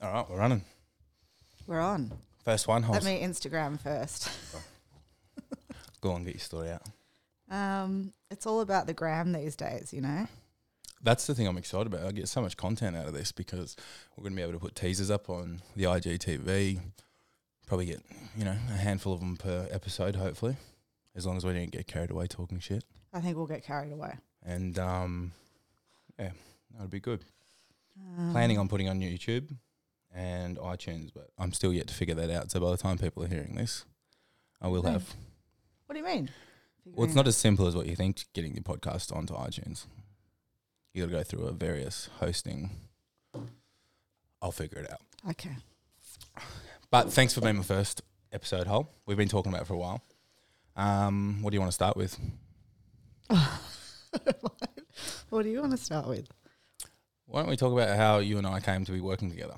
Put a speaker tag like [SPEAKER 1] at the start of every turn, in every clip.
[SPEAKER 1] All right, we're running.
[SPEAKER 2] We're on.
[SPEAKER 1] First one,
[SPEAKER 2] Let
[SPEAKER 1] Hoss.
[SPEAKER 2] me Instagram first.
[SPEAKER 1] Go on, get your story out.
[SPEAKER 2] Um, it's all about the gram these days, you know.
[SPEAKER 1] That's the thing I'm excited about. I get so much content out of this because we're going to be able to put teasers up on the IGTV. Probably get, you know, a handful of them per episode, hopefully, as long as we don't get carried away talking shit.
[SPEAKER 2] I think we'll get carried away.
[SPEAKER 1] And, um, yeah, that would be good.
[SPEAKER 2] Um,
[SPEAKER 1] Planning on putting on YouTube and iTunes, but I'm still yet to figure that out. So by the time people are hearing this, I will
[SPEAKER 2] Okay.
[SPEAKER 1] have.
[SPEAKER 2] What do you mean?
[SPEAKER 1] Well,
[SPEAKER 2] Mm.
[SPEAKER 1] it's not as simple as what you think getting your podcast onto iTunes. You got to go through a various hosting. I'll figure it out.
[SPEAKER 2] okay.
[SPEAKER 1] But thanks for being my first episode, Hole. We've been talking about it for a while. Um, what do you want to start with?
[SPEAKER 2] What do you want to start with?
[SPEAKER 1] Why don't we talk about how you and I came to be working together?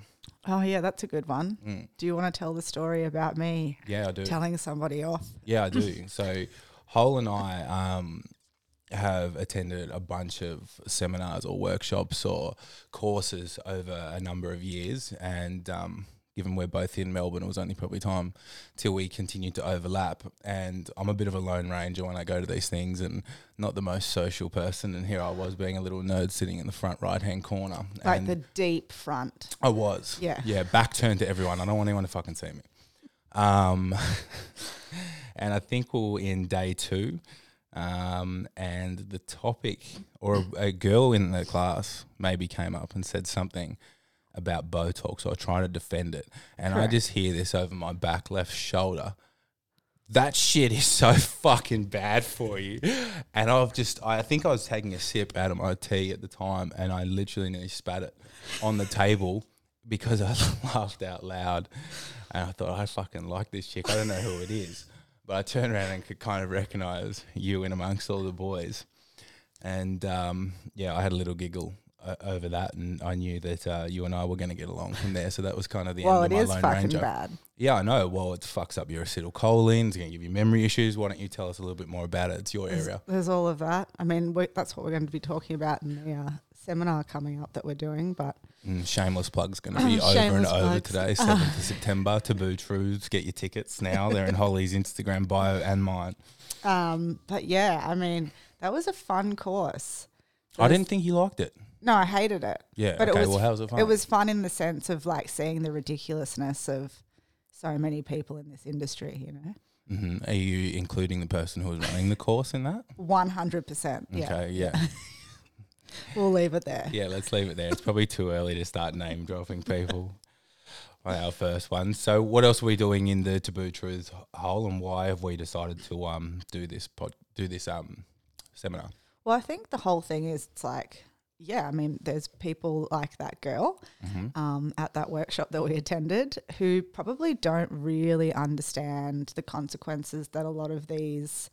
[SPEAKER 2] Oh yeah, that's a good one.
[SPEAKER 1] Mm.
[SPEAKER 2] Do you want to tell the story about me
[SPEAKER 1] Yeah, I do.
[SPEAKER 2] telling somebody off?
[SPEAKER 1] Yeah, I do. so, Hole and I um, have attended a bunch of seminars or workshops or courses over a number of years. And um, given we're both in Melbourne, it was only probably time till we continued to overlap. And I'm a bit of a lone ranger when I go to these things and not the most social person. And here I was being a little nerd sitting in the front right hand corner.
[SPEAKER 2] Like
[SPEAKER 1] and
[SPEAKER 2] the deep front.
[SPEAKER 1] I was.
[SPEAKER 2] Yeah.
[SPEAKER 1] Yeah. Back turned to everyone. I don't want anyone to fucking see me. Um, and I think we we're in day two. Um, and the topic, or a, a girl in the class maybe came up and said something about Botox or trying to defend it. And I
[SPEAKER 2] Correct.
[SPEAKER 1] just hear this over my back left shoulder. That shit is so fucking bad for you. And I've just, I think I was taking a sip out of my tea at the time and I literally nearly spat it on the table because I laughed out loud and I thought, I fucking like this chick. I don't know who it is. But I turned around and could kind of recognize you in amongst all the boys. And um, yeah, I had a little giggle uh, over that, and I knew that uh, you and I were going to get along from there. So that was kind of the
[SPEAKER 2] well,
[SPEAKER 1] end
[SPEAKER 2] it
[SPEAKER 1] of my
[SPEAKER 2] is
[SPEAKER 1] Lone
[SPEAKER 2] fucking
[SPEAKER 1] Ranger.
[SPEAKER 2] bad.
[SPEAKER 1] Yeah, I know. Well, it fucks up your acetylcholine. It's going to give you memory issues. Why don't you tell us a little bit more about it? It's your
[SPEAKER 2] There's,
[SPEAKER 1] area.
[SPEAKER 2] there's all of that. I mean, we, that's what we're going to be talking about in the uh, seminar coming up that we're doing. But
[SPEAKER 1] Mm, shameless plug's going to be over and
[SPEAKER 2] shameless
[SPEAKER 1] over
[SPEAKER 2] plugs.
[SPEAKER 1] today, 7th of September. Taboo Truths. Get your tickets now. They're in Holly's Instagram bio and mine.
[SPEAKER 2] Um, but yeah, I mean, that was a fun course.
[SPEAKER 1] I didn't think you liked it.
[SPEAKER 2] No, I hated it.
[SPEAKER 1] Yeah.
[SPEAKER 2] But it
[SPEAKER 1] okay.
[SPEAKER 2] was-
[SPEAKER 1] well, how was it fun?
[SPEAKER 2] It was fun in the sense of like seeing the ridiculousness of so many people in this industry, you know?
[SPEAKER 1] hmm Are you including the person who was running the course in that?
[SPEAKER 2] 100%. Yeah.
[SPEAKER 1] Okay. Yeah.
[SPEAKER 2] We'll leave it there.
[SPEAKER 1] Yeah, let's leave it there. It's probably too early to start name dropping people on our first one. So, what else are we doing in the taboo truths hole, and why have we decided to um do this pod do this um seminar?
[SPEAKER 2] Well, I think the whole thing is it's like, yeah, I mean, there's people like that girl
[SPEAKER 1] Mm-hmm.
[SPEAKER 2] um, at that workshop that we attended who probably don't really understand the consequences that a lot of these,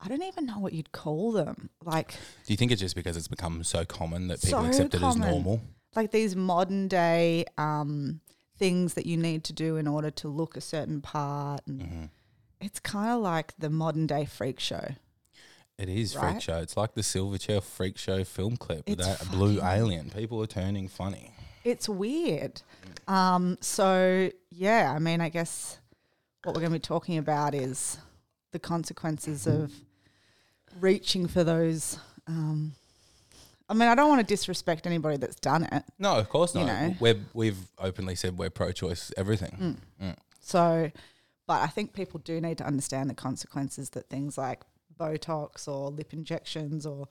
[SPEAKER 2] I don't even know what you'd call them. Like,
[SPEAKER 1] Do you think it's just because it's become so common that people
[SPEAKER 2] So
[SPEAKER 1] accept it as
[SPEAKER 2] common.
[SPEAKER 1] normal?
[SPEAKER 2] like these modern day um, things that you need to do in order to look a certain part. And It's kind of like the modern day freak show.
[SPEAKER 1] It is freak
[SPEAKER 2] Right.
[SPEAKER 1] show. It's like the Silverchair freak show film clip with
[SPEAKER 2] It's
[SPEAKER 1] that blue alien. People are turning funny.
[SPEAKER 2] It's weird. Um, so, yeah, I mean, I guess what we're going to be talking about is the consequences of reaching for those. Um, I mean, I don't want to disrespect anybody that's done it.
[SPEAKER 1] No, of course not.
[SPEAKER 2] You know. Mm.
[SPEAKER 1] We're, we've openly said we're pro-choice everything.
[SPEAKER 2] So, but I think people do need to understand the consequences that things like Botox or lip injections or,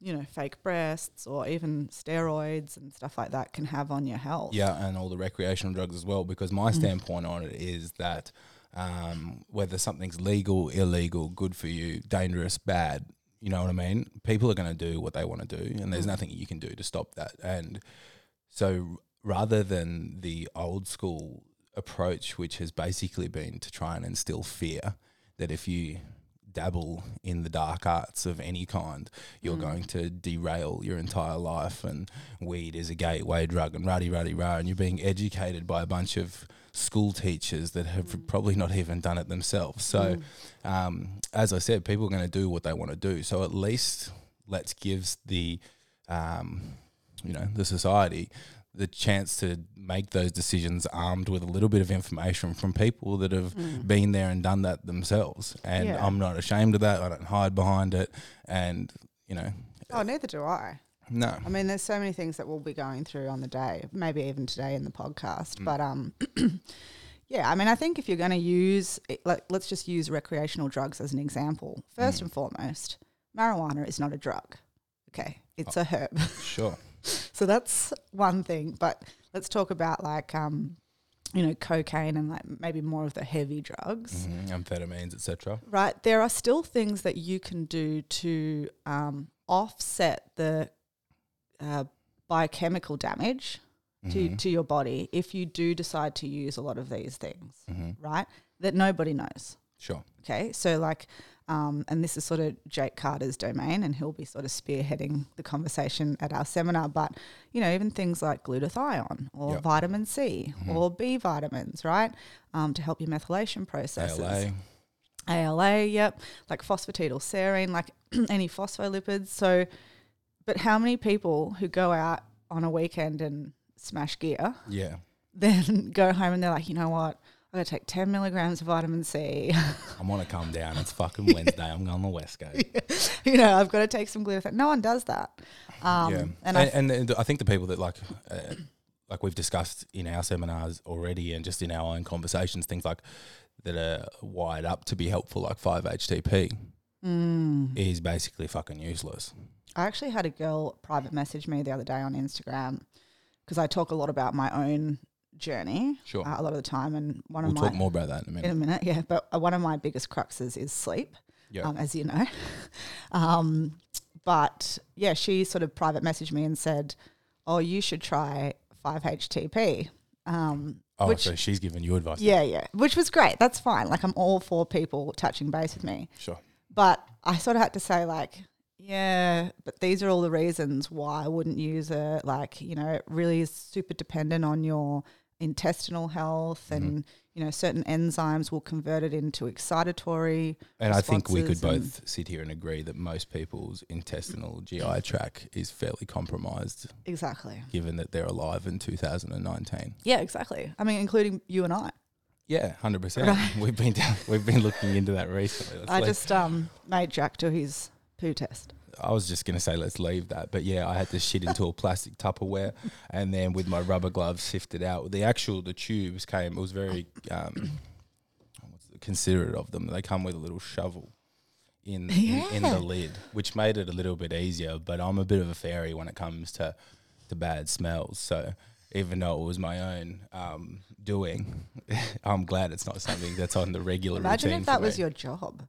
[SPEAKER 2] you know, fake breasts or even steroids and stuff like that can have on your health.
[SPEAKER 1] Yeah, and all the recreational drugs as well. Because my standpoint on it is that um, whether something's legal, illegal, good for you, dangerous, bad, you know what I mean? People are going to do what they want to do, and there's nothing you can do to stop that. And so rather than the old school approach, which has basically been to try and instill fear that if you dabble in the dark arts of any kind, you're going to derail your entire life. And weed is a gateway drug, and ruddy, ruddy, rah. And you're being educated by a bunch of school teachers that have probably not even done it themselves. So, um, as I said, people are going to do what they want to do. So at least let's give the um, you know the society the chance to make those decisions armed with a little bit of information from people that have been there and done that themselves. And
[SPEAKER 2] Yeah.
[SPEAKER 1] I'm not ashamed of that. I don't hide behind it. And, you know,
[SPEAKER 2] Oh, neither do I.
[SPEAKER 1] no.
[SPEAKER 2] I mean, there's so many things that we'll be going through on the day, maybe even today in the podcast. But um, yeah, I mean, I think if you're going to use, eh, like, let's just use recreational drugs as an example. First and foremost, marijuana is not a drug. Okay, it's a herb.
[SPEAKER 1] Sure.
[SPEAKER 2] so that's one thing. But let's talk about like, um, you know, cocaine and like maybe more of the heavy drugs
[SPEAKER 1] Mhm. Amphetamines, etc.
[SPEAKER 2] right? There are still things that you can do to um, offset the uh, biochemical damage
[SPEAKER 1] Mm-hmm.
[SPEAKER 2] to, to your body if you do decide to use a lot of these things, right? That nobody knows.
[SPEAKER 1] Mm-hmm. Sure.
[SPEAKER 2] Okay, so like, um, and this is sort of Jake Carter's domain, and he'll be sort of spearheading the conversation at our seminar. But you know, even things like glutathione or
[SPEAKER 1] Yep.
[SPEAKER 2] vitamin C or B vitamins, right, um, to help your methylation processes.
[SPEAKER 1] ALA.
[SPEAKER 2] ALA, yep, like phosphatidylserine, like any phospholipids. So, but how many people who go out on a weekend and smash gear,
[SPEAKER 1] Yeah.
[SPEAKER 2] then go home and they're like, you know what? I'm gonna take 10 milligrams of vitamin C.
[SPEAKER 1] I'm on to calm down. It's fucking Wednesday. I'm going to the West Coast.
[SPEAKER 2] you know, I've got to take some glutathione. No one does that. Um,
[SPEAKER 1] yeah,
[SPEAKER 2] And
[SPEAKER 1] and
[SPEAKER 2] I,
[SPEAKER 1] and, the- I think the people that like, uh, like we've discussed in our seminars already, and just in our own conversations, things like that are wired up to be helpful, like five HTP,
[SPEAKER 2] Mm-hmm.
[SPEAKER 1] is basically fucking useless.
[SPEAKER 2] mm, I actually had a girl private message me the other day on Instagram because I talk a lot about my own journey
[SPEAKER 1] Sure,
[SPEAKER 2] uh, a lot of the time. And one
[SPEAKER 1] we'll
[SPEAKER 2] of my
[SPEAKER 1] talk more about that in a
[SPEAKER 2] in
[SPEAKER 1] minute.
[SPEAKER 2] a minute. Yeah, but uh, one of my biggest cruxes is sleep,
[SPEAKER 1] Yeah.
[SPEAKER 2] um, as you know. um, but yeah, she sort of private messaged me and said, "Oh, you should try 5-HTP." Um,
[SPEAKER 1] oh,
[SPEAKER 2] which
[SPEAKER 1] so she's giving you advice.
[SPEAKER 2] yeah, yeah, which was great. That's fine. Like I'm all for people touching base with me,
[SPEAKER 1] sure.
[SPEAKER 2] but I sort of had to say like. Yeah, but these are all the reasons why I wouldn't use it. Like, you know, it really is super dependent on your intestinal health
[SPEAKER 1] Mm-hmm.
[SPEAKER 2] and, you know, certain enzymes will convert it into excitatory
[SPEAKER 1] And I think we could
[SPEAKER 2] responses and-
[SPEAKER 1] both sit here and agree that most people's intestinal GI tract is fairly compromised,
[SPEAKER 2] Exactly.
[SPEAKER 1] given that they're alive in 2019.
[SPEAKER 2] Yeah, exactly. I mean, including you and I.
[SPEAKER 1] Yeah, hundred percent. We've been down, we've been looking into that recently. That's
[SPEAKER 2] I
[SPEAKER 1] like-
[SPEAKER 2] just um, made Jack do his poo test.
[SPEAKER 1] I was just gonna say let's leave that, but yeah, I had to shit into a plastic Tupperware, and then with my rubber gloves sifted out. The actual the tubes came. It was very um, what's the, considerate of them. They come with a little shovel in, in in
[SPEAKER 2] Yeah.
[SPEAKER 1] the lid, which made it a little bit easier. But I'm a bit of a fairy when it comes to to bad smells, so. Even though it was my own um, doing, I'm glad it's not something that's on the regular
[SPEAKER 2] Imagine
[SPEAKER 1] routine
[SPEAKER 2] if that
[SPEAKER 1] for
[SPEAKER 2] was
[SPEAKER 1] me.
[SPEAKER 2] your job.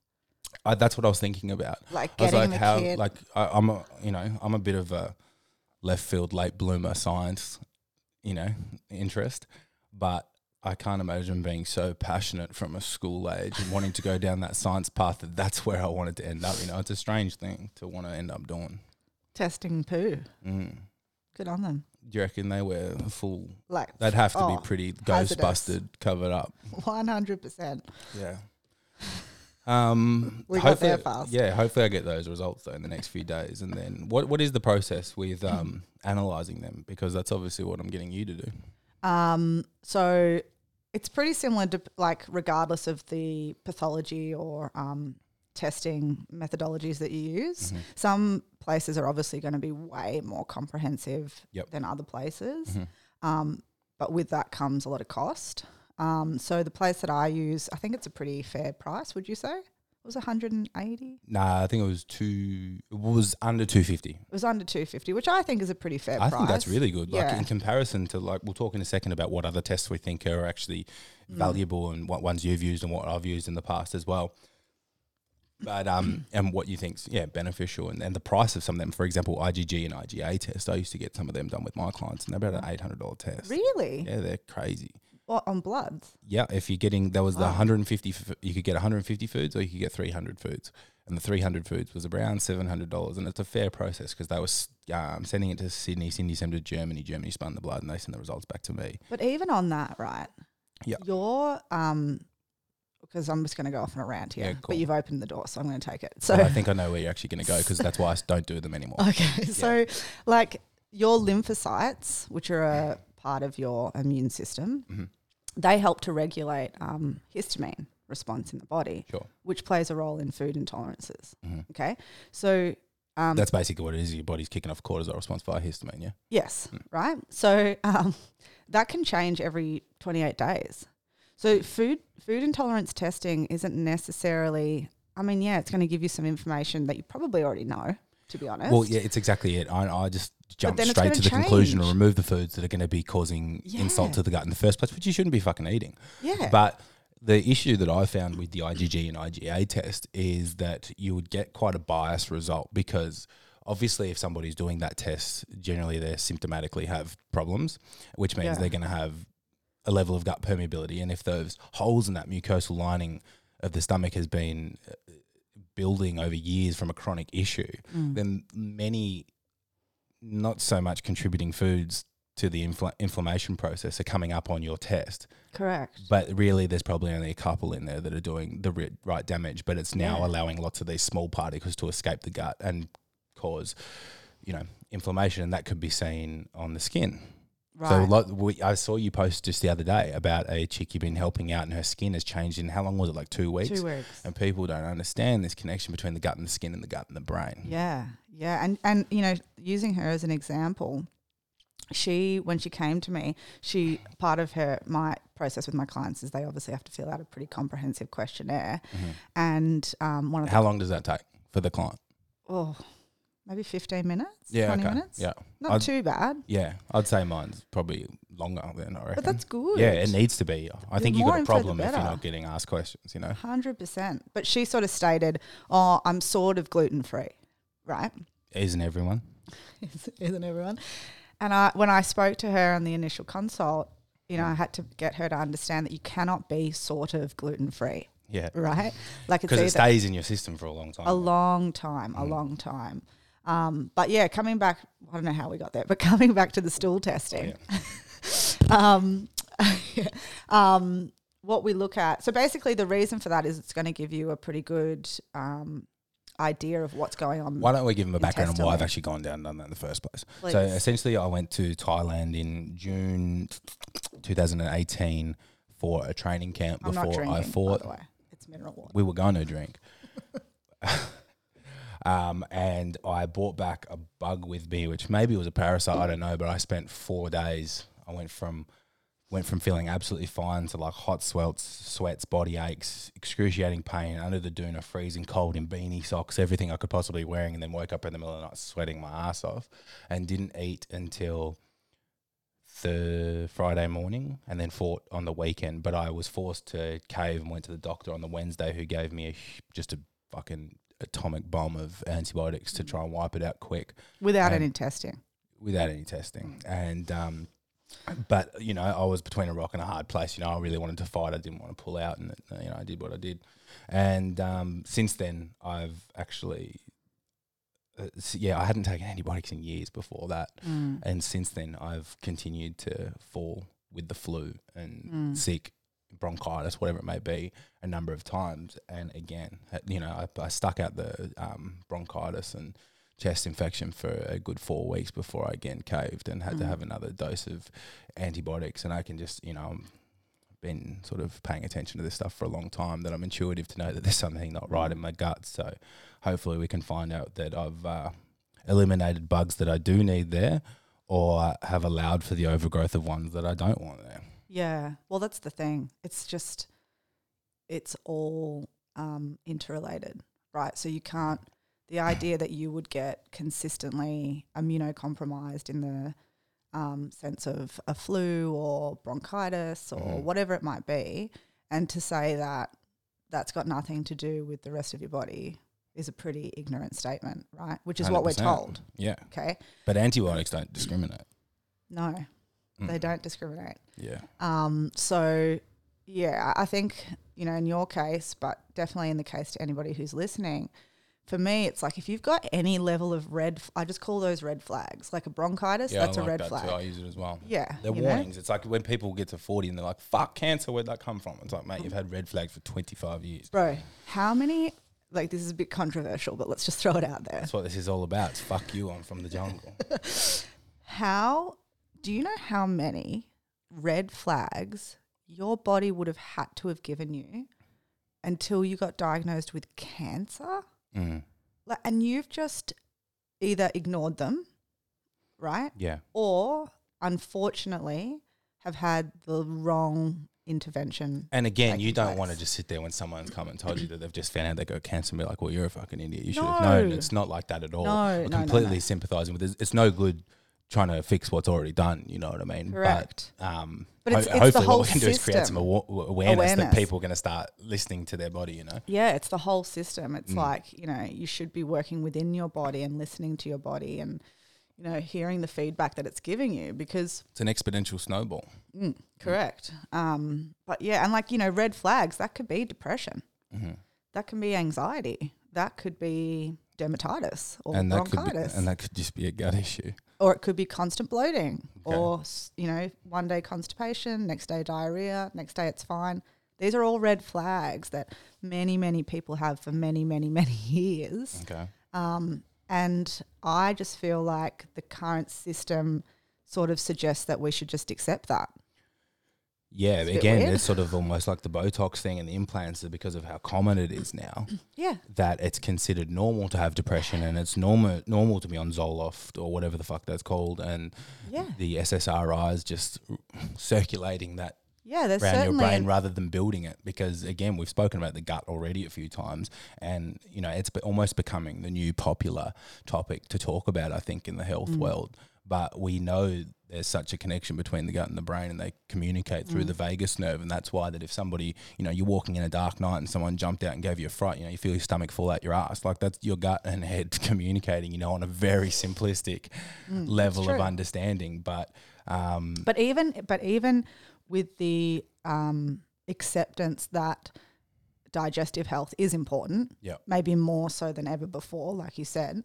[SPEAKER 1] I, that's what I was thinking about.
[SPEAKER 2] Like
[SPEAKER 1] I was like,
[SPEAKER 2] getting the
[SPEAKER 1] how,
[SPEAKER 2] kid.
[SPEAKER 1] like, I, I'm a, you know, I'm a bit of a left field late bloomer science, you know, interest, but I can't imagine being so passionate from a school age and wanting to go down that science path that that's where I wanted to end up. You know, it's a strange thing to want to end up doing.
[SPEAKER 2] testing poo.
[SPEAKER 1] Mm.
[SPEAKER 2] Good on them.
[SPEAKER 1] Do you reckon they were full?
[SPEAKER 2] Like
[SPEAKER 1] They'd have to
[SPEAKER 2] Oh,
[SPEAKER 1] be pretty
[SPEAKER 2] hazardous.
[SPEAKER 1] ghostbusted, covered up.
[SPEAKER 2] one hundred percent.
[SPEAKER 1] Yeah. Um,
[SPEAKER 2] We got there
[SPEAKER 1] hopefully-
[SPEAKER 2] fast.
[SPEAKER 1] Yeah, hopefully I get those results though in the next few days, and then what what is the process with um analyzing them because that's obviously what I'm getting you to do.
[SPEAKER 2] Um, so it's pretty similar to like regardless of the pathology or um, testing methodologies that you use.
[SPEAKER 1] Mm-hmm.
[SPEAKER 2] Some places are obviously going to be way more comprehensive
[SPEAKER 1] Yep.
[SPEAKER 2] than other places.
[SPEAKER 1] Mhm.
[SPEAKER 2] Um, but with that comes a lot of cost. Um, so the place that I use, I think it's a pretty fair price. Would you say it was 180? It
[SPEAKER 1] Nah, I think it was two. It was under two fifty.
[SPEAKER 2] was under 250, which I think is a pretty fair
[SPEAKER 1] I
[SPEAKER 2] price.
[SPEAKER 1] think that's really good. Like
[SPEAKER 2] Yeah.
[SPEAKER 1] in comparison to like we'll talk in a second about what other tests we think are actually
[SPEAKER 2] Mm.
[SPEAKER 1] valuable and what ones you've used and what I've used in the past as well. But um and what you think's yeah beneficial and, and the price of some of them. For example, IgG and IgA test. I used to get some of them done with my clients and they're about an eight hundred dollar test.
[SPEAKER 2] really
[SPEAKER 1] Yeah, they're crazy.
[SPEAKER 2] Or on bloods.
[SPEAKER 1] Yeah, if you're getting there was the 150, f- you could get 150 foods or you could get 300 foods, and the 300 foods was around 700 dollars, and it's a fair process because they were s- um, sending it to Sydney, Sydney sent it to Germany, Germany spun the blood, and they sent the results back to me.
[SPEAKER 2] But even on that, right?
[SPEAKER 1] Yeah.
[SPEAKER 2] Your um because I'm just going to go off on a rant here,
[SPEAKER 1] Yeah, cool.
[SPEAKER 2] but you've opened the door, so I'm going to take it. So Oh.
[SPEAKER 1] So I think I know where you're actually going to go because that's why I s- don't do them anymore.
[SPEAKER 2] okay, so like your lymphocytes, which are a part of your immune system,
[SPEAKER 1] Mm-hmm.
[SPEAKER 2] they help to regulate um, histamine response in the body,
[SPEAKER 1] Sure. Mm-hmm.
[SPEAKER 2] which plays a role in food intolerances. Okay, so um,
[SPEAKER 1] That's basically what it is. Your body's kicking off cortisol response via histamine. Yeah.
[SPEAKER 2] Yes,
[SPEAKER 1] Mm.
[SPEAKER 2] right. So um, that can change every 28 days. So food food intolerance testing isn't necessarily. I mean, yeah, it's going to give you some information that you probably already know. To be honest,
[SPEAKER 1] Well, yeah, it's exactly it. I, I just jumped
[SPEAKER 2] then it's
[SPEAKER 1] straight
[SPEAKER 2] gonna
[SPEAKER 1] to the conclusion and
[SPEAKER 2] change.
[SPEAKER 1] remove the foods that are going to be causing insult
[SPEAKER 2] Yeah.
[SPEAKER 1] to the gut in the first place, which you shouldn't be fucking eating.
[SPEAKER 2] Yeah.
[SPEAKER 1] But the issue that I found with the IgG and IgA test is that you would get quite a biased result because obviously, if somebody's doing that test, generally they symptomatically have problems, which means
[SPEAKER 2] Yeah.
[SPEAKER 1] they're going to have a level of gut permeability. And if those holes in that mucosal lining of the stomach has been uh, building over years from a chronic issue,
[SPEAKER 2] Mm.
[SPEAKER 1] then many not so much contributing foods to the infl- inflammation process are coming up on your test.
[SPEAKER 2] correct.
[SPEAKER 1] But really, there's probably only a couple in there that are doing the ri- right damage. But it's now
[SPEAKER 2] Yeah.
[SPEAKER 1] allowing lots of these small particles to escape the gut and cause, you know, inflammation, and that could be seen on the skin.
[SPEAKER 2] Right.
[SPEAKER 1] So lo- we, I saw you post just the other day about a chick you've been helping out, and her skin has changed in how long was it? Like two weeks. Um,
[SPEAKER 2] Two weeks.
[SPEAKER 1] And people don't understand this connection between the gut and the skin and the gut and the brain.
[SPEAKER 2] Yeah, yeah, and and you know, using her as an example, she when she came to me, she part of her my process with my clients is they obviously have to fill out a pretty comprehensive questionnaire, and um, one of the
[SPEAKER 1] Mm-hmm. How long does that take for the client?
[SPEAKER 2] oh, maybe 15 minutes,
[SPEAKER 1] Yeah,
[SPEAKER 2] 20
[SPEAKER 1] okay.
[SPEAKER 2] minutes.
[SPEAKER 1] Yeah,
[SPEAKER 2] Not
[SPEAKER 1] I'd-
[SPEAKER 2] too bad,
[SPEAKER 1] yeah. I'd say mine's probably longer than I reckon.
[SPEAKER 2] but that's good.
[SPEAKER 1] Yeah, it needs to be. I think you've
[SPEAKER 2] more
[SPEAKER 1] got a
[SPEAKER 2] info, the
[SPEAKER 1] problem if you're
[SPEAKER 2] better.
[SPEAKER 1] not getting asked questions, you know?
[SPEAKER 2] 100%. But she sort of stated, oh, I'm sort of gluten free, right?
[SPEAKER 1] Isn't everyone?
[SPEAKER 2] Isn't everyone? And I, when I spoke to her on the initial consult, you know, I had to get her to understand that you cannot be sort of gluten free,
[SPEAKER 1] Yeah.
[SPEAKER 2] right? Like it's
[SPEAKER 1] Because
[SPEAKER 2] either
[SPEAKER 1] it stays Mm. in your system for a long time.
[SPEAKER 2] a long time, a long time. Um, but yeah, coming back, I don't know how we got there, but coming back to the stool testing. um, um, what we look at. So basically, the reason for that is it's going to give you a pretty good um, idea of what's going on.
[SPEAKER 1] Why don't we give them a background on why I've
[SPEAKER 2] Intestinal.
[SPEAKER 1] actually gone down and done that in the first place?
[SPEAKER 2] Please.
[SPEAKER 1] So essentially, I went to Thailand in June 2018 for a training camp
[SPEAKER 2] I'm not
[SPEAKER 1] before
[SPEAKER 2] drinking.
[SPEAKER 1] I fought.
[SPEAKER 2] by the way. It's mineral water.
[SPEAKER 1] we were going to drink. um, and I brought back a bug with me, which maybe was a parasite. I don't know, but I spent four days. I went from went from feeling absolutely fine to like hot swelts, sweats, body aches, excruciating pain under the doona, freezing cold in beanie socks, everything I could possibly be wearing, and then woke up in the middle of the night sweating my ass off, and didn't eat until the Friday morning and then fought on the weekend. But I was forced to cave and went to the doctor on the Wednesday, who gave me a, hu- just a fucking atomic bomb of antibiotics to try and wipe it out quick
[SPEAKER 2] Without
[SPEAKER 1] Um,
[SPEAKER 2] any testing.
[SPEAKER 1] without any testing. And um, but you know, I was between a rock and a hard place. You know, I really wanted to fight. I didn't want to pull out, and you know, I did what I did. And um, since then, I've actually. Uh, s- yeah, I hadn't taken antibiotics in years before that,
[SPEAKER 2] Mm.
[SPEAKER 1] and since then I've continued to fall with the flu and
[SPEAKER 2] Mm.
[SPEAKER 1] sick bronchitis, whatever it may be, a number of times. And again, uh, you know, I, I stuck out the um, bronchitis and chest infection for a good four weeks before I again caved and had to have another dose of antibiotics. And I can just, you know, I've been sort of paying attention to this stuff for a long time that I'm intuitive to know that there's something not right in my gut. So hopefully we can find out that I've uh, eliminated bugs that I do need there or have allowed for the overgrowth of ones that I don't want there.
[SPEAKER 2] Yeah. Well, that's the thing. It's just, it's all um, interrelated, right? So you can't, the idea that you would get consistently immunocompromised in the um, sense of a flu or bronchitis or
[SPEAKER 1] Mhm.
[SPEAKER 2] whatever it might be, and to say that that's got nothing to do with the rest of your body is a pretty ignorant statement, right? Which is what we're
[SPEAKER 1] 100%.
[SPEAKER 2] told.
[SPEAKER 1] Yeah.
[SPEAKER 2] Okay.
[SPEAKER 1] But antibiotics don't discriminate.
[SPEAKER 2] No, they
[SPEAKER 1] Mm.
[SPEAKER 2] don't discriminate.
[SPEAKER 1] Yeah.
[SPEAKER 2] Um, so, yeah, I I think, you know, in your case, but definitely in the case to anybody who's listening, for me, it's like if you've got any level of red, f- I just call those red flags. Like a bronchitis,
[SPEAKER 1] Yeah,
[SPEAKER 2] that's
[SPEAKER 1] I
[SPEAKER 2] a
[SPEAKER 1] like
[SPEAKER 2] red
[SPEAKER 1] that
[SPEAKER 2] flag.
[SPEAKER 1] Too. I use it as well.
[SPEAKER 2] Yeah.
[SPEAKER 1] They're
[SPEAKER 2] you know?
[SPEAKER 1] warnings. It's like when people get to 40 and they're like, fuck cancer, where'd that come from? It's like, mate, you've had red flags for 25 years.
[SPEAKER 2] Bro, how many, like, this is a bit controversial, but let's just throw it out there.
[SPEAKER 1] That's what this is all about. It's fuck you, I'm from the jungle.
[SPEAKER 2] How do you know how many red flags your body would have had to have given you until you got diagnosed with cancer?
[SPEAKER 1] Mm.
[SPEAKER 2] Like, and you've just either ignored them, right?
[SPEAKER 1] Yeah.
[SPEAKER 2] Or unfortunately have had the wrong intervention.
[SPEAKER 1] And again, you
[SPEAKER 2] Taking
[SPEAKER 1] don't
[SPEAKER 2] place.
[SPEAKER 1] want to just sit there when someone's come and told you that they've just found out they got cancer and be like, well, you're a fucking idiot. You should have known.
[SPEAKER 2] No.
[SPEAKER 1] It's not like that at all.
[SPEAKER 2] No,
[SPEAKER 1] I'm
[SPEAKER 2] no, no,
[SPEAKER 1] completely
[SPEAKER 2] no.
[SPEAKER 1] sympathizing with this. It's no good trying to fix what's already done. You know what I mean?
[SPEAKER 2] Correct.
[SPEAKER 1] But, um,
[SPEAKER 2] But it's-
[SPEAKER 1] ho-
[SPEAKER 2] it's the
[SPEAKER 1] hopefully,
[SPEAKER 2] whole
[SPEAKER 1] what we can do is create some
[SPEAKER 2] system.
[SPEAKER 1] awa- awareness, that
[SPEAKER 2] Awareness.
[SPEAKER 1] people are going to start listening to their body, you know?
[SPEAKER 2] Yeah, it's the whole system. It's
[SPEAKER 1] Mm.
[SPEAKER 2] like, you know, you should be working within your body and listening to your body and, you know, hearing the feedback that it's giving you because,
[SPEAKER 1] It's an exponential snowball.
[SPEAKER 2] mm, correct. Um, but yeah, and like, you know, red flags, that could be depression,
[SPEAKER 1] Mhm.
[SPEAKER 2] that can be anxiety, that could be dermatitis or
[SPEAKER 1] And that, could be,
[SPEAKER 2] bronchitis,
[SPEAKER 1] and that could just be a gut issue.
[SPEAKER 2] or it could be constant bloating
[SPEAKER 1] Okay.
[SPEAKER 2] or, s- you know, one day constipation, next day diarrhea, next day it's fine. These are all red flags that many, many people have for many, many, many years.
[SPEAKER 1] Okay.
[SPEAKER 2] Um, and I just feel like the current system sort of suggests that we should just accept that.
[SPEAKER 1] Yeah,
[SPEAKER 2] It's a bit
[SPEAKER 1] again,
[SPEAKER 2] weird.
[SPEAKER 1] it's sort of almost like the Botox thing and the implants are because of how common it is now.
[SPEAKER 2] Yeah.
[SPEAKER 1] that it's considered normal to have depression and it's normal normal to be on Zoloft or whatever the fuck that's called and
[SPEAKER 2] Yeah.
[SPEAKER 1] the SSRIs just circulating that
[SPEAKER 2] Yeah. There's
[SPEAKER 1] around your
[SPEAKER 2] certainly.
[SPEAKER 1] brain rather than building it because again we've spoken about the gut already a few times and you know it's be- almost becoming the new popular topic to talk about I think in the health
[SPEAKER 2] Mm.
[SPEAKER 1] world but we know there's such a connection between the gut and the brain and they communicate through
[SPEAKER 2] Mm.
[SPEAKER 1] the vagus nerve and that's why that if somebody you know you're walking in a dark night and someone jumped out and gave you a fright you know you feel your stomach fall out your ass like that's your gut and head communicating you know on a very simplistic level of
[SPEAKER 2] Mm, true.
[SPEAKER 1] understanding but um
[SPEAKER 2] but even but even with the um, acceptance that digestive health is important,
[SPEAKER 1] yeah
[SPEAKER 2] maybe more so than ever before, like you said.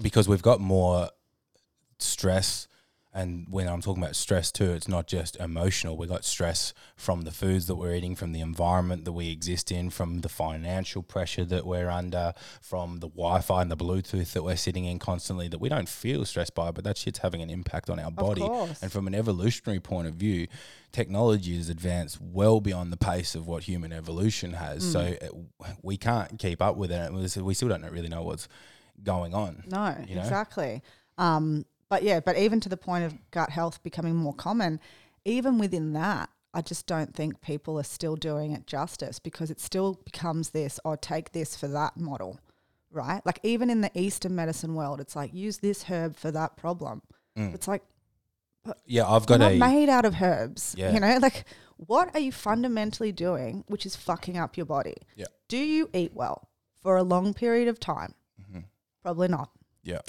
[SPEAKER 1] because we've got more stress and when I'm talking about stress too, it's not just emotional. We got stress from the foods that we're eating, from the environment that we exist in, from the financial pressure that we're under, from the Wi Fi and the Bluetooth that we're sitting in constantly that we don't feel stressed by, but that shit's having an impact on our body.
[SPEAKER 2] course.
[SPEAKER 1] And from an evolutionary point of view, technology has advanced well beyond the pace of what human evolution has. So it, we can't keep up with it. And we- We still don't really know what's going on.
[SPEAKER 2] No,
[SPEAKER 1] you know?
[SPEAKER 2] exactly. Um, but yeah, but even to the point of gut health becoming more common, even within that, I just don't think people are still doing it justice because it still becomes this or take this for that model, right? Like even in the Eastern medicine world, it's like use this herb for that problem.
[SPEAKER 1] Mm.
[SPEAKER 2] It's like
[SPEAKER 1] Yeah, I've
[SPEAKER 2] we're
[SPEAKER 1] got
[SPEAKER 2] not
[SPEAKER 1] a
[SPEAKER 2] made out of herbs.
[SPEAKER 1] Yeah.
[SPEAKER 2] You know, like what are you fundamentally doing which is fucking up your body?
[SPEAKER 1] Yeah.
[SPEAKER 2] Do you eat well for a long period of time?
[SPEAKER 1] Mm-hmm.
[SPEAKER 2] Probably not.
[SPEAKER 1] yeah.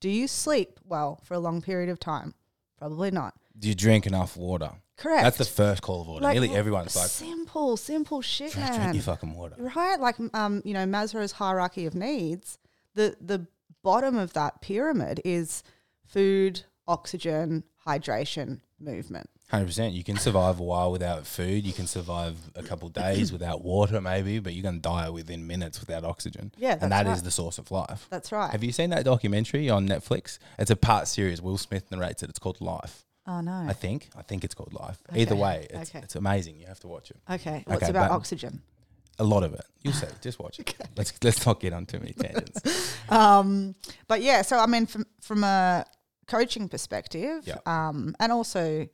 [SPEAKER 2] Do you sleep well for a long period of time? Probably not.
[SPEAKER 1] Do you drink enough water?
[SPEAKER 2] Correct.
[SPEAKER 1] That's the first call of order. Nearly everyone's like,
[SPEAKER 2] simple, simple shit,
[SPEAKER 1] drink, drink
[SPEAKER 2] man.
[SPEAKER 1] your fucking water.
[SPEAKER 2] Right? Like, um, you know, Maslow's hierarchy of needs. The the bottom of that pyramid is food, oxygen, hydration, movement.
[SPEAKER 1] Hundred percent. You can survive a while without food. You can survive a couple of days without water, maybe, but you're gonna die within minutes without oxygen.
[SPEAKER 2] Yeah,
[SPEAKER 1] and that is
[SPEAKER 2] that's right.
[SPEAKER 1] the source of life.
[SPEAKER 2] That's right.
[SPEAKER 1] Have you seen that documentary on Netflix? It's a part series. Will Smith narrates it. It's called Life.
[SPEAKER 2] oh no.
[SPEAKER 1] I think. I think it's called Life. Either way, it's,
[SPEAKER 2] okay.
[SPEAKER 1] it's amazing. You have to watch it.
[SPEAKER 2] okay. What's
[SPEAKER 1] Okay,
[SPEAKER 2] about
[SPEAKER 1] but-
[SPEAKER 2] oxygen?
[SPEAKER 1] A lot of it. You'll see. Just watch it. Let's let's not get on too many tangents.
[SPEAKER 2] um, but yeah, so I mean, from from a coaching perspective,
[SPEAKER 1] Yeah.
[SPEAKER 2] um, and also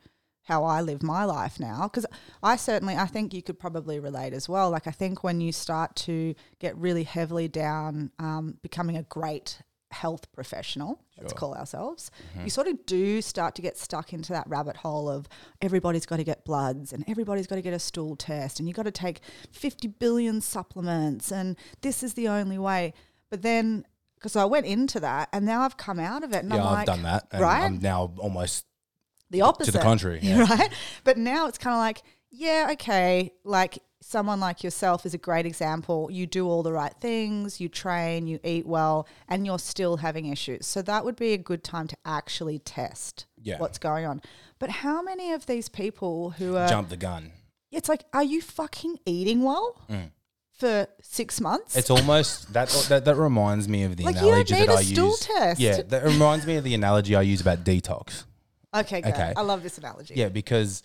[SPEAKER 2] how I live my life now, because I certainly, I think you could probably relate as well. Like, I think when you start to get really heavily down, um, becoming a great health professional, let's
[SPEAKER 1] Sure. Mm-hmm.
[SPEAKER 2] call ourselves, you sort of do start to get stuck into that rabbit hole of everybody's got to get bloods and everybody's got to get a stool test and you got to take 50 billion supplements and this is the only way. But then, because I went into that and now I've come out of it and
[SPEAKER 1] yeah,
[SPEAKER 2] I'm
[SPEAKER 1] I've
[SPEAKER 2] like,
[SPEAKER 1] done that. And
[SPEAKER 2] right?
[SPEAKER 1] I'm now almost
[SPEAKER 2] the opposite.
[SPEAKER 1] to the contrary. Yeah.
[SPEAKER 2] right? But now it's kind of like, yeah, okay, like someone like yourself is a great example. You do all the right things, you train, you eat well, and you're still having issues. So that would be a good time to actually test
[SPEAKER 1] Yeah.
[SPEAKER 2] what's going on. But how many of these people who are,
[SPEAKER 1] Jump the gun.
[SPEAKER 2] it's like, are you fucking eating well for six months?
[SPEAKER 1] Mm. It's almost that, that that reminds me of the
[SPEAKER 2] Like, you don't
[SPEAKER 1] analogy
[SPEAKER 2] need
[SPEAKER 1] that
[SPEAKER 2] a
[SPEAKER 1] I
[SPEAKER 2] stool
[SPEAKER 1] use.
[SPEAKER 2] test.
[SPEAKER 1] Yeah, that reminds me of the analogy I use about detox.
[SPEAKER 2] Okay, good.
[SPEAKER 1] Okay.
[SPEAKER 2] I love this analogy.
[SPEAKER 1] Yeah, because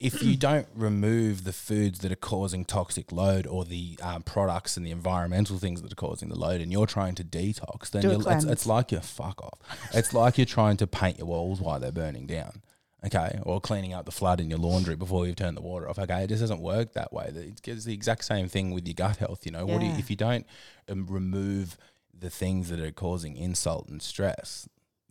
[SPEAKER 1] if you don't remove the foods that are causing toxic load or the um, products and the environmental things that are causing the load, and you're trying to detox, then
[SPEAKER 2] Do a
[SPEAKER 1] you're, it's,
[SPEAKER 2] cleanse.
[SPEAKER 1] it's like you're fuck off. It's like you're trying to paint your walls while they're burning down. Okay, or cleaning up the flood in your laundry before you've turned the water off. Okay, it just doesn't work that way. It- It's the exact same thing with your gut health. You know, what do you,
[SPEAKER 2] Yeah.
[SPEAKER 1] if you don't um, remove the things that are causing insult and stress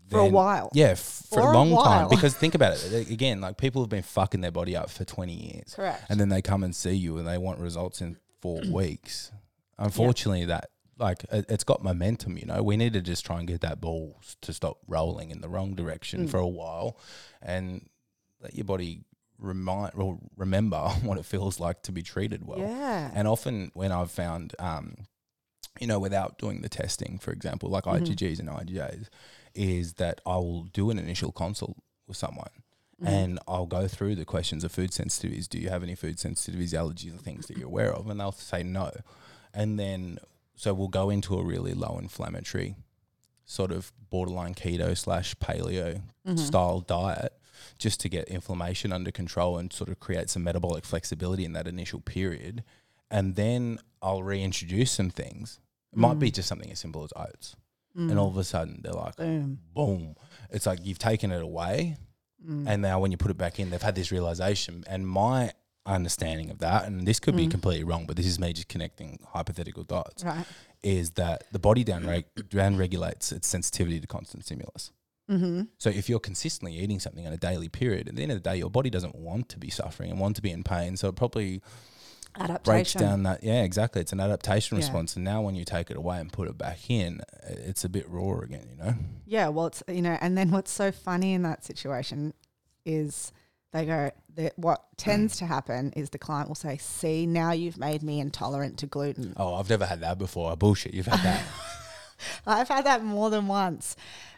[SPEAKER 2] For a
[SPEAKER 1] then-
[SPEAKER 2] while.
[SPEAKER 1] yeah, f- for
[SPEAKER 2] For
[SPEAKER 1] a
[SPEAKER 2] a
[SPEAKER 1] long time.
[SPEAKER 2] while.
[SPEAKER 1] Because think about it a- again, like people have been fucking their body up for 20 years.
[SPEAKER 2] Correct.
[SPEAKER 1] And then they come and see you and they want results in four weeks. Unfortunately, that, like, it, it's got momentum, you know. We need to just try and get that ball s- to stop rolling in the wrong direction for a while and let your body remind or remember what it feels like to be treated well.
[SPEAKER 2] yeah.
[SPEAKER 1] And often when I've found, um, you know, without doing the testing, for example, like IgGs and IgAs, is that I will do an initial consult with someone. And I'll go through the questions of food sensitivities. Do you have any food sensitivities, allergies, or things that you're aware of? And they'll say no. And then, so we'll go into a really low inflammatory sort of borderline keto slash paleo style diet just to get inflammation under control and sort of create some metabolic flexibility in that initial period. And then I'll reintroduce some things. It might be just something as simple as oats.
[SPEAKER 2] Mm.
[SPEAKER 1] And all of a sudden they're like,
[SPEAKER 2] Boom.
[SPEAKER 1] boom. It's like you've taken it away.
[SPEAKER 2] Mm.
[SPEAKER 1] And now when you put it back in, they've had this realization. And my understanding of that, and this could be completely wrong, but this is me just connecting hypothetical dots
[SPEAKER 2] Right.
[SPEAKER 1] is that the body down, reg- down regulates its sensitivity to constant stimulus.
[SPEAKER 2] Mm-hmm.
[SPEAKER 1] So if you're consistently eating something on a daily period, at the end of the day, your body doesn't want to be suffering and want to be in pain. So it probably breaks
[SPEAKER 2] Adaptation.
[SPEAKER 1] down that. Yeah, exactly. It's an adaptation
[SPEAKER 2] Yeah.
[SPEAKER 1] response. And now when you take it away and put it back in, i- it's a bit raw again, you know?
[SPEAKER 2] Yeah, well, it's you know, and then what's so funny in that situation is they go that what tends to happen is the client will say, "See, now you've made me intolerant to gluten."
[SPEAKER 1] Oh, I've never had that before. Bullshit. You've had that.
[SPEAKER 2] I've had that more than once,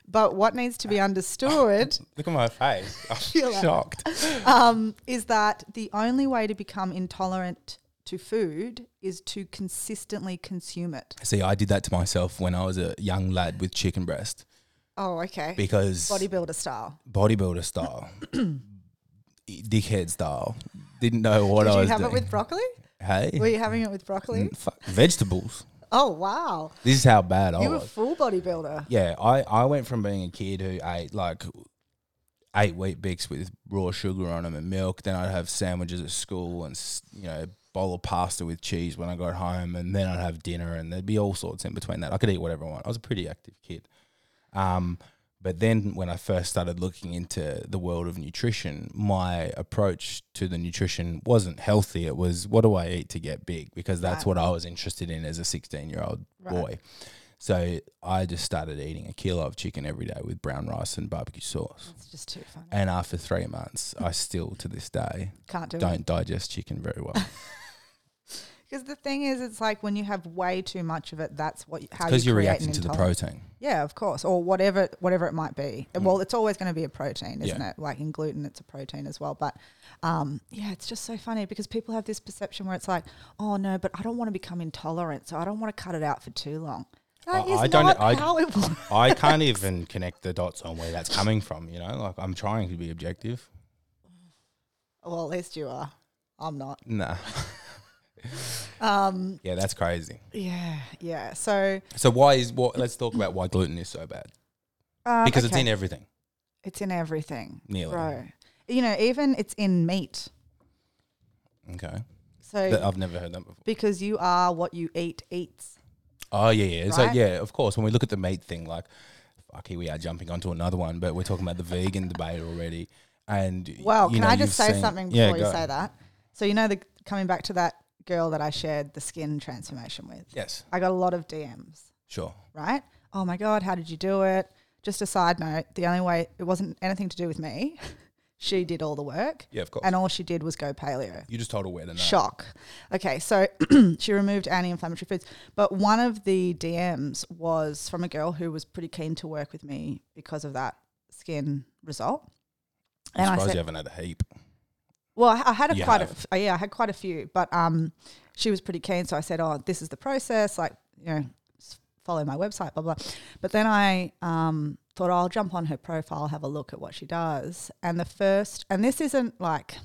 [SPEAKER 2] but what needs to be understood
[SPEAKER 1] Look at my face. I'm
[SPEAKER 2] You're like-
[SPEAKER 1] shocked.
[SPEAKER 2] um, is that the only way to become intolerant to food is to consistently consume it.
[SPEAKER 1] See, I did that to myself when I was a young lad with chicken breast
[SPEAKER 2] Oh, okay.
[SPEAKER 1] because
[SPEAKER 2] Bodybuilder style.
[SPEAKER 1] bodybuilder style, dickhead style. Didn't know what
[SPEAKER 2] Did
[SPEAKER 1] I
[SPEAKER 2] you
[SPEAKER 1] was
[SPEAKER 2] have
[SPEAKER 1] doing.
[SPEAKER 2] it with broccoli?
[SPEAKER 1] hey,
[SPEAKER 2] Were you having it with broccoli?
[SPEAKER 1] Mm, fuck, vegetables.
[SPEAKER 2] Oh, wow.
[SPEAKER 1] This is how bad I
[SPEAKER 2] You were
[SPEAKER 1] was.
[SPEAKER 2] full bodybuilder.
[SPEAKER 1] Yeah, I, I went from being a kid who ate like eight wheat bix with raw sugar on them and milk. Then I'd have sandwiches at school and s- you know bowl of pasta with cheese when I got home, and then I'd have dinner, and there'd be all sorts in between that. I could eat whatever I want. I was a pretty active kid. Um, but then when I first started looking into the world of nutrition, my approach to the nutrition wasn't healthy. It was what do I eat to get big? Because that's what I was interested in as a 16 year old boy. So I just started eating a kilo of chicken every day with brown rice and barbecue sauce.
[SPEAKER 2] It's just too funny.
[SPEAKER 1] And after three months, I still to this day
[SPEAKER 2] Can't do it.
[SPEAKER 1] don't digest chicken very well
[SPEAKER 2] Because the thing is, it's like when you have way too much of it, that's what how
[SPEAKER 1] because
[SPEAKER 2] you
[SPEAKER 1] you're
[SPEAKER 2] create an
[SPEAKER 1] reacting to the
[SPEAKER 2] intolerance.
[SPEAKER 1] protein.
[SPEAKER 2] Yeah, of course, or whatever whatever it might be. Well, it's always going to be a protein, isn't
[SPEAKER 1] Mm. Yeah.
[SPEAKER 2] it? Like in gluten, it's a protein as well. But um, yeah, it's just so funny because people have this perception where it's like, oh no, but I don't want to become intolerant, so I don't want to cut it out for too long. That
[SPEAKER 1] I-
[SPEAKER 2] is
[SPEAKER 1] I don't-
[SPEAKER 2] not
[SPEAKER 1] I-
[SPEAKER 2] how it works.
[SPEAKER 1] I can't even connect the dots on where that's coming from. You know, like I'm trying to be objective.
[SPEAKER 2] Well, at least you are. I'm not.
[SPEAKER 1] Nah.
[SPEAKER 2] Um,
[SPEAKER 1] Yeah, that's crazy.
[SPEAKER 2] yeah, yeah. So
[SPEAKER 1] So why is what? Let's talk about why gluten is so bad
[SPEAKER 2] um,
[SPEAKER 1] because it's
[SPEAKER 2] okay.
[SPEAKER 1] in everything.
[SPEAKER 2] it's in everything,
[SPEAKER 1] Nearly.
[SPEAKER 2] bro. You know, even it's in meat.
[SPEAKER 1] Okay,
[SPEAKER 2] So
[SPEAKER 1] That- I've never heard that before.
[SPEAKER 2] because you are what you eat eats.
[SPEAKER 1] Oh yeah, yeah. So
[SPEAKER 2] Right?
[SPEAKER 1] yeah, of course. When we look at the meat thing, like fuck, here we are jumping onto another one, but we're talking about the vegan debate already. And
[SPEAKER 2] Well,
[SPEAKER 1] you
[SPEAKER 2] can
[SPEAKER 1] know,
[SPEAKER 2] I just
[SPEAKER 1] you've
[SPEAKER 2] say
[SPEAKER 1] seen-
[SPEAKER 2] something
[SPEAKER 1] Yeah,
[SPEAKER 2] before you
[SPEAKER 1] go.
[SPEAKER 2] say that? So you know, the coming back to that girl that I shared the skin transformation with,
[SPEAKER 1] Yes,
[SPEAKER 2] I got a lot of DMs.
[SPEAKER 1] sure.
[SPEAKER 2] Right? Oh my god, how did you do it? Just a side note, the only way it wasn't anything to do with me. she did all the work,
[SPEAKER 1] Yeah, of course.
[SPEAKER 2] and all she did was go paleo.
[SPEAKER 1] you just told her where to know.
[SPEAKER 2] Shock. Okay, so she removed anti inflammatory foods. But one of the DMs was from a girl who was pretty keen to work with me because of that skin result.
[SPEAKER 1] I'm
[SPEAKER 2] And I
[SPEAKER 1] surprised
[SPEAKER 2] said,
[SPEAKER 1] you haven't had a heap.
[SPEAKER 2] well, I I had a
[SPEAKER 1] You
[SPEAKER 2] quite a,
[SPEAKER 1] have.
[SPEAKER 2] f- uh, yeah, I had quite a few, but um, she was pretty keen. So I said, "Oh, this is the process. Like, you know, s- follow my website, blah blah." But then I um thought, oh, I'll jump on her profile, have a look at what she does. And the first, and this isn't like,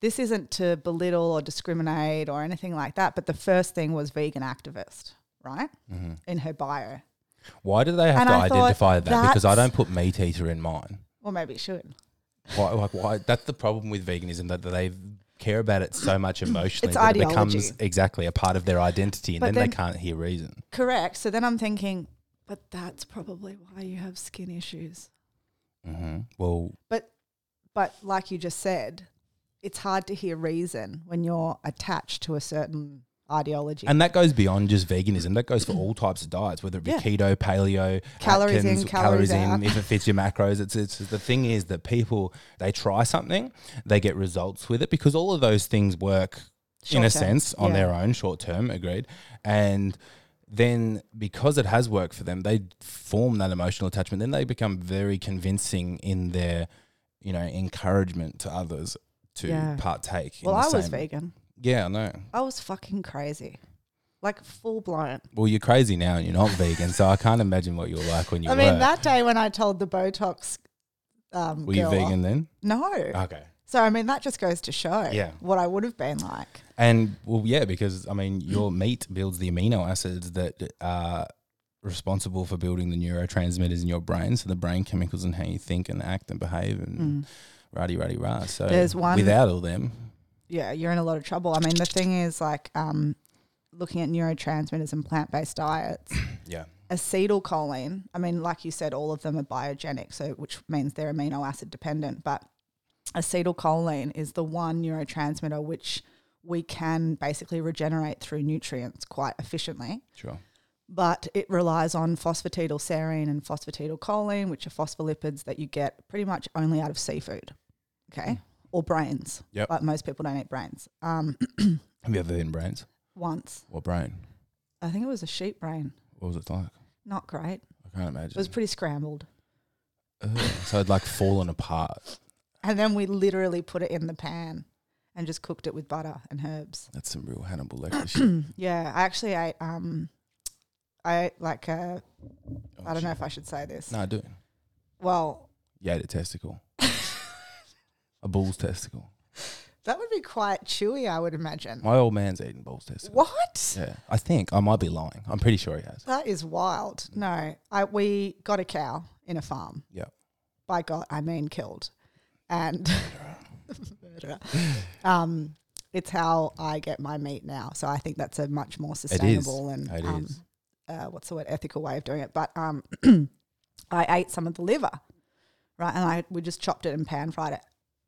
[SPEAKER 2] this isn't to belittle or discriminate or anything like that, but the first thing was vegan activist, right?
[SPEAKER 1] Mm-hmm.
[SPEAKER 2] In her bio.
[SPEAKER 1] Why do they have
[SPEAKER 2] And
[SPEAKER 1] to
[SPEAKER 2] I thought,
[SPEAKER 1] identify that? Because I
[SPEAKER 2] "That's-
[SPEAKER 1] don't put meat eater in mine.
[SPEAKER 2] Well, maybe it should.
[SPEAKER 1] Why, like, why? That's the problem with veganism that they care about it so much emotionally
[SPEAKER 2] It's
[SPEAKER 1] that it
[SPEAKER 2] ideology.
[SPEAKER 1] becomes exactly a part of their identity, and
[SPEAKER 2] But
[SPEAKER 1] then,
[SPEAKER 2] then-
[SPEAKER 1] they can't hear reason.
[SPEAKER 2] Correct. So then I'm thinking, but that's probably why you have skin issues.
[SPEAKER 1] hmm Well,
[SPEAKER 2] But but like you just said, it's hard to hear reason when you're attached to a certain ideology.
[SPEAKER 1] and that goes beyond just veganism. That goes for all types of diets, whether it be
[SPEAKER 2] Yeah.
[SPEAKER 1] keto, paleo,
[SPEAKER 2] Calories in, calories out.
[SPEAKER 1] If it fits your macros, it's it's the thing is that people they try something, they get results with it because all of those things work in a
[SPEAKER 2] Short term.
[SPEAKER 1] sense on
[SPEAKER 2] Yeah.
[SPEAKER 1] their own short term agreed and then because it has worked for them they form that emotional attachment then they become very convincing in their you know encouragement to others to
[SPEAKER 2] Yeah.
[SPEAKER 1] partake in
[SPEAKER 2] well,
[SPEAKER 1] the
[SPEAKER 2] I was
[SPEAKER 1] same-
[SPEAKER 2] vegan.
[SPEAKER 1] yeah i know
[SPEAKER 2] I was fucking crazy. Like full blown.
[SPEAKER 1] well you're crazy now and you're not vegan so i can't imagine what you're like when you
[SPEAKER 2] I
[SPEAKER 1] were
[SPEAKER 2] mean, that day when I told the Botox um,
[SPEAKER 1] were you
[SPEAKER 2] girl-
[SPEAKER 1] vegan then
[SPEAKER 2] No.
[SPEAKER 1] okay
[SPEAKER 2] so I mean, that just goes to show
[SPEAKER 1] Yeah.
[SPEAKER 2] what I would have been like.
[SPEAKER 1] And well, yeah, because I mean, your meat builds the amino acids that are responsible for building the neurotransmitters in your brain, so the brain chemicals and how you think and act and behave and righty, righty, rah. So
[SPEAKER 2] Mm. There's one-
[SPEAKER 1] without all them,
[SPEAKER 2] Yeah, you're in a lot of trouble. I mean, the thing is, like, um, looking at neurotransmitters and plant based diets.
[SPEAKER 1] yeah,
[SPEAKER 2] acetylcholine. I mean, like you said, all of them are biogenic, so which means they're amino acid dependent. But acetylcholine is the one neurotransmitter which we can basically regenerate through nutrients quite efficiently.
[SPEAKER 1] sure,
[SPEAKER 2] But it relies on phosphatidylserine and phosphatidylcholine, which are phospholipids that you get pretty much only out of seafood, okay, or brains.
[SPEAKER 1] Yep.
[SPEAKER 2] But most people don't eat brains. Um,
[SPEAKER 1] have you ever eaten brains?
[SPEAKER 2] once,
[SPEAKER 1] What brain?
[SPEAKER 2] I think it was a sheep brain.
[SPEAKER 1] What was it like?
[SPEAKER 2] Not great.
[SPEAKER 1] I can't
[SPEAKER 2] It
[SPEAKER 1] imagine.
[SPEAKER 2] was pretty scrambled.
[SPEAKER 1] Ugh. so it'd like fallen apart.
[SPEAKER 2] And then we literally put it in the pan and just cooked it with butter and herbs.
[SPEAKER 1] That's some real Hannibal Lecter shit.
[SPEAKER 2] Yeah, I actually ate um I ate like a
[SPEAKER 1] Oh,
[SPEAKER 2] I don't know
[SPEAKER 1] shit.
[SPEAKER 2] if I should say this.
[SPEAKER 1] No, do it.
[SPEAKER 2] Well,
[SPEAKER 1] You ate a testicle, a bull's testicle.
[SPEAKER 2] that would be quite chewy, I would imagine.
[SPEAKER 1] My old man's eaten bull's testicle.
[SPEAKER 2] What?
[SPEAKER 1] Yeah, I think I might be lying. I'm pretty sure he has.
[SPEAKER 2] That is wild. No, I we got a cow in a farm.
[SPEAKER 1] Mm. Yeah.
[SPEAKER 2] By God, I mean killed. And murderer. Um it's how I get my meat now. So I think that's a much more sustainable and
[SPEAKER 1] It
[SPEAKER 2] um,
[SPEAKER 1] is.
[SPEAKER 2] uh, what's the word ethical way of doing it but um i ate some of the liver right and i we just chopped it and pan fried it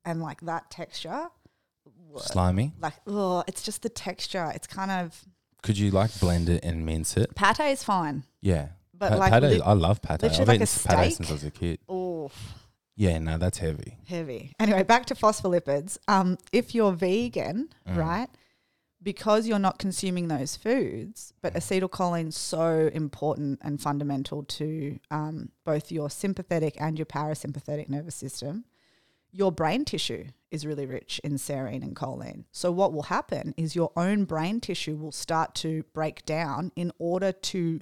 [SPEAKER 2] and like that texture
[SPEAKER 1] Slimy.
[SPEAKER 2] like oh it's just the texture it's kind of
[SPEAKER 1] Could you like blend it and mince it?
[SPEAKER 2] pate is fine
[SPEAKER 1] Yeah.
[SPEAKER 2] But,
[SPEAKER 1] Pa-
[SPEAKER 2] like,
[SPEAKER 1] pate,
[SPEAKER 2] lit-
[SPEAKER 1] I love pate. I've
[SPEAKER 2] literally
[SPEAKER 1] eaten
[SPEAKER 2] like a
[SPEAKER 1] pate since
[SPEAKER 2] steak.
[SPEAKER 1] I was a kid.
[SPEAKER 2] oh
[SPEAKER 1] Yeah, no, that's heavy.
[SPEAKER 2] heavy anyway back to phospholipids um if you're vegan
[SPEAKER 1] Mm.
[SPEAKER 2] right because you're not consuming those foods, but acetylcholine's so important and fundamental to um, both your sympathetic and your parasympathetic nervous system, your brain tissue is really rich in serine and choline. So, what will happen is your own brain tissue will start to break down in order to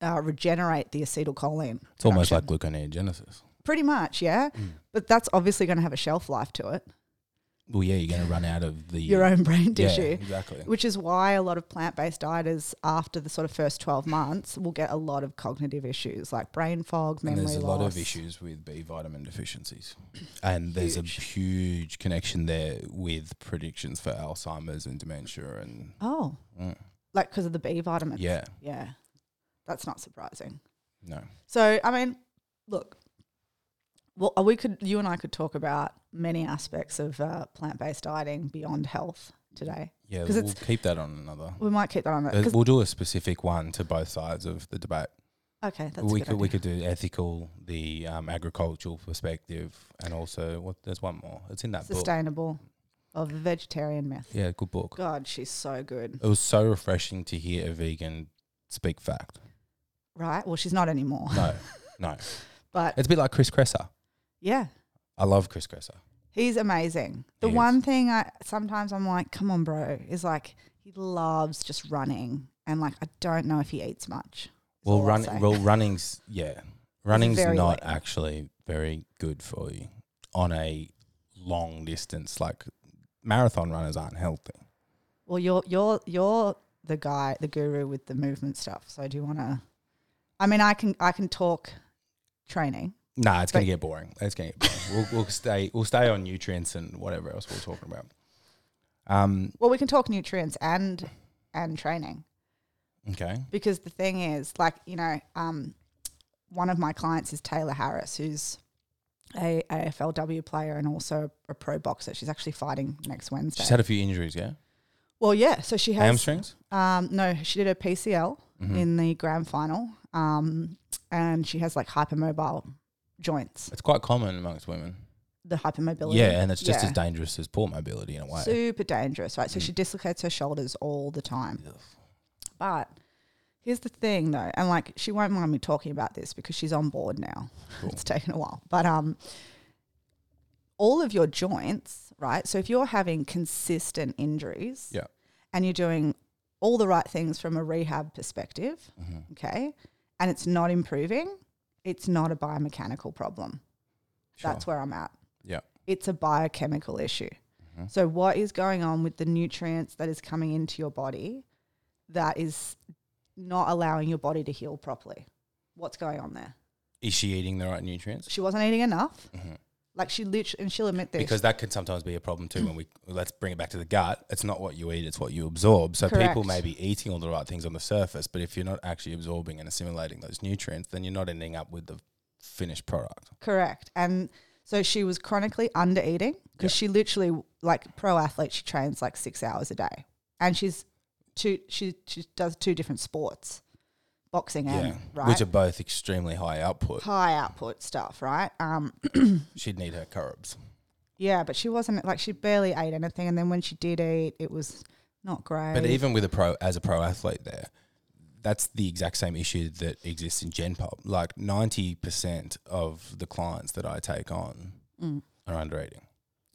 [SPEAKER 2] uh, regenerate the acetylcholine.
[SPEAKER 1] It's almost like gluconeogenesis.
[SPEAKER 2] Pretty much, yeah.
[SPEAKER 1] Mm.
[SPEAKER 2] But that's obviously going to have a shelf life to it,
[SPEAKER 1] Well, yeah, you're going to run out of the
[SPEAKER 2] your own brain
[SPEAKER 1] yeah,
[SPEAKER 2] tissue.
[SPEAKER 1] Exactly.
[SPEAKER 2] Which is why a lot of plant based dieters, after the sort of first 12 months, will get a lot of cognitive issues like brain fog,
[SPEAKER 1] And
[SPEAKER 2] memory
[SPEAKER 1] there's a
[SPEAKER 2] loss.
[SPEAKER 1] lot of issues with B vitamin deficiencies. And there's a huge connection there with predictions for Alzheimer's and dementia. And
[SPEAKER 2] Oh,
[SPEAKER 1] Mm.
[SPEAKER 2] like because of the B vitamins.
[SPEAKER 1] yeah,
[SPEAKER 2] Yeah. That's not surprising.
[SPEAKER 1] no.
[SPEAKER 2] So, I mean, look, well, we could, you and I could talk about many aspects of uh, plant based dieting beyond health today.
[SPEAKER 1] Yeah,
[SPEAKER 2] 'Cause
[SPEAKER 1] we'll
[SPEAKER 2] it's-
[SPEAKER 1] keep that on another.
[SPEAKER 2] We might keep that on that.
[SPEAKER 1] Uh,
[SPEAKER 2] 'cause-
[SPEAKER 1] We'll do a specific one to both sides of the debate.
[SPEAKER 2] okay, that's a
[SPEAKER 1] we
[SPEAKER 2] good
[SPEAKER 1] could we
[SPEAKER 2] idea.
[SPEAKER 1] could do ethical, the um, agricultural perspective, and also what there's one more. It's in that book.
[SPEAKER 2] Sustainable of the vegetarian myth.
[SPEAKER 1] Yeah, good book.
[SPEAKER 2] God, she's so good.
[SPEAKER 1] It was so refreshing to hear a vegan speak fact.
[SPEAKER 2] Right? Well, she's not anymore.
[SPEAKER 1] No, no,
[SPEAKER 2] But
[SPEAKER 1] it's a bit like Chris Kresser.
[SPEAKER 2] yeah,
[SPEAKER 1] I love Chris Kresser.
[SPEAKER 2] he's amazing. The
[SPEAKER 1] He is.
[SPEAKER 2] one thing I sometimes I'm like, come on, bro, is like he loves just running, and like I don't know if he eats much. is
[SPEAKER 1] Well,
[SPEAKER 2] all I'll
[SPEAKER 1] running,
[SPEAKER 2] say.
[SPEAKER 1] well, running's yeah. Running's
[SPEAKER 2] very
[SPEAKER 1] not
[SPEAKER 2] late.
[SPEAKER 1] actually very good for you on a long distance. Like marathon runners aren't healthy.
[SPEAKER 2] Well, you're you're you're the guy, the guru with the movement stuff. So do you want to? I mean, I can I can talk training.
[SPEAKER 1] Nah, it's
[SPEAKER 2] But-
[SPEAKER 1] gonna get boring. It's gonna get boring. we'll, we'll stay we'll stay on nutrients and whatever else we're talking about. Um.
[SPEAKER 2] Well, we can talk nutrients and and training
[SPEAKER 1] Okay.
[SPEAKER 2] because the thing is, like you know, um, one of my clients is Taylor Harris, who's a AFLW player and also a pro boxer. She's actually fighting next Wednesday.
[SPEAKER 1] She's had a few injuries. Yeah.
[SPEAKER 2] well, yeah. So she has
[SPEAKER 1] Hamstrings. Mm-hmm.
[SPEAKER 2] Um, no, she did her PCL in the grand final, um, and she has like hypermobile joints,
[SPEAKER 1] It's quite common amongst women.
[SPEAKER 2] the hypermobility.
[SPEAKER 1] Yeah, and it's just
[SPEAKER 2] Yeah.
[SPEAKER 1] as dangerous as poor mobility in a way. Mm-hmm.
[SPEAKER 2] super dangerous, right? So she dislocates her shoulders all the time. But here's the thing, though, and like she won't mind me talking about this because she's on board now. it's taken a while, but um, all of your joints, right? So if you're having consistent injuries,
[SPEAKER 1] Yeah.
[SPEAKER 2] and you're doing all the right things from a rehab perspective, okay, and it's not improving, it's not a biomechanical problem. That's where I'm at.
[SPEAKER 1] Yeah.
[SPEAKER 2] It's a biochemical issue.
[SPEAKER 1] Mm-hmm.
[SPEAKER 2] So, what is going on with the nutrients that is coming into your body that is not allowing your body to heal properly? What's going on there?
[SPEAKER 1] Is she eating the right nutrients?
[SPEAKER 2] She wasn't eating enough. Like, she literally, and she'll admit this.
[SPEAKER 1] Mm-hmm. because that can sometimes be a problem
[SPEAKER 2] Mm.
[SPEAKER 1] too when we let's bring it back to the gut it's not what you eat it's what you absorb so people
[SPEAKER 2] Correct.
[SPEAKER 1] may be eating all the right things on the surface but if you're not actually absorbing and assimilating those nutrients then you're not ending up with the finished product
[SPEAKER 2] Correct. And so she was chronically under eating because she literally like pro athlete, she trains like six hours a day. And she's two she she does two different sports. Boxing and right
[SPEAKER 1] which are both extremely high output
[SPEAKER 2] high output stuff, right? Um
[SPEAKER 1] she'd need her carbs
[SPEAKER 2] yeah, but she wasn't like she barely ate anything and then when she did eat it was not great.
[SPEAKER 1] but even with a pro as a pro athlete there that's the exact same issue that exists in gen pop like 90% of the clients that i take on
[SPEAKER 2] Mm.
[SPEAKER 1] are under eating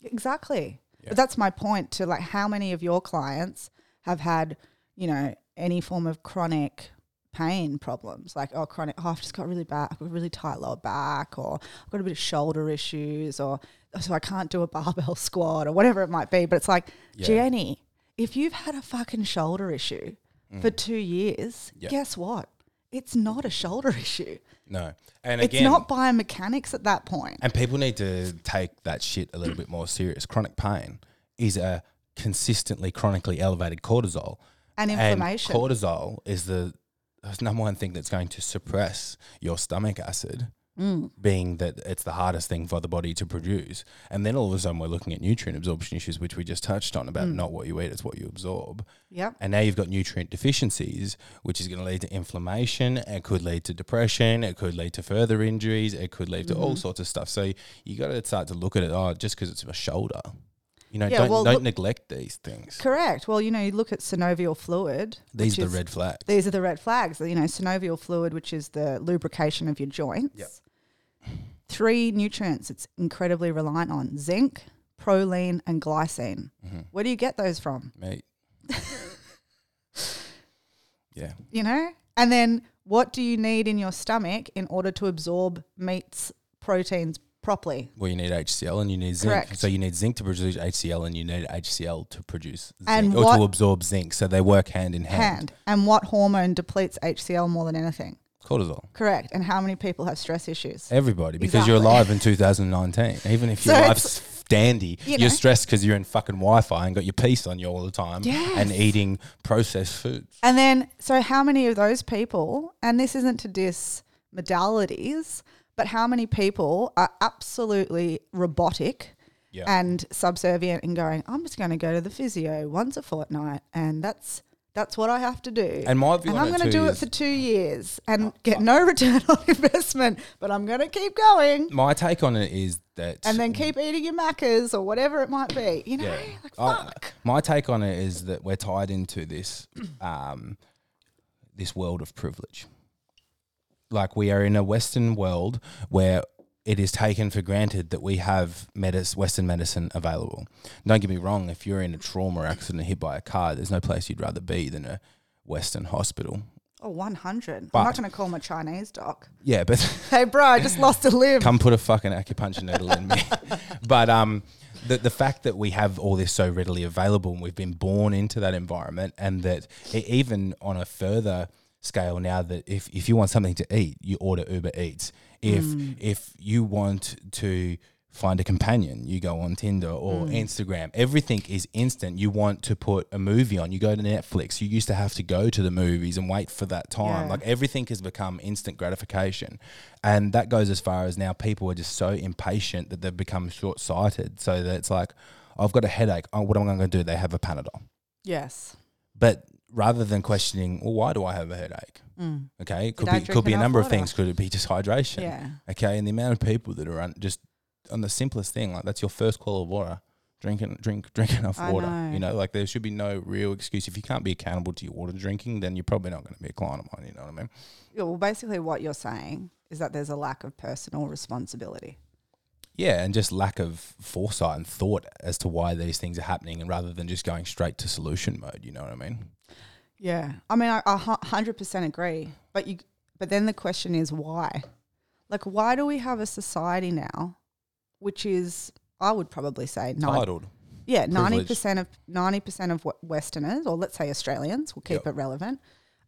[SPEAKER 2] Exactly. But that's my point to like how many of your clients have had, you know, any form of chronic pain problems like oh chronic oh I've just got really bad I've got a really tight lower back or I've got a bit of shoulder issues or oh, so I can't do a barbell squat or whatever it might be but it's like
[SPEAKER 1] Yeah.
[SPEAKER 2] Jenny if you've had a fucking shoulder issue for 2 years
[SPEAKER 1] Mm. Yeah.
[SPEAKER 2] guess what it's not a shoulder issue
[SPEAKER 1] no and
[SPEAKER 2] it's
[SPEAKER 1] again
[SPEAKER 2] not biomechanics at that point
[SPEAKER 1] And people need to take that shit a little bit more serious. Chronic pain is a consistently chronically elevated cortisol.
[SPEAKER 2] and inflammation
[SPEAKER 1] And cortisol is the that's number one thing that's going to suppress your stomach acid,
[SPEAKER 2] Mm.
[SPEAKER 1] being that it's the hardest thing for the body to produce. And then all of a sudden, we're looking at nutrient absorption issues, which we just touched on
[SPEAKER 2] Mm.
[SPEAKER 1] about not what you eat, it's what you absorb.
[SPEAKER 2] yep
[SPEAKER 1] And now you've got nutrient deficiencies, which is going to lead to inflammation. It could lead to depression. It could lead to further injuries. It could lead to
[SPEAKER 2] Mm-hmm.
[SPEAKER 1] all sorts of stuff. So you got to start to look at it. Oh, just because it's a shoulder, you know,
[SPEAKER 2] Yeah,
[SPEAKER 1] don't
[SPEAKER 2] well,
[SPEAKER 1] don't
[SPEAKER 2] look-
[SPEAKER 1] neglect these things.
[SPEAKER 2] Correct. Well, you know, you look at synovial fluid.
[SPEAKER 1] These
[SPEAKER 2] which
[SPEAKER 1] are the
[SPEAKER 2] is-
[SPEAKER 1] red flags.
[SPEAKER 2] These are the red flags. You know, synovial fluid, which is the lubrication of your joints. Three nutrients it's incredibly reliant on: zinc, proline, and glycine.
[SPEAKER 1] Mm-hmm.
[SPEAKER 2] Where do you get those from?
[SPEAKER 1] Mate. yeah,
[SPEAKER 2] You know, and then what do you need in your stomach in order to absorb meats, proteins properly?
[SPEAKER 1] well, you need HCl and you need zinc.
[SPEAKER 2] Correct.
[SPEAKER 1] So you need zinc to produce HCl, and you need HCl to produce zinc
[SPEAKER 2] And
[SPEAKER 1] or
[SPEAKER 2] what-
[SPEAKER 1] to absorb zinc. So they work hand in hand.
[SPEAKER 2] Hand. And what hormone depletes HCl more than anything?
[SPEAKER 1] Cortisol.
[SPEAKER 2] Correct. And how many people have stress issues?
[SPEAKER 1] Everybody, because you're
[SPEAKER 2] Exactly.
[SPEAKER 1] alive in 2019. Even if
[SPEAKER 2] So
[SPEAKER 1] your
[SPEAKER 2] it's-
[SPEAKER 1] life's dandy,
[SPEAKER 2] you
[SPEAKER 1] you are
[SPEAKER 2] know.
[SPEAKER 1] stressed because you're in fucking Wi-Fi and got your piece on you all the time, and
[SPEAKER 2] Yes.
[SPEAKER 1] eating processed foods.
[SPEAKER 2] And then, so how many of those people, and this isn't to diss modalities, but how many people are absolutely robotic
[SPEAKER 1] Yeah.
[SPEAKER 2] and subservient and going, I'm just going to go to the physio once a fortnight and that's that's what I have to do.
[SPEAKER 1] And my view
[SPEAKER 2] and
[SPEAKER 1] on
[SPEAKER 2] I'm
[SPEAKER 1] it
[SPEAKER 2] gonna
[SPEAKER 1] too
[SPEAKER 2] do it
[SPEAKER 1] is-
[SPEAKER 2] for two years and get no return on investment, but I'm going to keep going
[SPEAKER 1] My take on it is that,
[SPEAKER 2] and then keep eating your macas or whatever it might be. You know,
[SPEAKER 1] yeah, Oh,
[SPEAKER 2] like
[SPEAKER 1] I-
[SPEAKER 2] fuck.
[SPEAKER 1] my take on it is that we're tied into this, um, this world of privilege. Like we are in a Western world where it is taken for granted that we have medis- Western medicine available. Don't get me wrong, if you're in a trauma accident hit by a car, there's no place you'd rather be than a Western hospital
[SPEAKER 2] Oh, 100.
[SPEAKER 1] But-
[SPEAKER 2] I'm not going to call my Chinese doc.
[SPEAKER 1] Yeah, but
[SPEAKER 2] Hey, bro, I just lost a limb.
[SPEAKER 1] come put a fucking acupuncture needle in me. But um, the the fact that we have all this so readily available and we've been born into that environment, and that e even on a further scale now, that if if you want something to eat, you order Uber Eats. If if you want to find a companion, you go on Tinder or Instagram. Everything is instant. You want to put a movie on, you go to Netflix. You used to have to go to the movies and wait for that time.
[SPEAKER 2] Yeah.
[SPEAKER 1] Like everything has become instant gratification. And that goes as far as now people are just so impatient that they've become short sighted. So that it's like, I've got a headache. Oh, what am I going to do? They have a Panadol.
[SPEAKER 2] Yes.
[SPEAKER 1] But rather than questioning, well, why do I have a headache?
[SPEAKER 2] Mm.
[SPEAKER 1] Okay. It could
[SPEAKER 2] I
[SPEAKER 1] be,
[SPEAKER 2] drink
[SPEAKER 1] could be a
[SPEAKER 2] enough
[SPEAKER 1] number of
[SPEAKER 2] water?
[SPEAKER 1] things. Could it be just hydration?
[SPEAKER 2] Yeah.
[SPEAKER 1] Okay. And the amount of people that are on just on the simplest thing, like that's your first call of water. Drink and drink, drink enough
[SPEAKER 2] I
[SPEAKER 1] water.
[SPEAKER 2] know.
[SPEAKER 1] You know, like there should be no real excuse. If you can't be accountable to your water drinking, then you're probably not going to be a client of mine. You know what I mean?
[SPEAKER 2] Yeah, Well, basically, what you're saying is that there's a lack of personal responsibility.
[SPEAKER 1] Yeah, and just lack of foresight and thought as to why these things are happening, and rather than just going straight to solution mode, you know what I mean?
[SPEAKER 2] Yeah. I mean, I, I hu- 100% agree. But you, but then the question is why? Like, why do we have a society now, which is, I would probably say, nine,
[SPEAKER 1] Titled.
[SPEAKER 2] yeah, ninety
[SPEAKER 1] Privilege.
[SPEAKER 2] percent of ninety percent of what Westerners, or let's say Australians, we'll keep
[SPEAKER 1] Yep.
[SPEAKER 2] it relevant,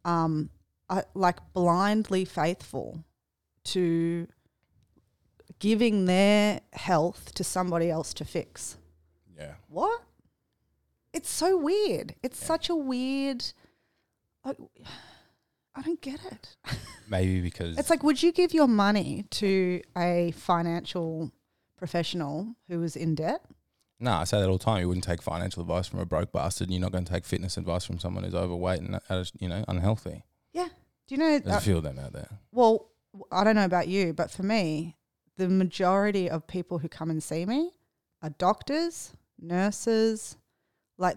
[SPEAKER 2] um, are like blindly faithful to giving their health to somebody else to fix.
[SPEAKER 1] Yeah.
[SPEAKER 2] What? It's so weird. It's such a weird. I, I don't get it.
[SPEAKER 1] Maybe because
[SPEAKER 2] It's like, would you give your money to a financial professional who is in debt?
[SPEAKER 1] no, I say that all the time. You wouldn't take financial advice from a broke bastard. And you're not going to take fitness advice from someone who's overweight and uh, you know unhealthy.
[SPEAKER 2] Yeah. Do you know? uh,
[SPEAKER 1] There's a few of them out there.
[SPEAKER 2] Well, I don't know about you, but for me, the majority of people who come and see me are doctors, nurses, like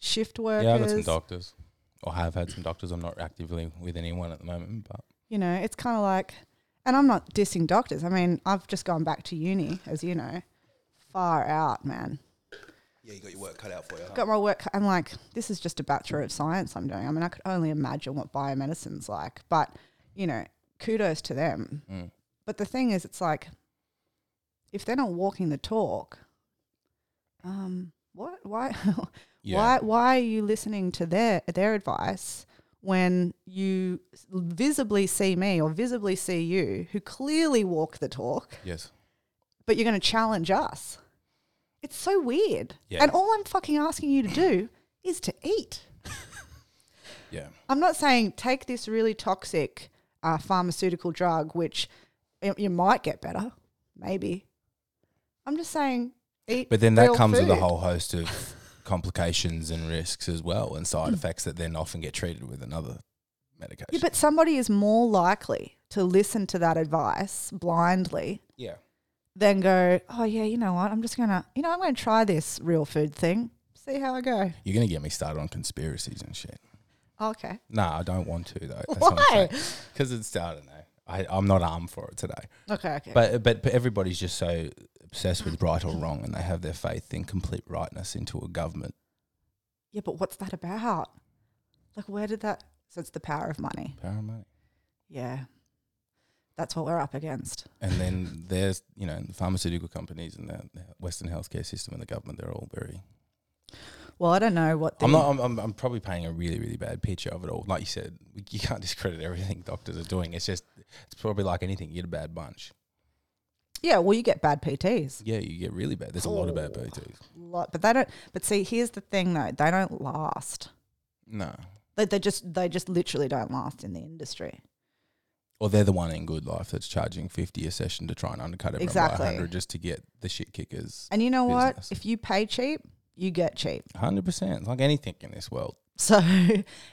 [SPEAKER 2] shift workers.
[SPEAKER 1] Yeah, I've got some doctors, or have had some doctors. I'm not actively with anyone at the moment, but
[SPEAKER 2] You know, it's kind of like, and I'm not dissing doctors. I mean, I've just gone back to uni, as you know, far out, man.
[SPEAKER 1] yeah, you got your work cut out for you.
[SPEAKER 2] Got my work. I'm like, this is just a bachelor of science I'm doing. I mean, I could only imagine what biomedicine's like, but you know, kudos to them.
[SPEAKER 1] Mm.
[SPEAKER 2] But the thing is, it's like if they're not walking the talk, um, what? Why?
[SPEAKER 1] Yeah.
[SPEAKER 2] Why? Why are you listening to their their advice when you s- visibly see me or visibly see you, who clearly walk the talk,
[SPEAKER 1] Yes.
[SPEAKER 2] but you're going to challenge us? It's so weird.
[SPEAKER 1] Yeah.
[SPEAKER 2] And all I'm fucking asking you to do is to eat.
[SPEAKER 1] Yeah.
[SPEAKER 2] I'm not saying take this really toxic uh, pharmaceutical drug, which y- you might get better, maybe. I'm just saying eat.
[SPEAKER 1] But then that
[SPEAKER 2] real
[SPEAKER 1] comes with a
[SPEAKER 2] food.
[SPEAKER 1] whole host of complications and risks as well, and side effects that then often get treated with another medication.
[SPEAKER 2] Mm. Yeah, but somebody is more likely to listen to that advice blindly
[SPEAKER 1] yeah.
[SPEAKER 2] than go, oh yeah, you know what? I'm just gonna, you know, I'm gonna try this real food thing, see how I go. Oh,
[SPEAKER 1] You're gonna get me started on conspiracies and shit.
[SPEAKER 2] Okay.
[SPEAKER 1] Nah, I don't want to though. That's
[SPEAKER 2] Why?
[SPEAKER 1] Because it's I don't know. I, I'm not armed for it today.
[SPEAKER 2] Okay. Okay.
[SPEAKER 1] But but but everybody's just so obsessed with right or wrong, and they have their faith in complete rightness into a government
[SPEAKER 2] yeah, but what's that about? Like, where did that? So it's the power of money.
[SPEAKER 1] power of money.
[SPEAKER 2] Yeah. That's what we're up against.
[SPEAKER 1] And then there's you know the pharmaceutical companies and the the Western healthcare system and the government. They're all very
[SPEAKER 2] Well, I don't know what. The,
[SPEAKER 1] I'm not. I'm, I'm, I'm probably painting a really, really bad picture of it all. Like you said, we- you can't discredit everything doctors are doing. It's just, it's probably like anything. You get a bad bunch.
[SPEAKER 2] Yeah, well, you get bad PTs.
[SPEAKER 1] Yeah, you get really bad. There's a lot of bad
[SPEAKER 2] Oh.
[SPEAKER 1] PTs.
[SPEAKER 2] Lot, but they don't. But see, here's the thing, though. They don't last.
[SPEAKER 1] No,
[SPEAKER 2] They, they just they just literally don't last in the industry.
[SPEAKER 1] or they're the one in good life that's charging fifty a session to try and undercut everyone
[SPEAKER 2] Exactly.
[SPEAKER 1] by hundred just to get the shit kickers.
[SPEAKER 2] And you know
[SPEAKER 1] Business.
[SPEAKER 2] what? If you pay cheap, you get cheap.
[SPEAKER 1] Hundred percent, like anything in this world.
[SPEAKER 2] So,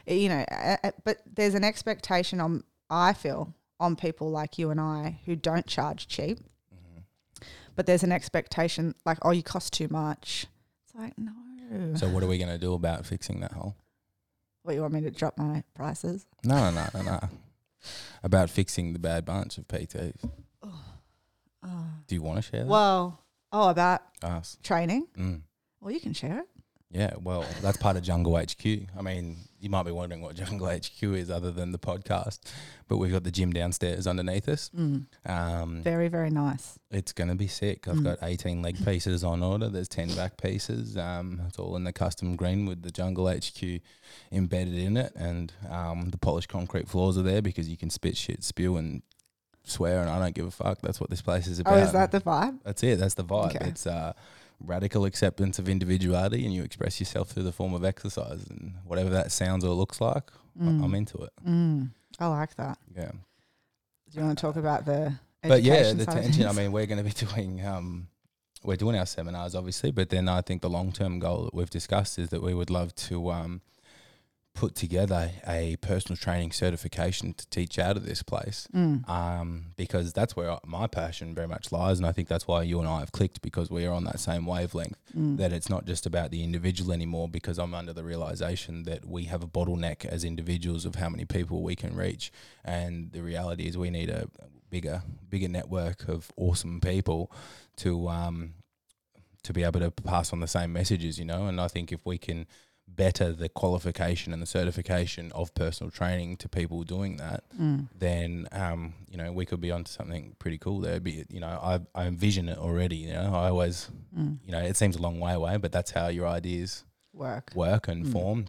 [SPEAKER 2] you know, uh, uh, but there's an expectation on I feel on people like you and I who don't charge cheap. But there's an expectation like, oh, you cost too much. It's like no.
[SPEAKER 1] So what are we going to do about fixing that hole?
[SPEAKER 2] what you want me to drop my prices?
[SPEAKER 1] No, no, no, no, no. About fixing the bad bunch of PTs.
[SPEAKER 2] Oh.
[SPEAKER 1] Do you want to share that?
[SPEAKER 2] Well, oh, about
[SPEAKER 1] Us.
[SPEAKER 2] training.
[SPEAKER 1] Mm.
[SPEAKER 2] Well, you can share it.
[SPEAKER 1] Yeah, well, that's part of Jungle HQ. I mean, you might be wondering what Jungle HQ is other than the podcast, but we've got the gym downstairs underneath us.
[SPEAKER 2] Mm.
[SPEAKER 1] Um,
[SPEAKER 2] Very, very nice.
[SPEAKER 1] it's going to be sick. I've
[SPEAKER 2] Mm.
[SPEAKER 1] got 18 leg pieces on order. There's 10 back pieces. Um, it's all in the custom green with the Jungle HQ embedded in it. And um, the polished concrete floors are there because you can spit shit, spew, and swear. And I don't give a fuck. That's what this place is about.
[SPEAKER 2] Oh, is that the vibe?
[SPEAKER 1] That's it. That's the vibe.
[SPEAKER 2] Okay.
[SPEAKER 1] It's uh, radical acceptance of individuality, and you express yourself through the form of exercise and whatever that sounds or looks like. I-
[SPEAKER 2] Mm.
[SPEAKER 1] I'm into it.
[SPEAKER 2] Mm. I like that.
[SPEAKER 1] Yeah,
[SPEAKER 2] Do you want to talk about the
[SPEAKER 1] but yeah,
[SPEAKER 2] education
[SPEAKER 1] the
[SPEAKER 2] side of
[SPEAKER 1] tension. I
[SPEAKER 2] things?
[SPEAKER 1] mean, we're going to be doing um, we're doing our seminars obviously, but then I think the long term goal that we've discussed is that we would love to um, put together a personal training certification to teach out of this place.
[SPEAKER 2] Mm.
[SPEAKER 1] um, because that's where I- my passion very much lies. And I think that's why you and I have clicked because we are on that same wavelength
[SPEAKER 2] Mm.
[SPEAKER 1] that it's not just about the individual anymore. Because I'm under the realization that we have a bottleneck as individuals of how many people we can reach. And the reality is we need a bigger, bigger network of awesome people to, um, to be able to pass on the same messages, you know. And I think if we can better the qualification and the certification of personal training to people doing that,
[SPEAKER 2] Mm.
[SPEAKER 1] then um, you know we could be onto something pretty cool there. Be you know I I envision it already. You know I always
[SPEAKER 2] Mm.
[SPEAKER 1] you know it seems a long way away, but that's how your ideas
[SPEAKER 2] Work.
[SPEAKER 1] work and
[SPEAKER 2] Mm.
[SPEAKER 1] form.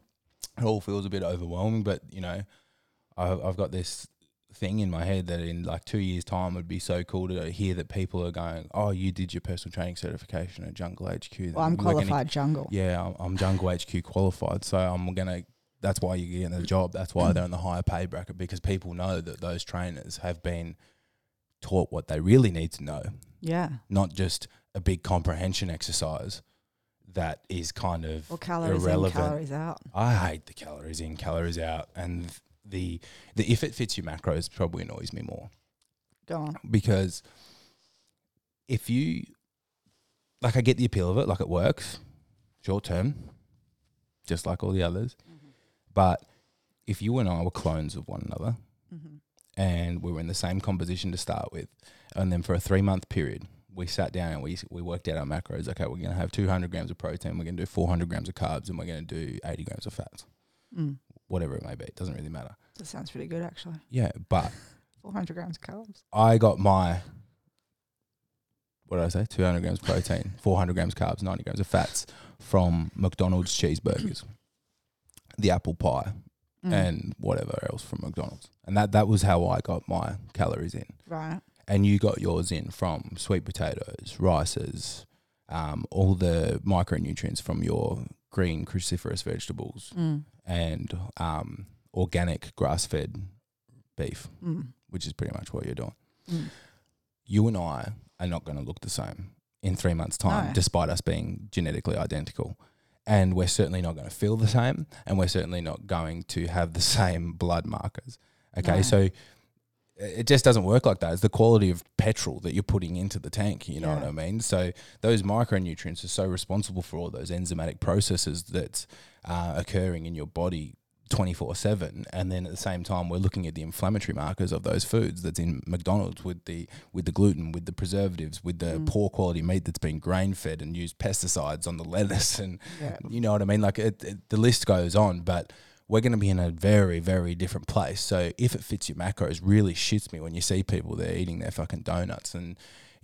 [SPEAKER 1] It all feels a bit overwhelming, but you know I, I've got this thing in my head that in like two years' time would be so cool to hear that people are going, oh, you did your personal training certification at Jungle HQ. then
[SPEAKER 2] Well,
[SPEAKER 1] we're
[SPEAKER 2] I'm
[SPEAKER 1] gonna-
[SPEAKER 2] qualified jungle.
[SPEAKER 1] yeah, I'm, I'm Jungle HQ qualified, so I'm gonna. That's why you're getting the job. That's why they're in the higher pay bracket because people know that those trainers have been taught what they really need to know,
[SPEAKER 2] Yeah.
[SPEAKER 1] not just a big comprehension exercise that is kind of
[SPEAKER 2] Well, calories
[SPEAKER 1] irrelevant.
[SPEAKER 2] in, calories out.
[SPEAKER 1] I hate the calories in, calories out, and the the if it fits your macros probably annoys me more
[SPEAKER 2] Go on.
[SPEAKER 1] because if you like I get the appeal of it, like it works short term, just like all the others. But if you and I were clones of one another
[SPEAKER 2] Mm-hmm.
[SPEAKER 1] and we were in the same composition to start with, and then for a three month period, we sat down and we, we worked out our macros. Okay, we're going to have 200 grams of protein, we're going to do 400 grams of carbs, and we're going to do 80 grams of fats,
[SPEAKER 2] Mm.
[SPEAKER 1] whatever it may be. It doesn't really matter.
[SPEAKER 2] That sounds pretty good, actually.
[SPEAKER 1] Yeah, but
[SPEAKER 2] 400 grams of carbs.
[SPEAKER 1] I got my what did I say? Two hundred grams protein, four hundred grams carbs, ninety grams of fats from McDonald's cheeseburgers, the apple pie,
[SPEAKER 2] Mm.
[SPEAKER 1] and whatever else from McDonald's. And that that was how I got my calories in.
[SPEAKER 2] right.
[SPEAKER 1] And you got yours in from sweet potatoes, rices, um, all the micronutrients from your green cruciferous vegetables
[SPEAKER 2] Mm.
[SPEAKER 1] and um, organic grass fed beef,
[SPEAKER 2] Mm.
[SPEAKER 1] which is pretty much what you're doing
[SPEAKER 2] Mm.
[SPEAKER 1] you and I are not going to look the same in three months' time,
[SPEAKER 2] No.
[SPEAKER 1] despite us being genetically identical. And we're certainly not going to feel the same, and we're certainly not going to have the same blood markers. Okay,
[SPEAKER 2] No.
[SPEAKER 1] so it it just doesn't work like that. It's the quality of petrol that you're putting into the tank. You know
[SPEAKER 2] Yeah.
[SPEAKER 1] what I mean? So those micronutrients are so responsible for all those enzymatic processes that's uh, occurring in your body 24 7 and then at the same time we're looking at the inflammatory markers of those foods that's in McDonald's with the with the gluten with the preservatives with the
[SPEAKER 2] Mm.
[SPEAKER 1] poor quality meat that's been grain fed and used pesticides on the lettuce and
[SPEAKER 2] Yeah.
[SPEAKER 1] you know what I mean like it, it, the list goes on but we're going to be in a very very different place so if it fits your macros really shits me when you see people they're eating their fucking donuts and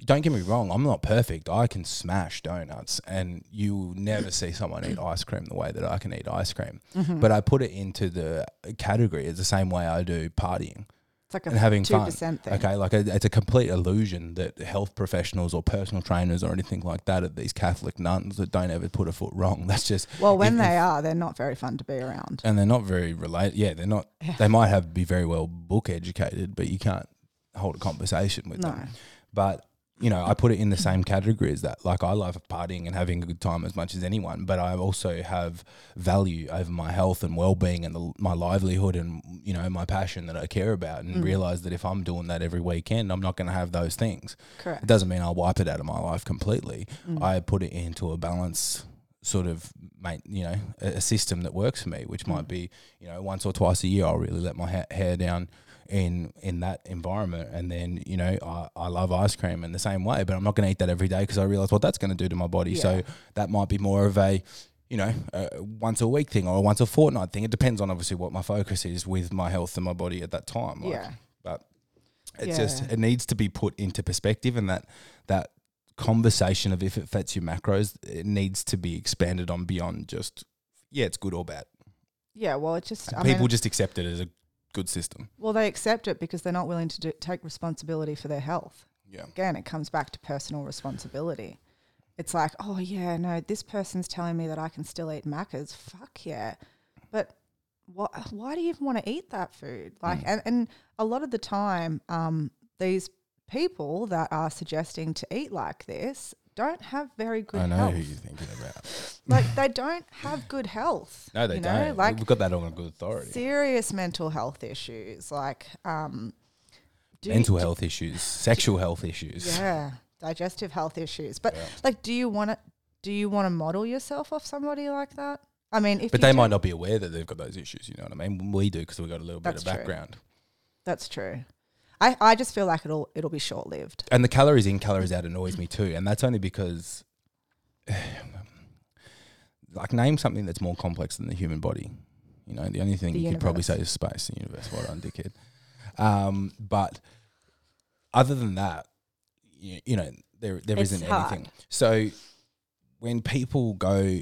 [SPEAKER 1] don't get me wrong, I'm not perfect. I can smash donuts, and you'll never see someone eat ice cream the way that I can eat ice cream
[SPEAKER 2] Mhm.
[SPEAKER 1] but I put it into the category it's the same way I do partying
[SPEAKER 2] it's like
[SPEAKER 1] and
[SPEAKER 2] a
[SPEAKER 1] having
[SPEAKER 2] two
[SPEAKER 1] fun.
[SPEAKER 2] percent thing.
[SPEAKER 1] Okay, like it- it's a complete illusion that health professionals or personal trainers or anything like that are these Catholic nuns that don't ever put a foot wrong. That's just
[SPEAKER 2] Well, when
[SPEAKER 1] if-
[SPEAKER 2] they are, they're not very fun to be around.
[SPEAKER 1] and they're not very related. Yeah, they're not. They might have be very well book educated, but you can't hold a conversation with
[SPEAKER 2] No.
[SPEAKER 1] them. But you know, I put it in the same category as that. Like I love partying and having a good time as much as anyone, but I also have value over my health and well-being and the, my livelihood and you know my passion that I care about, and
[SPEAKER 2] Mm.
[SPEAKER 1] realize that if I'm doing that every weekend, I'm not going to have those things.
[SPEAKER 2] Correct.
[SPEAKER 1] It doesn't mean I'll wipe it out of my life completely.
[SPEAKER 2] Mm.
[SPEAKER 1] I put it into a balance sort of mate you know a, a system that works for me which might
[SPEAKER 2] Mm.
[SPEAKER 1] be you know once or twice a year i'll really let my ha- hair down in in that environment and then you know i, I love ice cream in the same way but i'm not going to eat that every day because i realize what that's going to do to my body so
[SPEAKER 2] Yeah.
[SPEAKER 1] that might be more of a you know, a once a week thing or a once a fortnight thing. It depends on obviously what my focus is with my health and my body at that time. like,
[SPEAKER 2] Yeah.
[SPEAKER 1] But it's
[SPEAKER 2] Yeah.
[SPEAKER 1] just it needs to be put into perspective and that that conversation of if it fits your macros, it needs to be expanded on beyond just yeah, it's good or bad.
[SPEAKER 2] Yeah, well, it just I
[SPEAKER 1] People
[SPEAKER 2] mean,
[SPEAKER 1] just accept it as a good system.
[SPEAKER 2] well, they accept it because they're not willing to do, take responsibility for their health.
[SPEAKER 1] Yeah.
[SPEAKER 2] again, it comes back to personal responsibility. It's like, oh yeah, no, this person's telling me that I can still eat macas. Fuck yeah, but what? Why do you even want to eat that food? Like,
[SPEAKER 1] Mm.
[SPEAKER 2] and, and a lot of the time, um, these people that are suggesting to eat like this don't have very good
[SPEAKER 1] I know
[SPEAKER 2] health.
[SPEAKER 1] who you're thinking about.
[SPEAKER 2] Like, they don't have good health.
[SPEAKER 1] No, they
[SPEAKER 2] you know?
[SPEAKER 1] don't.
[SPEAKER 2] Like,
[SPEAKER 1] We've got that on a good authority.
[SPEAKER 2] serious mental health issues. Like, um, do you-
[SPEAKER 1] Mental health issues, sexual health issues.
[SPEAKER 2] Yeah, digestive health issues. But like, do you want to do you want to model yourself off somebody like that? I mean, if
[SPEAKER 1] But
[SPEAKER 2] you
[SPEAKER 1] they
[SPEAKER 2] do-
[SPEAKER 1] might not be aware that they've got those issues. You know what I mean? We do because we've got a little
[SPEAKER 2] That's
[SPEAKER 1] bit
[SPEAKER 2] true.
[SPEAKER 1] of background.
[SPEAKER 2] That's true. I, I just feel like it'll it'll be short lived.
[SPEAKER 1] And the calories in, calories out annoys me too. And that's only because, like, name something that's more complex than the human body. You know, the only thing
[SPEAKER 2] The
[SPEAKER 1] you could probably say
[SPEAKER 2] universe.
[SPEAKER 1] is space, the universe. What on, dickhead? Um, but other than that, you, you know, there there
[SPEAKER 2] It's
[SPEAKER 1] not
[SPEAKER 2] hard.
[SPEAKER 1] anything. So when people go,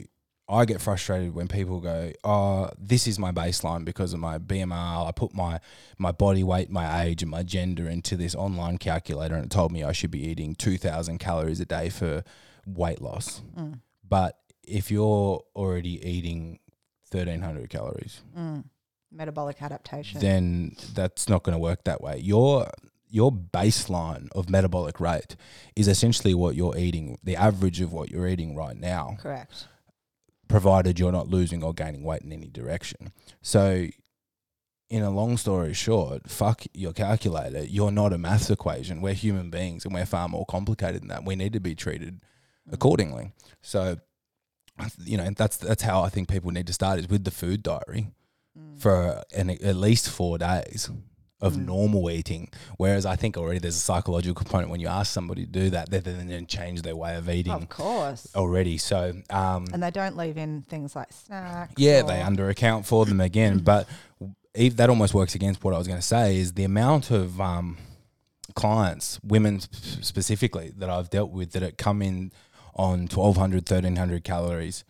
[SPEAKER 1] I get frustrated when people go, "Oh, this is my baseline because of my BMR. I put my my body weight, my age, and my gender into this online calculator, and it told me I should be eating two thousand calories a day for weight loss."
[SPEAKER 2] Mm,
[SPEAKER 1] But if you're already eating thirteen hundred calories,
[SPEAKER 2] mm. Metabolic adaptation.
[SPEAKER 1] then that's not going to work that way. Your your baseline of metabolic rate is essentially what you're eating, the average of what you're eating right now,
[SPEAKER 2] Correct.
[SPEAKER 1] provided you're not losing or gaining weight in any direction. So, in a long story short, fuck your calculator. You're not a maths equation. We're human beings and we're far more complicated than that. We need to be treated accordingly. So, I th- you know, that's that's how I think people need to start is with the food diary
[SPEAKER 2] Mm.
[SPEAKER 1] for an, at least four days of normal eating. Whereas I think already there's a psychological component when you ask somebody to do that, they then then change their way of eating
[SPEAKER 2] Of course.
[SPEAKER 1] already. So, um,
[SPEAKER 2] And they don't leave in things like snacks.
[SPEAKER 1] yeah,
[SPEAKER 2] or-
[SPEAKER 1] they underaccount for them again. but if that almost works against what I was going to say is the amount of um, clients, women sp- specifically, that I've dealt with that have come in on 1,200, 1,300 calories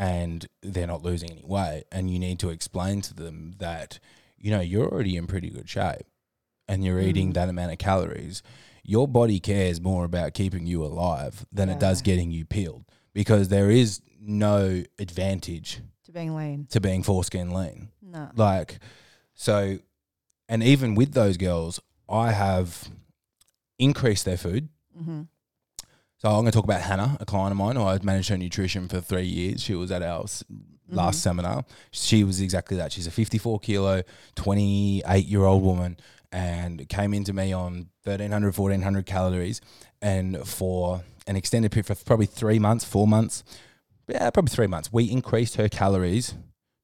[SPEAKER 1] and they're not losing any weight. And you need to explain to them that, you know, you're already in pretty good shape and you're eating that amount of calories, your body cares more about keeping you alive than it does getting you peeled because there is no advantage
[SPEAKER 2] to being lean.
[SPEAKER 1] to being foreskin lean.
[SPEAKER 2] No.
[SPEAKER 1] Like, so, and even with those girls, I have increased their food.
[SPEAKER 2] Mm-hmm.
[SPEAKER 1] So I'm going to talk about Hannah, a client of mine who I managed her nutrition for three years. She was at our s
[SPEAKER 2] Mm-hmm.
[SPEAKER 1] last seminar. She was exactly that. She's a 54 kilo, 28 year old woman and came into me on 1300, 1400 calories. And for an extended period, for probably three months, four months, yeah, probably three months, we increased her calories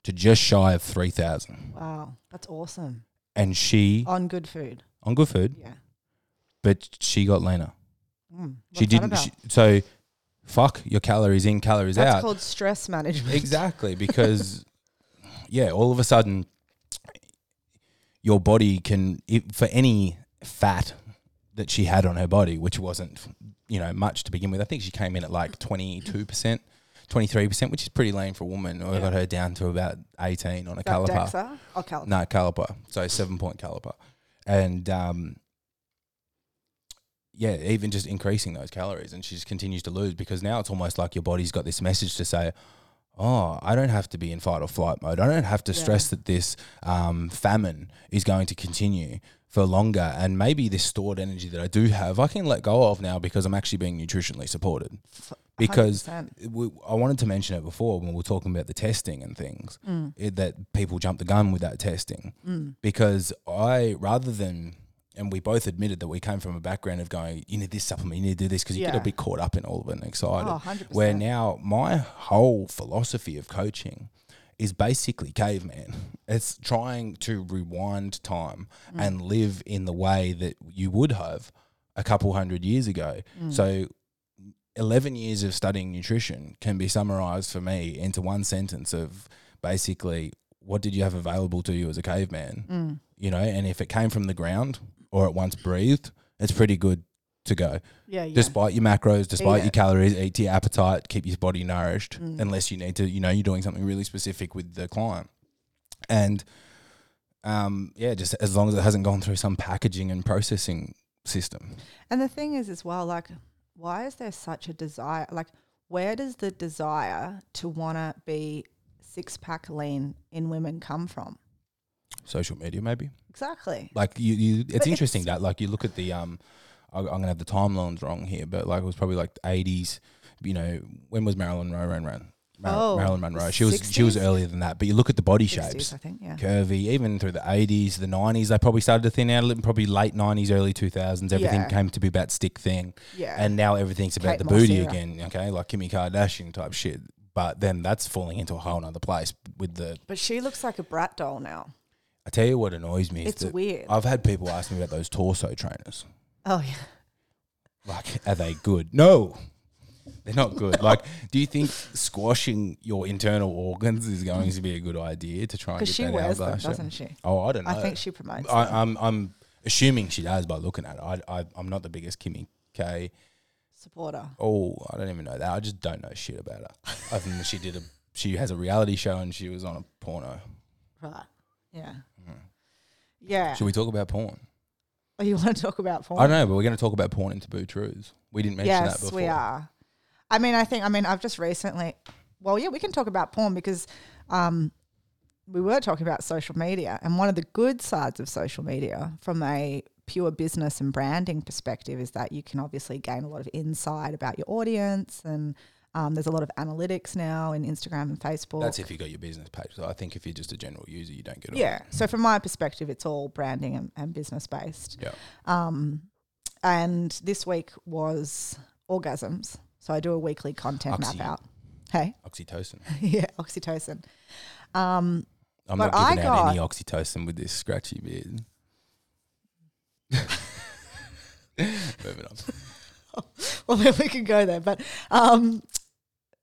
[SPEAKER 1] to just shy of 3000.
[SPEAKER 2] Mm-hmm. Wow, that's awesome.
[SPEAKER 1] And she,
[SPEAKER 2] On good food.
[SPEAKER 1] on good food,
[SPEAKER 2] Yeah.
[SPEAKER 1] but she got leaner.
[SPEAKER 2] Mm.
[SPEAKER 1] she
[SPEAKER 2] What's that
[SPEAKER 1] didn't,
[SPEAKER 2] about?
[SPEAKER 1] she, so fuck your calories in, calories
[SPEAKER 2] that's
[SPEAKER 1] out.
[SPEAKER 2] called stress management.
[SPEAKER 1] Exactly, because yeah, all of a sudden your body can it, for any fat that she had on her body, which wasn't you know much to begin with. I think she came in at like twenty two percent. 23%, which is pretty lean for a woman. I got her down to about 18 on a
[SPEAKER 2] That
[SPEAKER 1] caliper.
[SPEAKER 2] DEXA? Oh, caliper.
[SPEAKER 1] No, caliper. So seven point caliper. And um, yeah, even just increasing those calories. And she just continues to lose because now it's almost like your body's got this message to say, Oh, I don't have to be in fight or flight mode. I don't have to
[SPEAKER 2] Yeah.
[SPEAKER 1] stress that this um, famine is going to continue for longer. And maybe this stored energy that I do have, I can let go of now because I'm actually being nutritionally supported. Because
[SPEAKER 2] 100%.
[SPEAKER 1] we, I wanted to mention it before when we were talking about the testing and things
[SPEAKER 2] Mm,
[SPEAKER 1] it, that people jump the gun with that testing because I rather than and we both admitted that we came from a background of going you need this supplement you need to do this because you get a
[SPEAKER 2] Yeah.
[SPEAKER 1] bit caught up in all of it and excited
[SPEAKER 2] Oh, 100%.
[SPEAKER 1] where now my whole philosophy of coaching is basically caveman it's trying to rewind time
[SPEAKER 2] Mm.
[SPEAKER 1] and live
[SPEAKER 2] Mm.
[SPEAKER 1] in the way that you would have a couple hundred years ago so 11 years of studying nutrition can be summarized for me into one sentence of basically what did you have available to you as a caveman?
[SPEAKER 2] mm.
[SPEAKER 1] You know, and if it came from the ground or it once breathed, it's pretty good to go.
[SPEAKER 2] Yeah, yeah.
[SPEAKER 1] Despite your macros, despite your
[SPEAKER 2] it.
[SPEAKER 1] calories, eat to your appetite, keep your body nourished, unless you need to, you know, you're doing something really specific with the client. And um, yeah, just as long as it hasn't gone through some packaging and processing system.
[SPEAKER 2] And the thing is, as well, like, why is there such a desire? Like, where does the desire to want to be six pack lean in women come from?
[SPEAKER 1] Social media, maybe.
[SPEAKER 2] Exactly.
[SPEAKER 1] like you, you it's
[SPEAKER 2] But
[SPEAKER 1] interesting
[SPEAKER 2] it's-
[SPEAKER 1] that like you look at the um I- i'm gonna have the timelines wrong here but like it was probably like the 80s you know when was marilyn monroe run Mar-
[SPEAKER 2] Oh,
[SPEAKER 1] marilyn
[SPEAKER 2] the
[SPEAKER 1] monroe she was she was
[SPEAKER 2] 60s?
[SPEAKER 1] earlier than that but you look at the body
[SPEAKER 2] 60s,
[SPEAKER 1] shapes
[SPEAKER 2] I think, yeah.
[SPEAKER 1] curvy even through the 80s the 90s they probably started to thin out a little probably late 90s early 2000s everything
[SPEAKER 2] Yeah.
[SPEAKER 1] came to be about stick thing
[SPEAKER 2] Yeah.
[SPEAKER 1] and now everything's about
[SPEAKER 2] Kate
[SPEAKER 1] the
[SPEAKER 2] Moss
[SPEAKER 1] booty
[SPEAKER 2] era.
[SPEAKER 1] again okay like kimmy kardashian type shit but then that's falling into a whole nother place with the
[SPEAKER 2] But she looks like a brat doll now.
[SPEAKER 1] i tell you what annoys me is
[SPEAKER 2] It's
[SPEAKER 1] that
[SPEAKER 2] weird.
[SPEAKER 1] i've had people ask me about those torso trainers
[SPEAKER 2] Oh, yeah.
[SPEAKER 1] Like, are they good? No, they're not good. Like, do you think squashing your internal organs is going to be a good idea to try and
[SPEAKER 2] Because
[SPEAKER 1] get
[SPEAKER 2] she
[SPEAKER 1] that
[SPEAKER 2] wears them,
[SPEAKER 1] hourglass shape?
[SPEAKER 2] doesn't she?
[SPEAKER 1] Oh, I don't know.
[SPEAKER 2] I think she promotes
[SPEAKER 1] I, I'm, I'm assuming she does by looking at it. I, I, I'm not the biggest Kimmy K.
[SPEAKER 2] supporter.
[SPEAKER 1] Oh, I don't even know that. I just don't know shit about her. I think she did a. She has a reality show and she was on a porno.
[SPEAKER 2] Right. Yeah.
[SPEAKER 1] Mm-hmm.
[SPEAKER 2] Yeah.
[SPEAKER 1] Should we talk about porn?
[SPEAKER 2] Oh, you want to talk about porn?
[SPEAKER 1] I don't know, but we're going to talk about porn and taboo truths. We didn't mention that
[SPEAKER 2] yes,
[SPEAKER 1] before.
[SPEAKER 2] we are. I mean, I think. I mean, I've just recently. Well, yeah, we can talk about porn because um, we were talking about social media, and one of the good sides of social media, from a pure business and branding perspective, is that you can obviously gain a lot of insight about your audience, and um, there's a lot of analytics now in Instagram and Facebook.
[SPEAKER 1] That's if you got your business page. So I think if you're just a general user, you don't get it.
[SPEAKER 2] yeah. So from my perspective, it's all branding and, and business based.
[SPEAKER 1] Yeah.
[SPEAKER 2] Um, and this week was orgasms. So I do a weekly content
[SPEAKER 1] Oxy.
[SPEAKER 2] map out. Hey,
[SPEAKER 1] Oxytocin.
[SPEAKER 2] yeah, oxytocin. Um,
[SPEAKER 1] I'm
[SPEAKER 2] But
[SPEAKER 1] not giving
[SPEAKER 2] I
[SPEAKER 1] out any oxytocin with this scratchy beard. Moving on.
[SPEAKER 2] well, then we can go there. But um,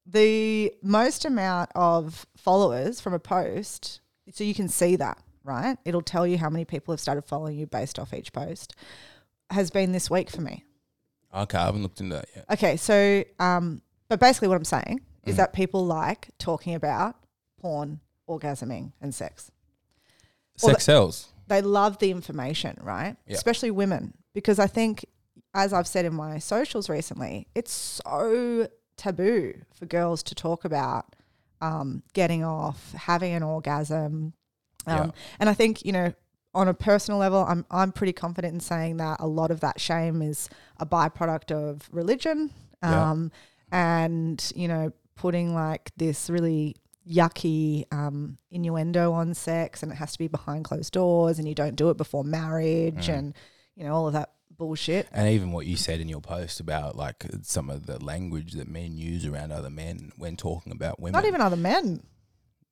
[SPEAKER 2] the most amount of followers from a post, so you can see that, right? It'll tell you how many people have started following you based off each post, has been this week for me.
[SPEAKER 1] Okay, I haven't looked into that yet.
[SPEAKER 2] Okay, so um, but basically what I'm saying is that people like talking about porn, orgasming, and sex. Well,
[SPEAKER 1] Sex sells.
[SPEAKER 2] They love the information, right?
[SPEAKER 1] Yeah.
[SPEAKER 2] Especially women, because I think, as I've said in my socials recently, it's so taboo for girls to talk about um, getting off, having an orgasm, um,
[SPEAKER 1] Yeah.
[SPEAKER 2] and I think you know. On a personal level, I'm, I'm pretty confident in saying that a lot of that shame is a byproduct of religion
[SPEAKER 1] Yeah.
[SPEAKER 2] um, and you know putting like this really yucky um, innuendo on sex and it has to be behind closed doors and you don't do it before marriage
[SPEAKER 1] Mm.
[SPEAKER 2] and you know all of that bullshit
[SPEAKER 1] And even what you said in your post about like some of the language that men use around other men when talking about women.
[SPEAKER 2] not even other men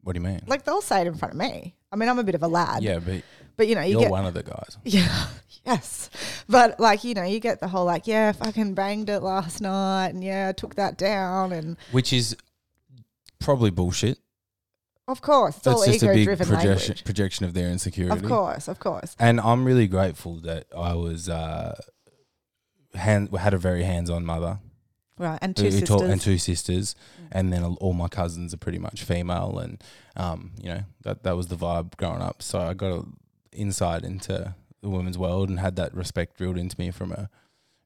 [SPEAKER 1] What do you mean?
[SPEAKER 2] like they'll say it in front of me i mean i'm a bit of a lad
[SPEAKER 1] yeah, but
[SPEAKER 2] but you know you
[SPEAKER 1] you're
[SPEAKER 2] get
[SPEAKER 1] one of the guys.
[SPEAKER 2] yeah yes but like you know you get the whole like yeah fucking banged it last night and yeah i took that down and
[SPEAKER 1] Which is probably bullshit.
[SPEAKER 2] of course it's
[SPEAKER 1] That's
[SPEAKER 2] all
[SPEAKER 1] just a
[SPEAKER 2] ego
[SPEAKER 1] big
[SPEAKER 2] driven
[SPEAKER 1] projection,
[SPEAKER 2] language
[SPEAKER 1] projection of their insecurity.
[SPEAKER 2] of course of course
[SPEAKER 1] And I'm really grateful that I was uh, hand had a very hands-on mother
[SPEAKER 2] right and two
[SPEAKER 1] who- who
[SPEAKER 2] sisters
[SPEAKER 1] taught- and two sisters, and then all my cousins are pretty much female, and um, you know that that was the vibe growing up. So I got a insight into the women's world and had that respect drilled into me from a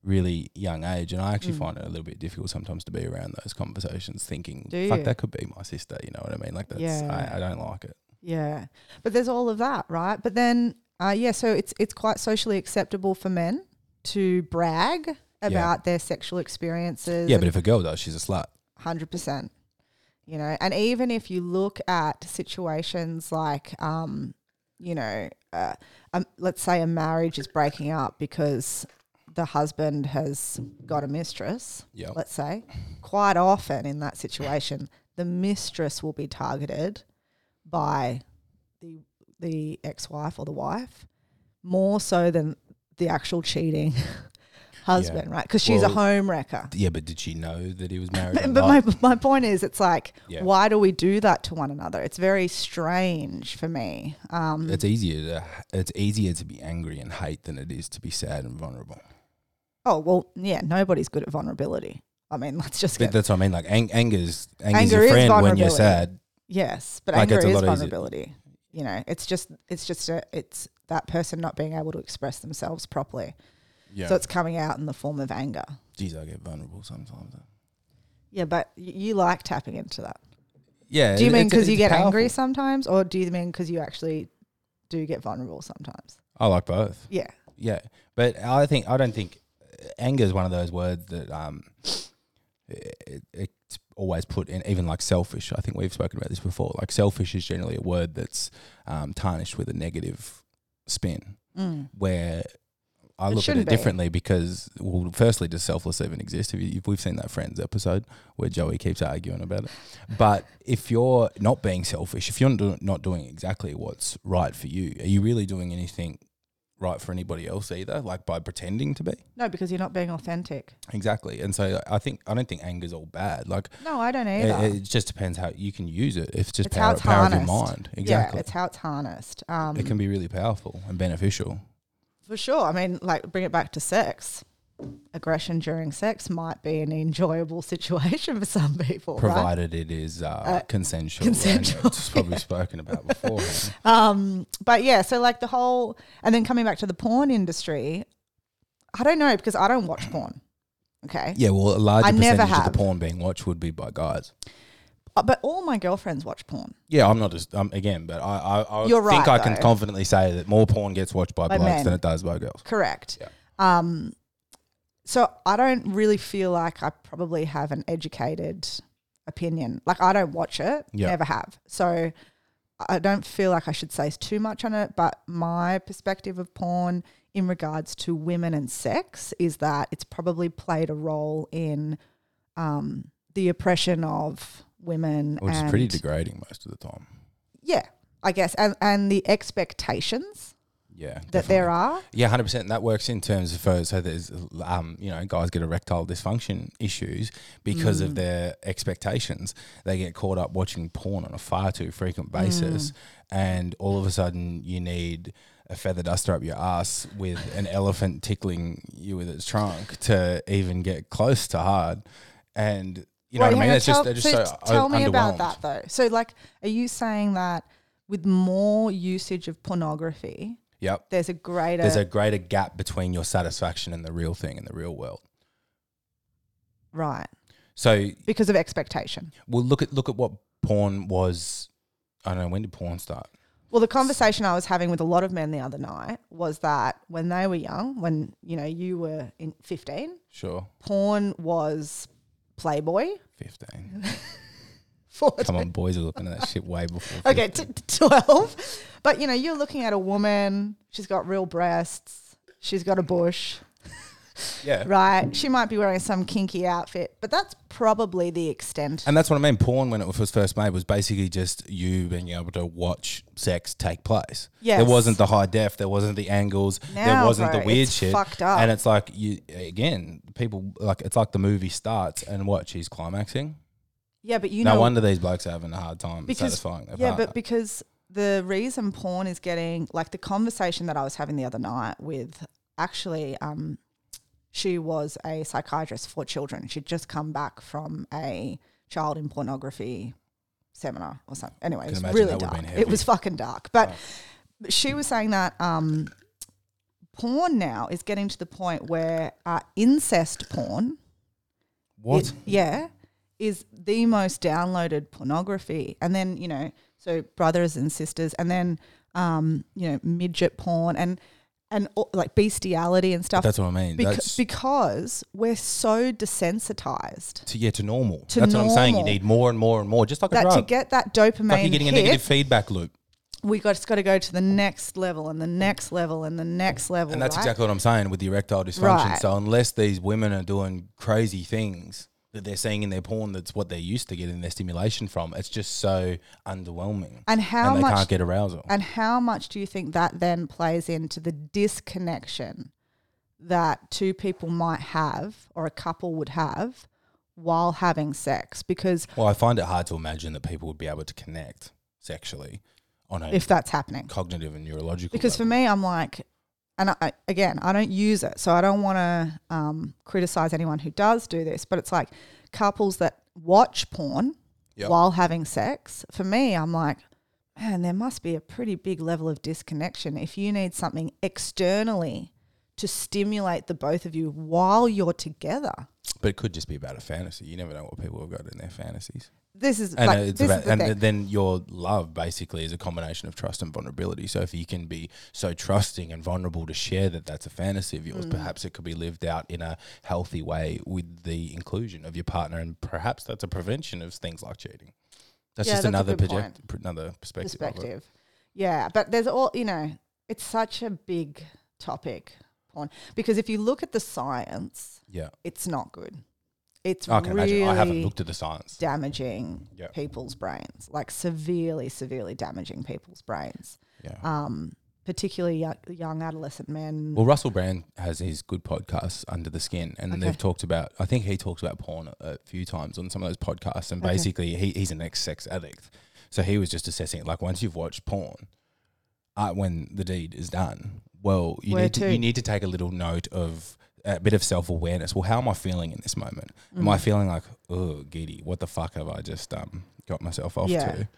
[SPEAKER 1] really young age. And I actually
[SPEAKER 2] Mm.
[SPEAKER 1] find it a little bit difficult sometimes to be around those conversations, thinking,
[SPEAKER 2] Do
[SPEAKER 1] "Fuck,
[SPEAKER 2] you?
[SPEAKER 1] that could be my sister." You know what I mean? Like that's
[SPEAKER 2] Yeah.
[SPEAKER 1] I, I don't like it.
[SPEAKER 2] Yeah, but there's all of that, right? But then, uh, yeah, so it's it's quite socially acceptable for men to brag about their sexual experiences.
[SPEAKER 1] Yeah, but if a girl does, she's a slut.
[SPEAKER 2] hundred percent, you know. And even if you look at situations like, um, you know, uh, um, let's say a marriage is breaking up because the husband has got a mistress.
[SPEAKER 1] Yeah.
[SPEAKER 2] Oh. Let's say, quite often in that situation, the mistress will be targeted by the the ex-wife or the wife more so than the actual cheating husband, right? Because she's a
[SPEAKER 1] Well-
[SPEAKER 2] home wrecker.
[SPEAKER 1] Yeah, but did she know that he was married? or
[SPEAKER 2] But
[SPEAKER 1] not?
[SPEAKER 2] my, my point is, it's like,
[SPEAKER 1] Yeah.
[SPEAKER 2] why do we do that to one another? It's very strange for me. Um,
[SPEAKER 1] it's easier to it's easier to be angry and hate than it is to be sad and vulnerable.
[SPEAKER 2] oh, well, yeah, nobody's good at vulnerability. I mean, let's just
[SPEAKER 1] But
[SPEAKER 2] get.
[SPEAKER 1] that's what I mean. Like ang- anger's anger's
[SPEAKER 2] Anger
[SPEAKER 1] your
[SPEAKER 2] is
[SPEAKER 1] friend when you're
[SPEAKER 2] vulnerability.
[SPEAKER 1] sad.
[SPEAKER 2] yes, but
[SPEAKER 1] like,
[SPEAKER 2] anger
[SPEAKER 1] it's a
[SPEAKER 2] is
[SPEAKER 1] lot easier.
[SPEAKER 2] vulnerability. You know, it's just, it's just, a, it's that person not being able to express themselves properly.
[SPEAKER 1] Yeah.
[SPEAKER 2] So it's coming out in the form of anger.
[SPEAKER 1] Geez, I get vulnerable sometimes.
[SPEAKER 2] Yeah, but y- you like tapping into that.
[SPEAKER 1] Yeah.
[SPEAKER 2] Do you
[SPEAKER 1] it-
[SPEAKER 2] mean
[SPEAKER 1] it's-
[SPEAKER 2] because you
[SPEAKER 1] it's
[SPEAKER 2] get
[SPEAKER 1] powerful.
[SPEAKER 2] angry sometimes, or do you mean because you actually do get vulnerable sometimes?
[SPEAKER 1] I like both.
[SPEAKER 2] Yeah.
[SPEAKER 1] Yeah, but I think I don't think uh, anger is one of those words that um, it, it's always put in. Even like selfish, I think we've spoken about this before. Like selfish is generally a word that's um, tarnished with a negative spin,
[SPEAKER 2] Mm.
[SPEAKER 1] where
[SPEAKER 2] It
[SPEAKER 1] I look at
[SPEAKER 2] shouldn't
[SPEAKER 1] it
[SPEAKER 2] be.
[SPEAKER 1] differently because, well, firstly, does selfless even exist? If you, if we've seen that Friends episode where Joey keeps arguing about it. But if you're not being selfish, if you're do- not doing exactly what's right for you, are you really doing anything right for anybody else either? Like by pretending to be?
[SPEAKER 2] No, because you're not being authentic.
[SPEAKER 1] Exactly. And so I think, I don't think anger's all bad. Like,
[SPEAKER 2] No, I don't
[SPEAKER 1] it,
[SPEAKER 2] either.
[SPEAKER 1] it just depends how you can use it. It's just
[SPEAKER 2] It's how
[SPEAKER 1] power,
[SPEAKER 2] it's
[SPEAKER 1] power of your
[SPEAKER 2] harnessed.
[SPEAKER 1] mind. Exactly.
[SPEAKER 2] Yeah, it's how it's harnessed. Um,
[SPEAKER 1] it can be really powerful and beneficial.
[SPEAKER 2] for sure. I mean, like bring it back to sex. Aggression during sex might be an enjoyable situation for some people, right?
[SPEAKER 1] provided it is uh, consensual. and
[SPEAKER 2] consensual,
[SPEAKER 1] It's probably spoken about before.
[SPEAKER 2] Um, but yeah, so like the whole, and then coming back to the porn industry, I don't know because I don't watch porn. Okay.
[SPEAKER 1] yeah, well, a larger
[SPEAKER 2] I never
[SPEAKER 1] percentage of
[SPEAKER 2] have.
[SPEAKER 1] the porn being watched would be by guys.
[SPEAKER 2] Uh, But all my girlfriends watch porn.
[SPEAKER 1] Yeah, I'm not as um, again, but I I, I
[SPEAKER 2] You're
[SPEAKER 1] think
[SPEAKER 2] right,
[SPEAKER 1] I can
[SPEAKER 2] though.
[SPEAKER 1] confidently say that more porn gets watched by,
[SPEAKER 2] By
[SPEAKER 1] blokes
[SPEAKER 2] men.
[SPEAKER 1] than it does by girls.
[SPEAKER 2] Correct.
[SPEAKER 1] Yeah.
[SPEAKER 2] Um, so I don't really feel like I probably have an educated opinion. Like I don't watch it,
[SPEAKER 1] Yeah.
[SPEAKER 2] never have. So I don't feel like I should say too much on it. But my perspective of porn in regards to women and sex is that it's probably played a role in um, the oppression of women,
[SPEAKER 1] Which
[SPEAKER 2] and
[SPEAKER 1] is pretty degrading most of the time.
[SPEAKER 2] yeah, I guess, and and the expectations
[SPEAKER 1] Yeah,
[SPEAKER 2] that there are.
[SPEAKER 1] Yeah, hundred percent. That works in terms of for, so there's um, you know guys get erectile dysfunction issues because
[SPEAKER 2] Mm.
[SPEAKER 1] of their expectations. They get caught up watching porn on a far too frequent basis,
[SPEAKER 2] Mm.
[SPEAKER 1] and all of a sudden you need a feather duster up your ass with an elephant tickling you with its trunk to even get close to hard. And you know
[SPEAKER 2] Well,
[SPEAKER 1] what I mean?
[SPEAKER 2] hang on,
[SPEAKER 1] It's just
[SPEAKER 2] tell-
[SPEAKER 1] they're just
[SPEAKER 2] so
[SPEAKER 1] so,
[SPEAKER 2] t- tell me about
[SPEAKER 1] underwhelmed.
[SPEAKER 2] that though. So, like, are you saying that with more usage of pornography,
[SPEAKER 1] Yep.
[SPEAKER 2] there's a greater?
[SPEAKER 1] There's a greater gap between your satisfaction and the real thing in the real world.
[SPEAKER 2] right
[SPEAKER 1] So
[SPEAKER 2] because of expectation.
[SPEAKER 1] Well, look at look at what porn was. I don't know when did porn start.
[SPEAKER 2] Well, the conversation I was having with a lot of men the other night was that when they were young, when you know you were in fifteen,
[SPEAKER 1] Sure,
[SPEAKER 2] porn was Playboy.
[SPEAKER 1] fifteen.
[SPEAKER 2] For
[SPEAKER 1] Come on, boys are looking at that shit way before.
[SPEAKER 2] okay,
[SPEAKER 1] 15.
[SPEAKER 2] t- t- 12. But you know, you're looking at a woman, she's got real breasts, she's got a bush,
[SPEAKER 1] yeah,
[SPEAKER 2] right? She might be wearing some kinky outfit, but that's probably the extent.
[SPEAKER 1] and that's what I mean. Porn, when it was first made, was basically just you being able to watch sex take place.
[SPEAKER 2] Yes.
[SPEAKER 1] there wasn't the high def, there wasn't the angles, there
[SPEAKER 2] Now,
[SPEAKER 1] wasn't
[SPEAKER 2] bro,
[SPEAKER 1] the weird
[SPEAKER 2] it's
[SPEAKER 1] shit.
[SPEAKER 2] fucked up.
[SPEAKER 1] And it's like you again, people like it's like the movie starts and what she's climaxing.
[SPEAKER 2] Yeah, but you
[SPEAKER 1] no
[SPEAKER 2] know
[SPEAKER 1] wonder these blokes are having a hard time
[SPEAKER 2] because
[SPEAKER 1] satisfying their
[SPEAKER 2] yeah,
[SPEAKER 1] partner.
[SPEAKER 2] but because the reason porn is getting like the conversation that I was having the other night with actually, um, she was a psychiatrist for children. She'd just come back from a child in pornography seminar or something. Anyway, it
[SPEAKER 1] Can
[SPEAKER 2] was
[SPEAKER 1] imagine
[SPEAKER 2] really
[SPEAKER 1] that would've
[SPEAKER 2] dark.
[SPEAKER 1] been
[SPEAKER 2] It was
[SPEAKER 1] heavy.
[SPEAKER 2] fucking dark, but she was saying that. Um, Porn now is getting to the point where uh, incest porn
[SPEAKER 1] what?
[SPEAKER 2] it- yeah, is the most downloaded pornography. And then, you know, so brothers and sisters, and then, um, you know, midget porn and, and all, like bestiality and stuff.
[SPEAKER 1] that's what I mean.
[SPEAKER 2] Beca-
[SPEAKER 1] that's
[SPEAKER 2] because we're so desensitized
[SPEAKER 1] to yeah to normal.
[SPEAKER 2] To
[SPEAKER 1] That's what I'm saying. You
[SPEAKER 2] normal.
[SPEAKER 1] need more and more and more, just like a
[SPEAKER 2] that
[SPEAKER 1] drug.
[SPEAKER 2] to get that dopamine
[SPEAKER 1] like you're getting a negative
[SPEAKER 2] hit,
[SPEAKER 1] feedback loop,
[SPEAKER 2] we got just got to go to the next level and the next level and the next level.
[SPEAKER 1] and that's
[SPEAKER 2] right?
[SPEAKER 1] exactly what I'm saying with the erectile dysfunction.
[SPEAKER 2] Right.
[SPEAKER 1] So unless these women are doing crazy things that they're seeing in their porn, that's what they're used to getting their stimulation from. It's just so underwhelming,
[SPEAKER 2] And how
[SPEAKER 1] and they
[SPEAKER 2] much
[SPEAKER 1] can't get arousal.
[SPEAKER 2] And how much do you think that then plays into the disconnection that two people might have or a couple would have while having sex because
[SPEAKER 1] Well, I find it hard to imagine that people would be able to connect sexually on a
[SPEAKER 2] if that's happening.
[SPEAKER 1] cognitive and neurological
[SPEAKER 2] Because for
[SPEAKER 1] level.
[SPEAKER 2] me, I'm like, and I- I, again, I don't use it, so I don't want to um, criticize anyone who does do this. But it's like couples that watch porn
[SPEAKER 1] Yep.
[SPEAKER 2] while having sex. For me, I'm like, man, there must be a pretty big level of disconnection if you need something externally to stimulate the both of you while you're together.
[SPEAKER 1] but it could just be about a fantasy. You never know what people have got in their fantasies.
[SPEAKER 2] This is
[SPEAKER 1] And
[SPEAKER 2] like,
[SPEAKER 1] it's
[SPEAKER 2] this
[SPEAKER 1] about,
[SPEAKER 2] is the
[SPEAKER 1] and
[SPEAKER 2] thing.
[SPEAKER 1] then your love basically is a combination of trust and vulnerability. So if you can be so trusting and vulnerable to share that that's a fantasy of
[SPEAKER 2] Mm.
[SPEAKER 1] yours, perhaps it could be lived out in a healthy way with the inclusion of your partner, and perhaps that's a prevention of things like cheating. That's
[SPEAKER 2] Yeah,
[SPEAKER 1] just
[SPEAKER 2] that's a
[SPEAKER 1] another
[SPEAKER 2] good
[SPEAKER 1] project, pr- another perspective. of it.
[SPEAKER 2] perspective. Yeah, but there's all you know. It's such a big topic, porn, because if you look at the science,
[SPEAKER 1] Yeah,
[SPEAKER 2] it's not good. It's
[SPEAKER 1] I can
[SPEAKER 2] really
[SPEAKER 1] imagine. I haven't looked at the science.
[SPEAKER 2] damaging
[SPEAKER 1] Yeah.
[SPEAKER 2] people's brains, like severely, severely damaging people's brains,
[SPEAKER 1] Yeah.
[SPEAKER 2] um, particularly young, young adolescent men.
[SPEAKER 1] Well, Russell Brand has his good podcast, Under the Skin, and
[SPEAKER 2] Okay.
[SPEAKER 1] they've talked about. I think he talks about porn a, a few times on some of those podcasts, and
[SPEAKER 2] Okay.
[SPEAKER 1] basically he, he's an ex-sex addict, so he was just assessing it, like once you've watched porn, uh, when the deed is done, well, you
[SPEAKER 2] Where
[SPEAKER 1] need to,
[SPEAKER 2] to?
[SPEAKER 1] you need to take a little note of a bit of self awareness. Well, how am I feeling in this moment? Am
[SPEAKER 2] Mm.
[SPEAKER 1] I feeling like oh giddy? What the fuck have I just um got myself off
[SPEAKER 2] Yeah.
[SPEAKER 1] to?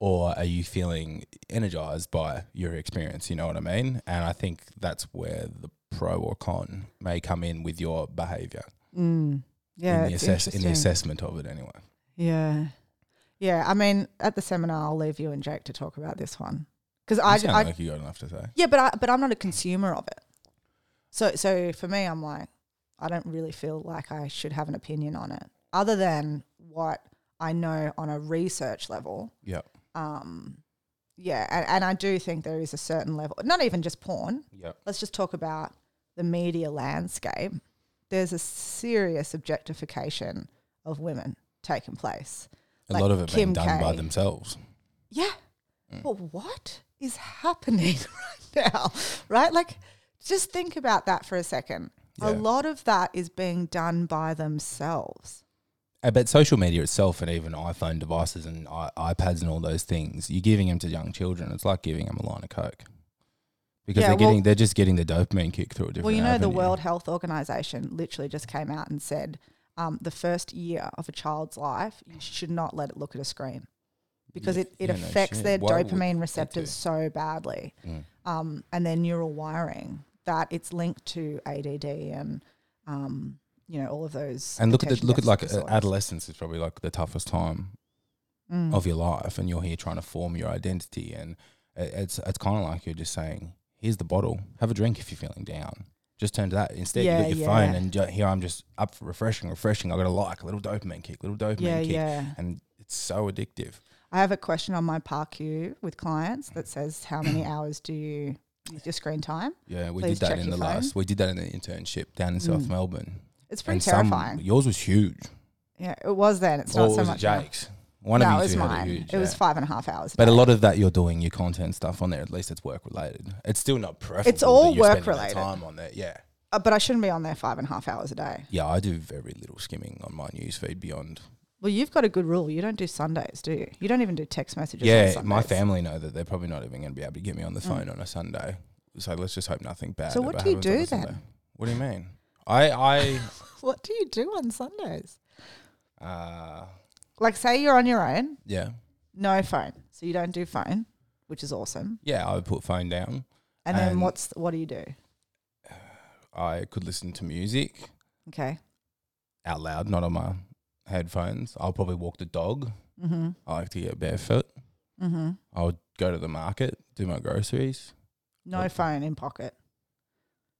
[SPEAKER 1] Or are you feeling energized by your experience? You know what I mean? And I think that's where the pro or con may come in with your behavior
[SPEAKER 2] Mm. Yeah,
[SPEAKER 1] in, the
[SPEAKER 2] it's
[SPEAKER 1] assess- in the
[SPEAKER 2] interesting.
[SPEAKER 1] assessment of it, anyway.
[SPEAKER 2] Yeah, yeah. I mean, at the seminar, I'll leave you and Jake to talk about this one because I,
[SPEAKER 1] you sound
[SPEAKER 2] I
[SPEAKER 1] like you got enough to say.
[SPEAKER 2] Yeah, but I but I'm not a consumer of it. So so for me, I'm like, I don't really feel like I should have an opinion on it, other than what I know on a research level.
[SPEAKER 1] Yeah.
[SPEAKER 2] Um, yeah, and, and I do think there is a certain level, not even just porn.
[SPEAKER 1] Yeah.
[SPEAKER 2] Let's just talk about the media landscape. There's a serious objectification of women taking place.
[SPEAKER 1] A
[SPEAKER 2] Like
[SPEAKER 1] lot of it being
[SPEAKER 2] Kim
[SPEAKER 1] done by
[SPEAKER 2] K.
[SPEAKER 1] themselves.
[SPEAKER 2] Yeah.
[SPEAKER 1] Mm.
[SPEAKER 2] But what is happening right now? Right? Like, just think about that for a second. A
[SPEAKER 1] Yeah.
[SPEAKER 2] lot of that is being done by themselves.
[SPEAKER 1] Uh, But social media itself, and even iPhone devices and I- iPads and all those things, you're giving them to young children. It's like giving them a line of coke because
[SPEAKER 2] Yeah,
[SPEAKER 1] they're
[SPEAKER 2] well-
[SPEAKER 1] getting they're just getting the dopamine kick through a different.
[SPEAKER 2] well, you know, the
[SPEAKER 1] avenue.
[SPEAKER 2] World Health Organization literally just came out and said um, the first year of a child's life, you should not let it look at a screen because
[SPEAKER 1] Yeah,
[SPEAKER 2] it, it
[SPEAKER 1] yeah, no
[SPEAKER 2] affects
[SPEAKER 1] shit.
[SPEAKER 2] their
[SPEAKER 1] Why would they
[SPEAKER 2] dopamine
[SPEAKER 1] do?
[SPEAKER 2] receptors so badly
[SPEAKER 1] Mm.
[SPEAKER 2] um, and their neural wiring that it's linked to ADD and. Um, you know all of those
[SPEAKER 1] And look at the,
[SPEAKER 2] attention
[SPEAKER 1] look at like
[SPEAKER 2] deficit
[SPEAKER 1] uh,
[SPEAKER 2] disorders.
[SPEAKER 1] adolescence is probably like the toughest time
[SPEAKER 2] Mm.
[SPEAKER 1] of your life, and you're here trying to form your identity, and it, it's it's kind of like you're just saying, "Here's the bottle, have a drink if you're feeling down." Just turn to that instead. you
[SPEAKER 2] Yeah,
[SPEAKER 1] got your
[SPEAKER 2] yeah.
[SPEAKER 1] phone, and ju- here I'm just up for refreshing, refreshing. I got a like, a little dopamine kick, little dopamine
[SPEAKER 2] Yeah,
[SPEAKER 1] kick,
[SPEAKER 2] yeah.
[SPEAKER 1] and it's so addictive.
[SPEAKER 2] I have a question on my par queue with clients that says, "How
[SPEAKER 1] Mm.
[SPEAKER 2] many hours do you use your screen time?"
[SPEAKER 1] Yeah, we
[SPEAKER 2] Please
[SPEAKER 1] did that
[SPEAKER 2] check
[SPEAKER 1] in the
[SPEAKER 2] your phone. Mm.
[SPEAKER 1] last. We did that in the internship down in South Melbourne.
[SPEAKER 2] It's pretty
[SPEAKER 1] some-
[SPEAKER 2] terrifying.
[SPEAKER 1] yours was huge.
[SPEAKER 2] yeah, it was then. It's
[SPEAKER 1] or
[SPEAKER 2] not so
[SPEAKER 1] was it
[SPEAKER 2] much. now.
[SPEAKER 1] Jake's? One
[SPEAKER 2] no,
[SPEAKER 1] of
[SPEAKER 2] it
[SPEAKER 1] you
[SPEAKER 2] was
[SPEAKER 1] two had
[SPEAKER 2] mine.
[SPEAKER 1] a huge.
[SPEAKER 2] it was
[SPEAKER 1] yeah.
[SPEAKER 2] five and a half hours.
[SPEAKER 1] but a
[SPEAKER 2] day.
[SPEAKER 1] lot of that you're doing your content stuff on there. At least it's work related. It's still not preferable. that
[SPEAKER 2] all
[SPEAKER 1] you're spending that
[SPEAKER 2] work-related.
[SPEAKER 1] Time on there, yeah,
[SPEAKER 2] Uh, but I shouldn't be on there five and a half hours a day.
[SPEAKER 1] yeah. I do very little skimming on my newsfeed beyond.
[SPEAKER 2] Well, you've got a good rule. You don't do Sundays, do you? You don't even do text messages. on
[SPEAKER 1] yeah,
[SPEAKER 2] Sundays. Mm.
[SPEAKER 1] my family know that they're probably not even going to be able to get me on the phone on a Sunday. So let's just hope nothing bad.
[SPEAKER 2] So what
[SPEAKER 1] ever
[SPEAKER 2] do you
[SPEAKER 1] happens on
[SPEAKER 2] do
[SPEAKER 1] a Sunday.
[SPEAKER 2] then?
[SPEAKER 1] What do you mean? I I
[SPEAKER 2] What do you do on Sundays?
[SPEAKER 1] uh,
[SPEAKER 2] Like, say you're on your own,
[SPEAKER 1] yeah
[SPEAKER 2] no phone, so you don't do phone, which is awesome.
[SPEAKER 1] yeah. I would put phone down.
[SPEAKER 2] And then
[SPEAKER 1] And-
[SPEAKER 2] what's what do you do?
[SPEAKER 1] I could listen to music
[SPEAKER 2] Okay.
[SPEAKER 1] out loud, not on my headphones. I'll probably walk the dog.
[SPEAKER 2] Mm-hmm.
[SPEAKER 1] I like to get barefoot.
[SPEAKER 2] Mm-hmm.
[SPEAKER 1] I'll go to the market, do my groceries.
[SPEAKER 2] No
[SPEAKER 1] Yep.
[SPEAKER 2] phone in pocket.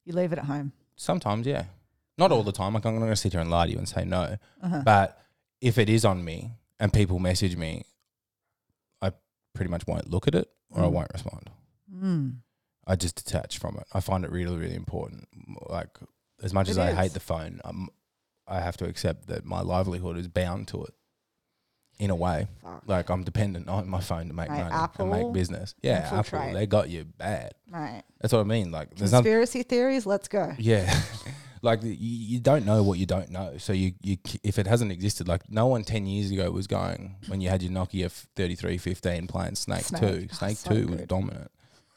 [SPEAKER 2] You leave it at home.
[SPEAKER 1] Sometimes, yeah. Not all the time. Like I'm not going to sit here and lie to you and say no.
[SPEAKER 2] Uh-huh.
[SPEAKER 1] But if it is on me and people message me, I pretty much won't look at it or I
[SPEAKER 2] Mm.
[SPEAKER 1] won't respond.
[SPEAKER 2] Mm.
[SPEAKER 1] I just detach from it. I find it really, really important. M- Like as much
[SPEAKER 2] It
[SPEAKER 1] as I
[SPEAKER 2] is.
[SPEAKER 1] hate the phone, i I have to accept that my livelihood is bound to it. in a way.
[SPEAKER 2] Fuck.
[SPEAKER 1] Like I'm dependent on my phone to make
[SPEAKER 2] Right,
[SPEAKER 1] money
[SPEAKER 2] Apple,
[SPEAKER 1] and make business. Yeah, Apple,
[SPEAKER 2] infiltrate.
[SPEAKER 1] they got you bad.
[SPEAKER 2] Right.
[SPEAKER 1] That's what I mean. Like there's nothing.
[SPEAKER 2] Conspiracy theories, let's go.
[SPEAKER 1] Yeah, like the, you, you don't know what you don't know. So you you c- if it hasn't existed, like no one ten years ago was going when you had your Nokia thirty three fifteen playing Snake,
[SPEAKER 2] Snake.
[SPEAKER 1] Two.
[SPEAKER 2] Oh,
[SPEAKER 1] Snake
[SPEAKER 2] so
[SPEAKER 1] Two was
[SPEAKER 2] good.
[SPEAKER 1] dominant.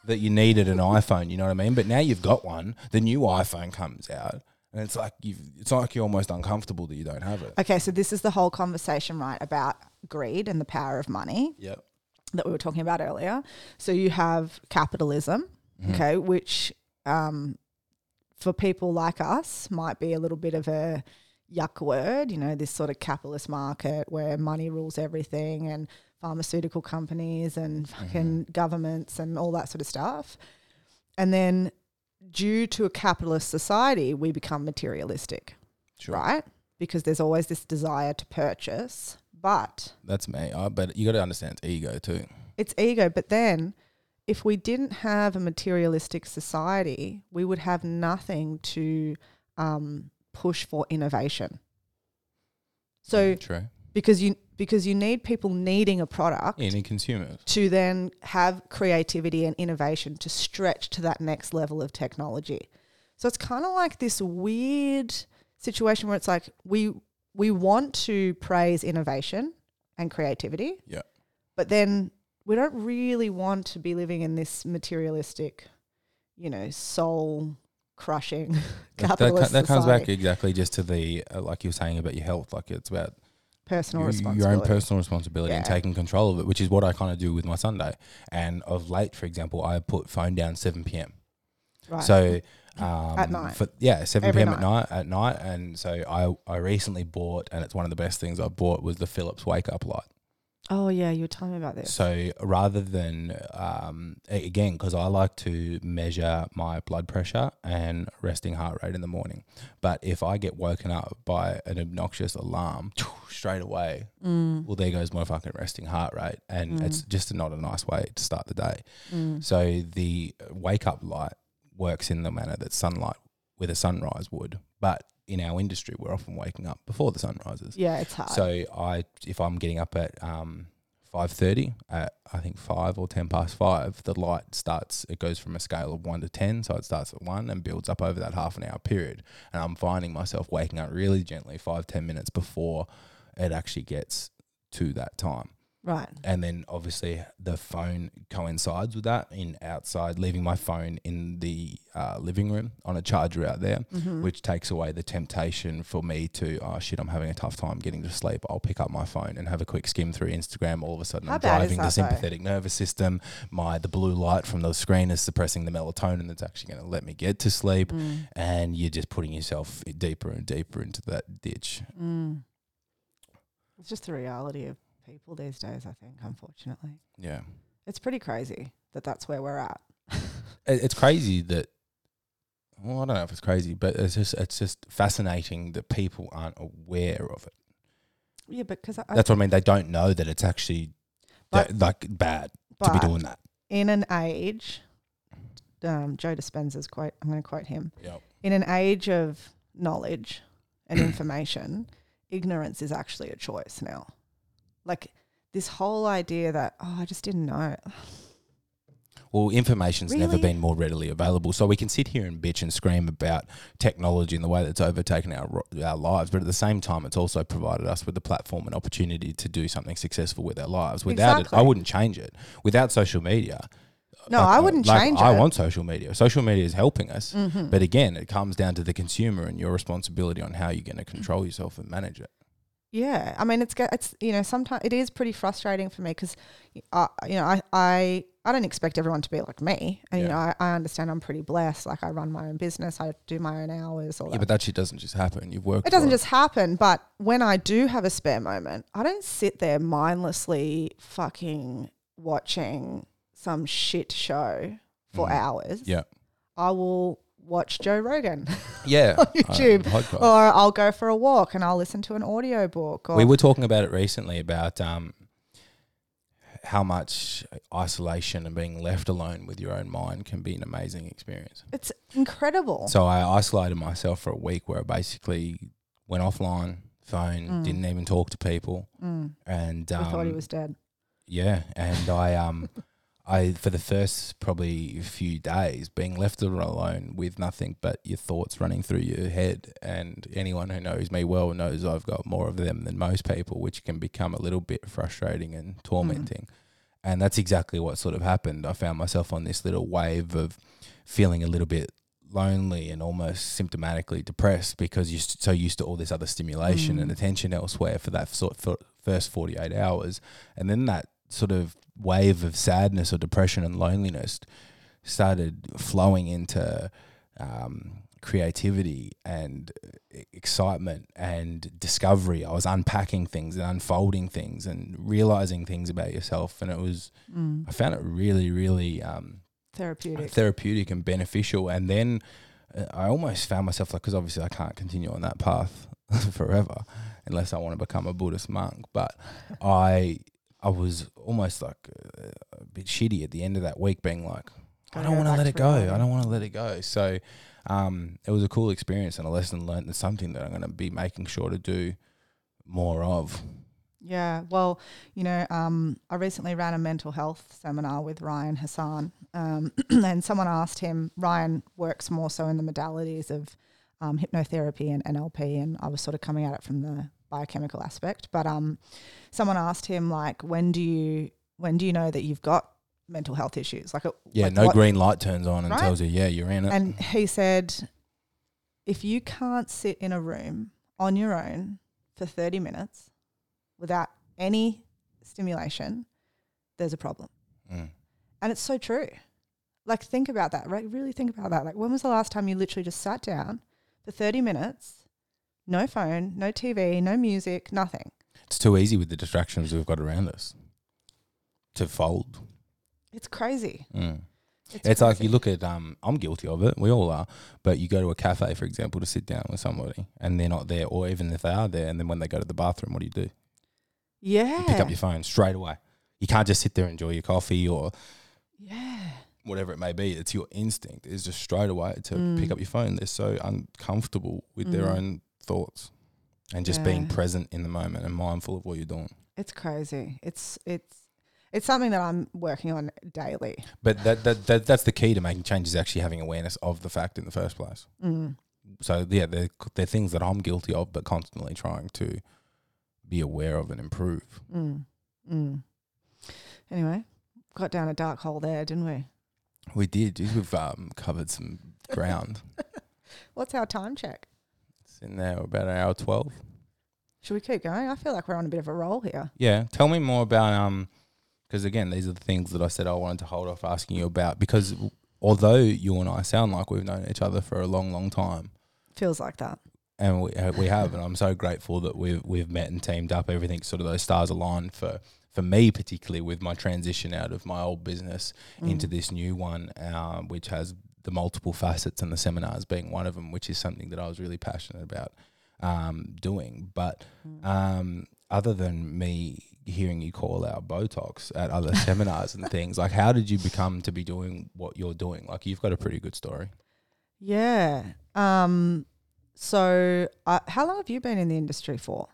[SPEAKER 1] That you needed an iPhone, you know what I mean? But now you've got one. The new iPhone comes out, and it's like you've it's like you're almost uncomfortable that you don't have it.
[SPEAKER 2] Okay, so this is the whole conversation, right, about greed and the power of money.
[SPEAKER 1] Yep.
[SPEAKER 2] that we were talking about earlier. So you have capitalism, okay, which um, for people like us might be a little bit of a yuck word, you know, this sort of capitalist market where money rules everything and pharmaceutical companies and fucking governments and all that sort of stuff. And then due to a capitalist society, we become materialistic,
[SPEAKER 1] Sure.
[SPEAKER 2] right? Because there's always this desire to purchase, but
[SPEAKER 1] That's me. Uh, but you got to understand it's ego too.
[SPEAKER 2] it's ego. But then, if we didn't have a materialistic society, we would have nothing to um, push for innovation. So
[SPEAKER 1] True.
[SPEAKER 2] because you because you need people needing a product
[SPEAKER 1] Any consumers.
[SPEAKER 2] to then have creativity and innovation to stretch to that next level of technology. So it's kind of like this weird situation where it's like we we want to praise innovation and creativity,
[SPEAKER 1] Yeah.
[SPEAKER 2] but then we don't really want to be living in this materialistic, you know, soul crushing
[SPEAKER 1] That, that, co-
[SPEAKER 2] capitalist
[SPEAKER 1] that comes back
[SPEAKER 2] society.
[SPEAKER 1] exactly just to the uh, like you were saying about your health. Like it's about
[SPEAKER 2] personal
[SPEAKER 1] your,
[SPEAKER 2] responsibility.
[SPEAKER 1] your own personal responsibility and
[SPEAKER 2] Yeah.
[SPEAKER 1] taking control of it, which is what I kind of do with my Sunday. And of late, for example, I put phone down seven p.m.
[SPEAKER 2] right.
[SPEAKER 1] So um,
[SPEAKER 2] At night.
[SPEAKER 1] for, yeah, seven
[SPEAKER 2] Every
[SPEAKER 1] p.m. at night. At night, and so I I recently bought, and it's one of the best things I bought was the Philips wake up light.
[SPEAKER 2] oh yeah, you were telling me about this.
[SPEAKER 1] So rather than um, a- again, because I like to measure my blood pressure and resting heart rate in the morning, but if I get woken up by an obnoxious alarm straight away,
[SPEAKER 2] Mm,
[SPEAKER 1] well, there goes my fucking resting heart rate, and it's just not a nice way to start the day.
[SPEAKER 2] mm.
[SPEAKER 1] So the wake up light works in the manner that sunlight with a sunrise would, but in our industry, we're often waking up before the sun rises.
[SPEAKER 2] yeah, it's hard.
[SPEAKER 1] So I, if I'm getting up at um, five thirty, at I think five or ten past five, the light starts. It goes from a scale of one to ten, so it starts at one and builds up over that half an hour period. And I'm finding myself waking up really gently, five ten minutes before it actually gets to that time.
[SPEAKER 2] right.
[SPEAKER 1] And then obviously the phone coincides with that in outside, leaving my phone in the uh, living room on a charger out there,
[SPEAKER 2] Mm-hmm.
[SPEAKER 1] which takes away the temptation for me to, oh shit, I'm having a tough time getting to sleep. I'll pick up my phone and have a quick skim through Instagram. All of a sudden,
[SPEAKER 2] How
[SPEAKER 1] I'm
[SPEAKER 2] bad is
[SPEAKER 1] driving the
[SPEAKER 2] that, though?
[SPEAKER 1] sympathetic nervous system. My the blue light from the screen is suppressing the melatonin that's actually going to let me get to sleep,
[SPEAKER 2] Mm-hmm. Mm,
[SPEAKER 1] and you're just putting yourself deeper and deeper into that ditch.
[SPEAKER 2] Mm. It's just the reality of people these days. I think, unfortunately,
[SPEAKER 1] Yeah.
[SPEAKER 2] it's pretty crazy that that's where we're at.
[SPEAKER 1] it, it's crazy that well, I don't know if it's crazy, but it's just it's just fascinating that people aren't aware of it.
[SPEAKER 2] Yeah, because I, I-
[SPEAKER 1] That's what I mean. They don't know that it's actually
[SPEAKER 2] But-
[SPEAKER 1] that, like bad to be
[SPEAKER 2] but
[SPEAKER 1] doing that.
[SPEAKER 2] in an age, um, Joe Dispenza's quote. I'm going to quote him.
[SPEAKER 1] Yep.
[SPEAKER 2] in an age of knowledge and information, ignorance is actually a choice now. Like this whole idea that, oh, I just didn't know.
[SPEAKER 1] Well, information's never
[SPEAKER 2] Really?
[SPEAKER 1] been more readily available, so we can sit here and bitch and scream about technology and the way that's overtaken our ro- our lives. But at the same time, it's also provided us with the platform and opportunity to do something successful with our lives. Without it, I
[SPEAKER 2] Exactly.
[SPEAKER 1] wouldn't change it. Without social media,
[SPEAKER 2] No,
[SPEAKER 1] Like,
[SPEAKER 2] I
[SPEAKER 1] uh,
[SPEAKER 2] wouldn't
[SPEAKER 1] like,
[SPEAKER 2] change
[SPEAKER 1] I
[SPEAKER 2] it. Mm-hmm.
[SPEAKER 1] want social media. Social media is helping us, but again, it comes down to the consumer and your responsibility on how you're going to control yourself and manage it.
[SPEAKER 2] yeah. I mean, it's, go- it's, you know, sometimes it is pretty frustrating for me because, I you know, I, I, I don't expect everyone to be like me. And, you
[SPEAKER 1] Yeah.
[SPEAKER 2] know, I, I understand I'm pretty blessed. Like I run my own business, I do my own hours, all
[SPEAKER 1] Yeah,
[SPEAKER 2] that.
[SPEAKER 1] but that shit doesn't just happen. You've worked.
[SPEAKER 2] It doesn't
[SPEAKER 1] for
[SPEAKER 2] just happen, but when I do have a spare moment, I don't sit there mindlessly fucking watching some shit show for
[SPEAKER 1] Mm-hmm.
[SPEAKER 2] hours.
[SPEAKER 1] Yeah,
[SPEAKER 2] I will watch Joe Rogan
[SPEAKER 1] yeah.
[SPEAKER 2] on YouTube
[SPEAKER 1] podcast.
[SPEAKER 2] or I'll go for a walk and I'll listen to an audio book or
[SPEAKER 1] we were talking about it recently about um, how much isolation and being left alone with your own mind can be an amazing experience.
[SPEAKER 2] it's incredible.
[SPEAKER 1] So I isolated myself for a week where I basically went offline, phone, didn't even talk to people, and
[SPEAKER 2] Mm. We
[SPEAKER 1] um,
[SPEAKER 2] thought he was dead.
[SPEAKER 1] yeah, and I um, I for the first probably few days being left alone with nothing but your thoughts running through your head, and anyone who knows me well knows I've got more of them than most people, which can become a little bit frustrating and tormenting. And that's exactly what sort of happened. I found myself on this little wave of feeling a little bit lonely and almost symptomatically depressed because you're so used to all this other stimulation and attention elsewhere for that sort for first 48 hours. And then that sort of wave of sadness or depression and loneliness started flowing into um, creativity and e- excitement and discovery. I was unpacking things and unfolding things and realizing things about yourself. And it was, I found it really, really um,
[SPEAKER 2] Therapeutic.
[SPEAKER 1] Mm. therapeutic and beneficial. And then uh, I almost found myself like, because obviously I can't continue on that path forever unless I want to become a Buddhist monk. But I, I was almost like uh, a bit shitty at the end of that week, being like, I don't
[SPEAKER 2] Gotta go
[SPEAKER 1] want to
[SPEAKER 2] back
[SPEAKER 1] let
[SPEAKER 2] to
[SPEAKER 1] it go.
[SPEAKER 2] reality.
[SPEAKER 1] I don't want to let it go. So, um, it was a cool experience and a lesson learned, and something that I'm going to be making sure to do more of.
[SPEAKER 2] Yeah, well, you know, um, I recently ran a mental health seminar with Ryan Hassan, um, and someone asked him. Ryan works more so in the modalities of um, hypnotherapy and NLP, and I was sort of coming at it from the biochemical aspect. But um, someone asked him, like, when do you when do you know that you've got mental health issues? Like, uh,
[SPEAKER 1] Yeah,
[SPEAKER 2] like
[SPEAKER 1] no
[SPEAKER 2] what-
[SPEAKER 1] green light turns on and
[SPEAKER 2] Right.
[SPEAKER 1] tells you, yeah, you're in it.
[SPEAKER 2] and he said, if you can't sit in a room on your own for 30 minutes without any stimulation, there's a problem.
[SPEAKER 1] Mm.
[SPEAKER 2] And it's so true. Like, think about that, right? Really think about that. Like, when was the last time you literally just sat down for 30 minutes, no phone, no TV, no music, nothing?
[SPEAKER 1] It's too easy with the distractions we've got around us to fold.
[SPEAKER 2] It's crazy.
[SPEAKER 1] Mm. It's, like you
[SPEAKER 2] crazy.
[SPEAKER 1] look at, um, I'm guilty of it, we all are, but you go to a cafe, for example, to sit down with somebody and they're not there, or even if they are there, and then when they go to the bathroom, what do you do?
[SPEAKER 2] yeah.
[SPEAKER 1] You pick up your phone straight away. You can't just sit there and enjoy your coffee or
[SPEAKER 2] yeah.
[SPEAKER 1] whatever it may be. It's your instinct is just straight away to
[SPEAKER 2] Mm.
[SPEAKER 1] pick up your phone. They're so uncomfortable with their own thoughts and just being
[SPEAKER 2] Yeah.
[SPEAKER 1] present in the moment and mindful of what you're doing.
[SPEAKER 2] It's crazy. It's, it's, it's something that I'm working on daily.
[SPEAKER 1] But that, that, that that's the key to making change is actually having awareness of the fact in the first place.
[SPEAKER 2] Mm.
[SPEAKER 1] So yeah, they're, they're things that I'm guilty of, but constantly trying to be aware of and improve.
[SPEAKER 2] Mm. Mm. Anyway, got down a dark hole there, didn't we?
[SPEAKER 1] We did. geez, We've um, covered some ground.
[SPEAKER 2] What's our time check?
[SPEAKER 1] it's in there about an hour twelve.
[SPEAKER 2] Should we keep going? I feel like we're on a bit of a roll here.
[SPEAKER 1] Yeah. Tell me more about um, because again, these are the things that I said I wanted to hold off asking you about because although you and I sound like we've known each other for a long, long time,
[SPEAKER 2] Feels like that.
[SPEAKER 1] and we, uh, we have, and I'm so grateful that we've we've met and teamed up. Everything sort of those stars aligned for for me particularly with my transition out of my old business
[SPEAKER 2] Mm.
[SPEAKER 1] into this new one, uh, which has the multiple facets and the seminars being one of them, which is something that I was really passionate about um, doing. But um, other than me hearing you call out Botox at other seminars and things, like how did you become to be doing what you're doing? Like you've got a pretty good story.
[SPEAKER 2] Yeah. Um. So, uh, how long have you been in the industry for?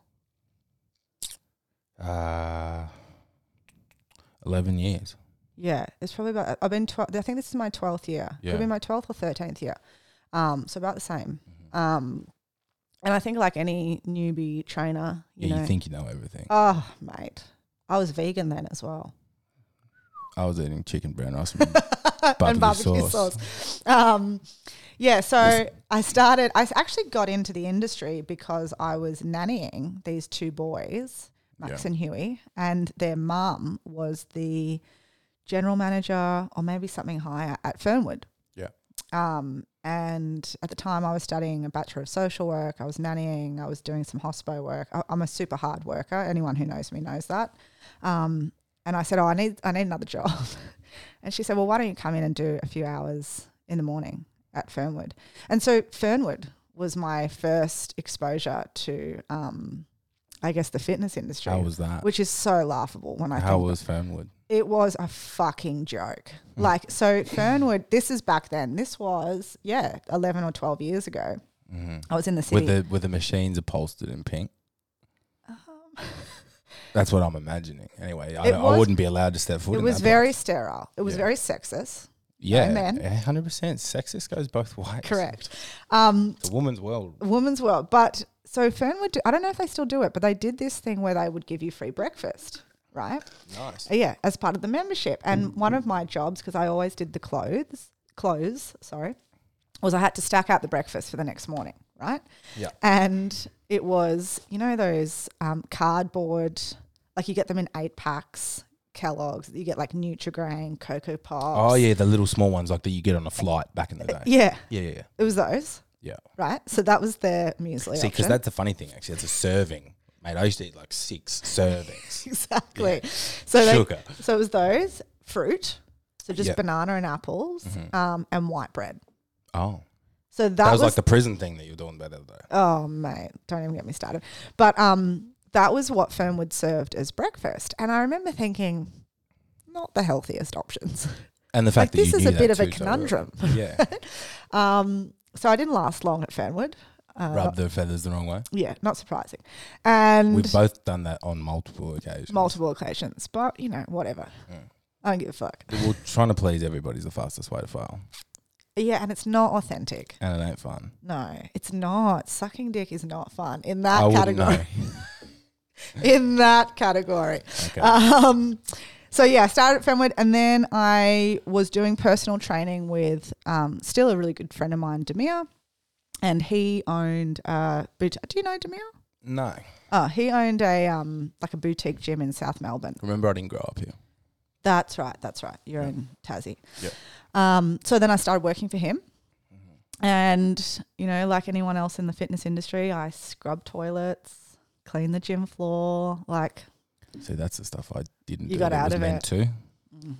[SPEAKER 1] Uh, eleven years.
[SPEAKER 2] Yeah, it's probably about. I've been. Tw- I think this is my twelfth year.
[SPEAKER 1] Yeah.
[SPEAKER 2] Could be my twelfth or thirteenth year. Um. So about the same. Um. And I think like any newbie trainer, you
[SPEAKER 1] Yeah, you,
[SPEAKER 2] know.
[SPEAKER 1] think you know everything.
[SPEAKER 2] oh, mate, I was vegan then as well.
[SPEAKER 1] I was eating chicken brown rice and
[SPEAKER 2] and barbecue sauce. Um, yeah, so I started, I actually got into the industry because I was nannying these two boys, Max
[SPEAKER 1] Yeah.
[SPEAKER 2] and Huey, and their mum was the general manager or maybe something higher at Fernwood.
[SPEAKER 1] Yeah.
[SPEAKER 2] Um, and at the time, I was studying a Bachelor of Social Work. I was nannying. I was doing some hospo work. I, I'm a super hard worker. Anyone who knows me knows that. Um, and I said, "Oh, I need, I need another job." and she said, "Well, why don't you come in and do a few hours in the morning at Fernwood?" And so Fernwood was my first exposure to, um, I guess, the fitness industry,
[SPEAKER 1] How was that?
[SPEAKER 2] which is so laughable when I
[SPEAKER 1] How
[SPEAKER 2] think
[SPEAKER 1] was Hmm. Fernwood?
[SPEAKER 2] it was a fucking joke. Like, so Fernwood, this is back then. This was,
[SPEAKER 1] Mm-hmm.
[SPEAKER 2] yeah, 11 or 12 years ago. I was in the city.
[SPEAKER 1] With the with the machines upholstered in pink. That's what I'm imagining. Anyway, I,
[SPEAKER 2] Um, It
[SPEAKER 1] don't- I
[SPEAKER 2] was-
[SPEAKER 1] wouldn't be allowed to step foot.
[SPEAKER 2] it
[SPEAKER 1] in
[SPEAKER 2] was
[SPEAKER 1] that
[SPEAKER 2] very
[SPEAKER 1] place.
[SPEAKER 2] sterile. It was
[SPEAKER 1] Yeah.
[SPEAKER 2] very sexist.
[SPEAKER 1] yeah,
[SPEAKER 2] men.
[SPEAKER 1] hundred percent. Sexist goes both ways.
[SPEAKER 2] Correct. Um,
[SPEAKER 1] The woman's world.
[SPEAKER 2] woman's world. But so Fern would do, I don't know if they still do it, but they did this thing where they would give you free breakfast, right? Uh,
[SPEAKER 1] Nice. Mm.
[SPEAKER 2] Yeah, as part of the membership. And one of my jobs, because I always did the clothes, clothes, sorry, was I had to stack out the breakfast for the next morning, right?
[SPEAKER 1] Yeah.
[SPEAKER 2] And it was, you know, those um, cardboard, like you get them in eight packs, Kellogg's, you get like Nutrigrain, Cocoa Pops.
[SPEAKER 1] Oh yeah, the little small ones like that you get on a flight back in the day.
[SPEAKER 2] Uh, Yeah,
[SPEAKER 1] Yeah, yeah, yeah.
[SPEAKER 2] it was those,
[SPEAKER 1] yeah.
[SPEAKER 2] right? So that was their muesli
[SPEAKER 1] See, because
[SPEAKER 2] option.
[SPEAKER 1] that's the funny thing. Actually, it's a serving, mate. I used to eat like six servings.
[SPEAKER 2] exactly. So they,
[SPEAKER 1] Sugar.
[SPEAKER 2] so it was those fruit, so just
[SPEAKER 1] Yeah.
[SPEAKER 2] banana and apples, um, and white bread.
[SPEAKER 1] Oh,
[SPEAKER 2] So that,
[SPEAKER 1] that, was,
[SPEAKER 2] was
[SPEAKER 1] like the prison thing that you were doing by the other day.
[SPEAKER 2] Oh mate, don't even get me started. But um, that was what Fernwood served as breakfast, and I remember thinking, not the healthiest options.
[SPEAKER 1] And the
[SPEAKER 2] like
[SPEAKER 1] fact that
[SPEAKER 2] this
[SPEAKER 1] you
[SPEAKER 2] is
[SPEAKER 1] knew
[SPEAKER 2] a
[SPEAKER 1] that
[SPEAKER 2] bit of a
[SPEAKER 1] too, so-
[SPEAKER 2] conundrum.
[SPEAKER 1] yeah,
[SPEAKER 2] Um, so I didn't last long at Fernwood. Uh,
[SPEAKER 1] rub the feathers the wrong way.
[SPEAKER 2] yeah, not surprising, and
[SPEAKER 1] We've both done that on multiple occasions.
[SPEAKER 2] Mm. multiple occasions. But you know, whatever. I don't give a fuck.
[SPEAKER 1] Well, trying to please everybody's the fastest way to fail,
[SPEAKER 2] Yeah, and it's not authentic.
[SPEAKER 1] and it ain't fun.
[SPEAKER 2] No, it's not. Sucking dick is not fun in that
[SPEAKER 1] I wouldn't
[SPEAKER 2] category.
[SPEAKER 1] know.
[SPEAKER 2] in that category.
[SPEAKER 1] Okay.
[SPEAKER 2] Um, so yeah, I started at Fenwood, and then I was doing personal training with um, still a really good friend of mine, Demir, and he owned uh, boot- Do you know Demir?
[SPEAKER 1] no,
[SPEAKER 2] Oh, he owned a um, like a boutique gym in South Melbourne.
[SPEAKER 1] remember I didn't grow up here.
[SPEAKER 2] That's right. That's right. You're in Tassie.
[SPEAKER 1] Yeah.
[SPEAKER 2] Um, so then I started working for him.
[SPEAKER 1] Mm-hmm.
[SPEAKER 2] And, you know, like anyone else in the fitness industry, I scrub toilets, clean the gym floor, like
[SPEAKER 1] See, that's the stuff I didn't.
[SPEAKER 2] You
[SPEAKER 1] do
[SPEAKER 2] got
[SPEAKER 1] that
[SPEAKER 2] out
[SPEAKER 1] was
[SPEAKER 2] of
[SPEAKER 1] meant
[SPEAKER 2] it.
[SPEAKER 1] to,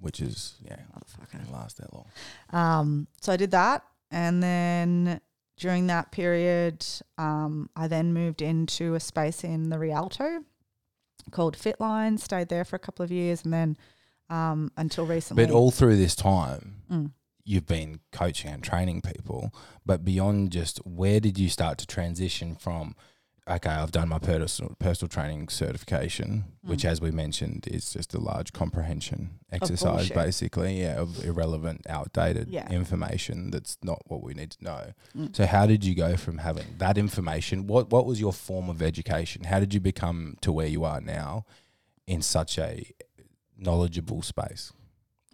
[SPEAKER 1] which is yeah,
[SPEAKER 2] mm, motherfucker.
[SPEAKER 1] didn't last that long.
[SPEAKER 2] Um, so I did that, and then during that period, um, I then moved into a space in the Rialto called Fitline. Stayed there for a couple of years, and then um, until recently,
[SPEAKER 1] But all through this time,
[SPEAKER 2] Mm.
[SPEAKER 1] you've been coaching and training people. But beyond just where did you start to transition from? Okay, I've done my personal personal training certification,
[SPEAKER 2] Mm.
[SPEAKER 1] which, as we mentioned, is just a large comprehension exercise,
[SPEAKER 2] bullshit.
[SPEAKER 1] basically. Yeah, of irrelevant, outdated
[SPEAKER 2] Yeah.
[SPEAKER 1] information that's not what we need to know.
[SPEAKER 2] Mm.
[SPEAKER 1] So, how did you go from having that information? What What was your form of education? How did you become to where you are now, in such a knowledgeable space?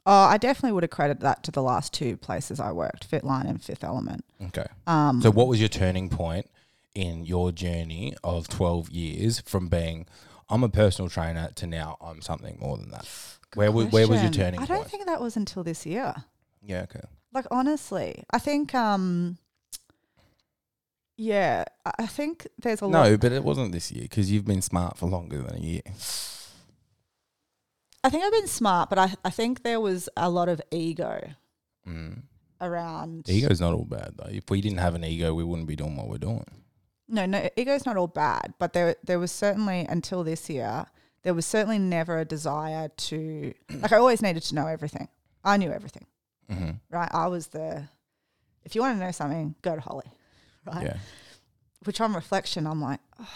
[SPEAKER 2] oh, I definitely would accredit that to the last two places I worked, Fitline and Fifth Element.
[SPEAKER 1] Okay.
[SPEAKER 2] Um,
[SPEAKER 1] So, what was your turning point in your journey of 12 years from being, I'm a personal trainer to now I'm something more than that? Where, w- where was your
[SPEAKER 2] question.
[SPEAKER 1] turning
[SPEAKER 2] I don't
[SPEAKER 1] point?
[SPEAKER 2] think that was until this year.
[SPEAKER 1] yeah, okay.
[SPEAKER 2] like honestly i think um yeah i I think there's a lot
[SPEAKER 1] No, but it wasn't this year because you've been smart for longer than a year.
[SPEAKER 2] i think i've been smart but i, I think there was a lot of ego
[SPEAKER 1] Mm.
[SPEAKER 2] around
[SPEAKER 1] Ego's not all bad, though. If we didn't have an ego, we wouldn't be doing what we're doing.
[SPEAKER 2] no no ego's not all bad but there there was certainly until this year there was certainly never a desire to like i always needed to know everything i knew everything
[SPEAKER 1] hmm
[SPEAKER 2] right i was the if you want to know something go to holly right
[SPEAKER 1] Yeah.
[SPEAKER 2] which on reflection i'm like "Oh."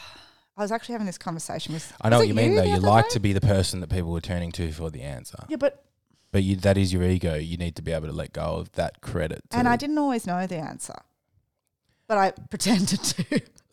[SPEAKER 2] i was actually having this conversation with
[SPEAKER 1] I know what
[SPEAKER 2] was it
[SPEAKER 1] you mean, though.
[SPEAKER 2] the
[SPEAKER 1] You
[SPEAKER 2] other
[SPEAKER 1] like
[SPEAKER 2] day?
[SPEAKER 1] to be the person that people are turning to for the answer.
[SPEAKER 2] yeah but
[SPEAKER 1] But you, that is your ego. You need to be able to let go of that credit. To
[SPEAKER 2] And I didn't always know the answer, but I pretended to.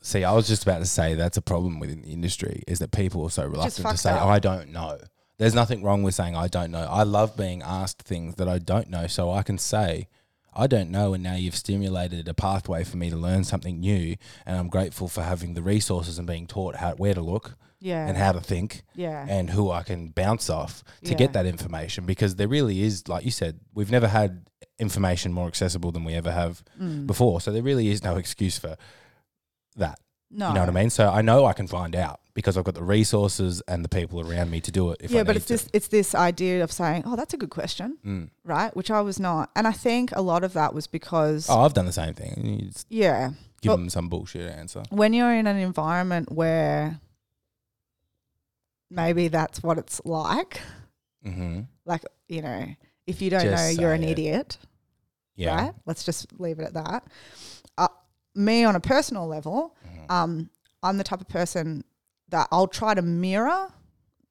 [SPEAKER 1] See, I was just about to say that's a problem within the industry is that people are so reluctant to
[SPEAKER 2] fucked
[SPEAKER 1] say,
[SPEAKER 2] up.
[SPEAKER 1] I don't know. There's nothing wrong with saying, I don't know. I love being asked things that I don't know so I can say, I don't know. And now you've stimulated a pathway for me to learn something new. And I'm grateful for having the resources and being taught how, where to look
[SPEAKER 2] yeah.
[SPEAKER 1] and how to think
[SPEAKER 2] yeah.
[SPEAKER 1] and who I can bounce off to
[SPEAKER 2] Yeah.
[SPEAKER 1] get that information because there really is, like you said, we've never had information more accessible than we ever have
[SPEAKER 2] Mm.
[SPEAKER 1] before. So there really is no excuse for that.
[SPEAKER 2] no.
[SPEAKER 1] You know what I mean? So I know I can find out because I've got the resources and the people around me to do it. If
[SPEAKER 2] yeah,
[SPEAKER 1] I
[SPEAKER 2] but
[SPEAKER 1] need
[SPEAKER 2] it's this it's this idea of saying, "Oh, that's a good question,"
[SPEAKER 1] to. Mm.
[SPEAKER 2] right? Which I was not, and I think a lot of that was because,
[SPEAKER 1] Oh, I've done the same thing. You just
[SPEAKER 2] yeah,
[SPEAKER 1] give
[SPEAKER 2] Well-
[SPEAKER 1] them some bullshit answer.
[SPEAKER 2] when you're in an environment where maybe that's what it's like,
[SPEAKER 1] Mm-hmm.
[SPEAKER 2] like you know, if you don't
[SPEAKER 1] Just
[SPEAKER 2] know, you're
[SPEAKER 1] say
[SPEAKER 2] an
[SPEAKER 1] it.
[SPEAKER 2] idiot.
[SPEAKER 1] Yeah.
[SPEAKER 2] right? Let's just leave it at that.
[SPEAKER 1] Mm-hmm.
[SPEAKER 2] Uh, me on a personal level, um, I'm the type of person that I'll try to mirror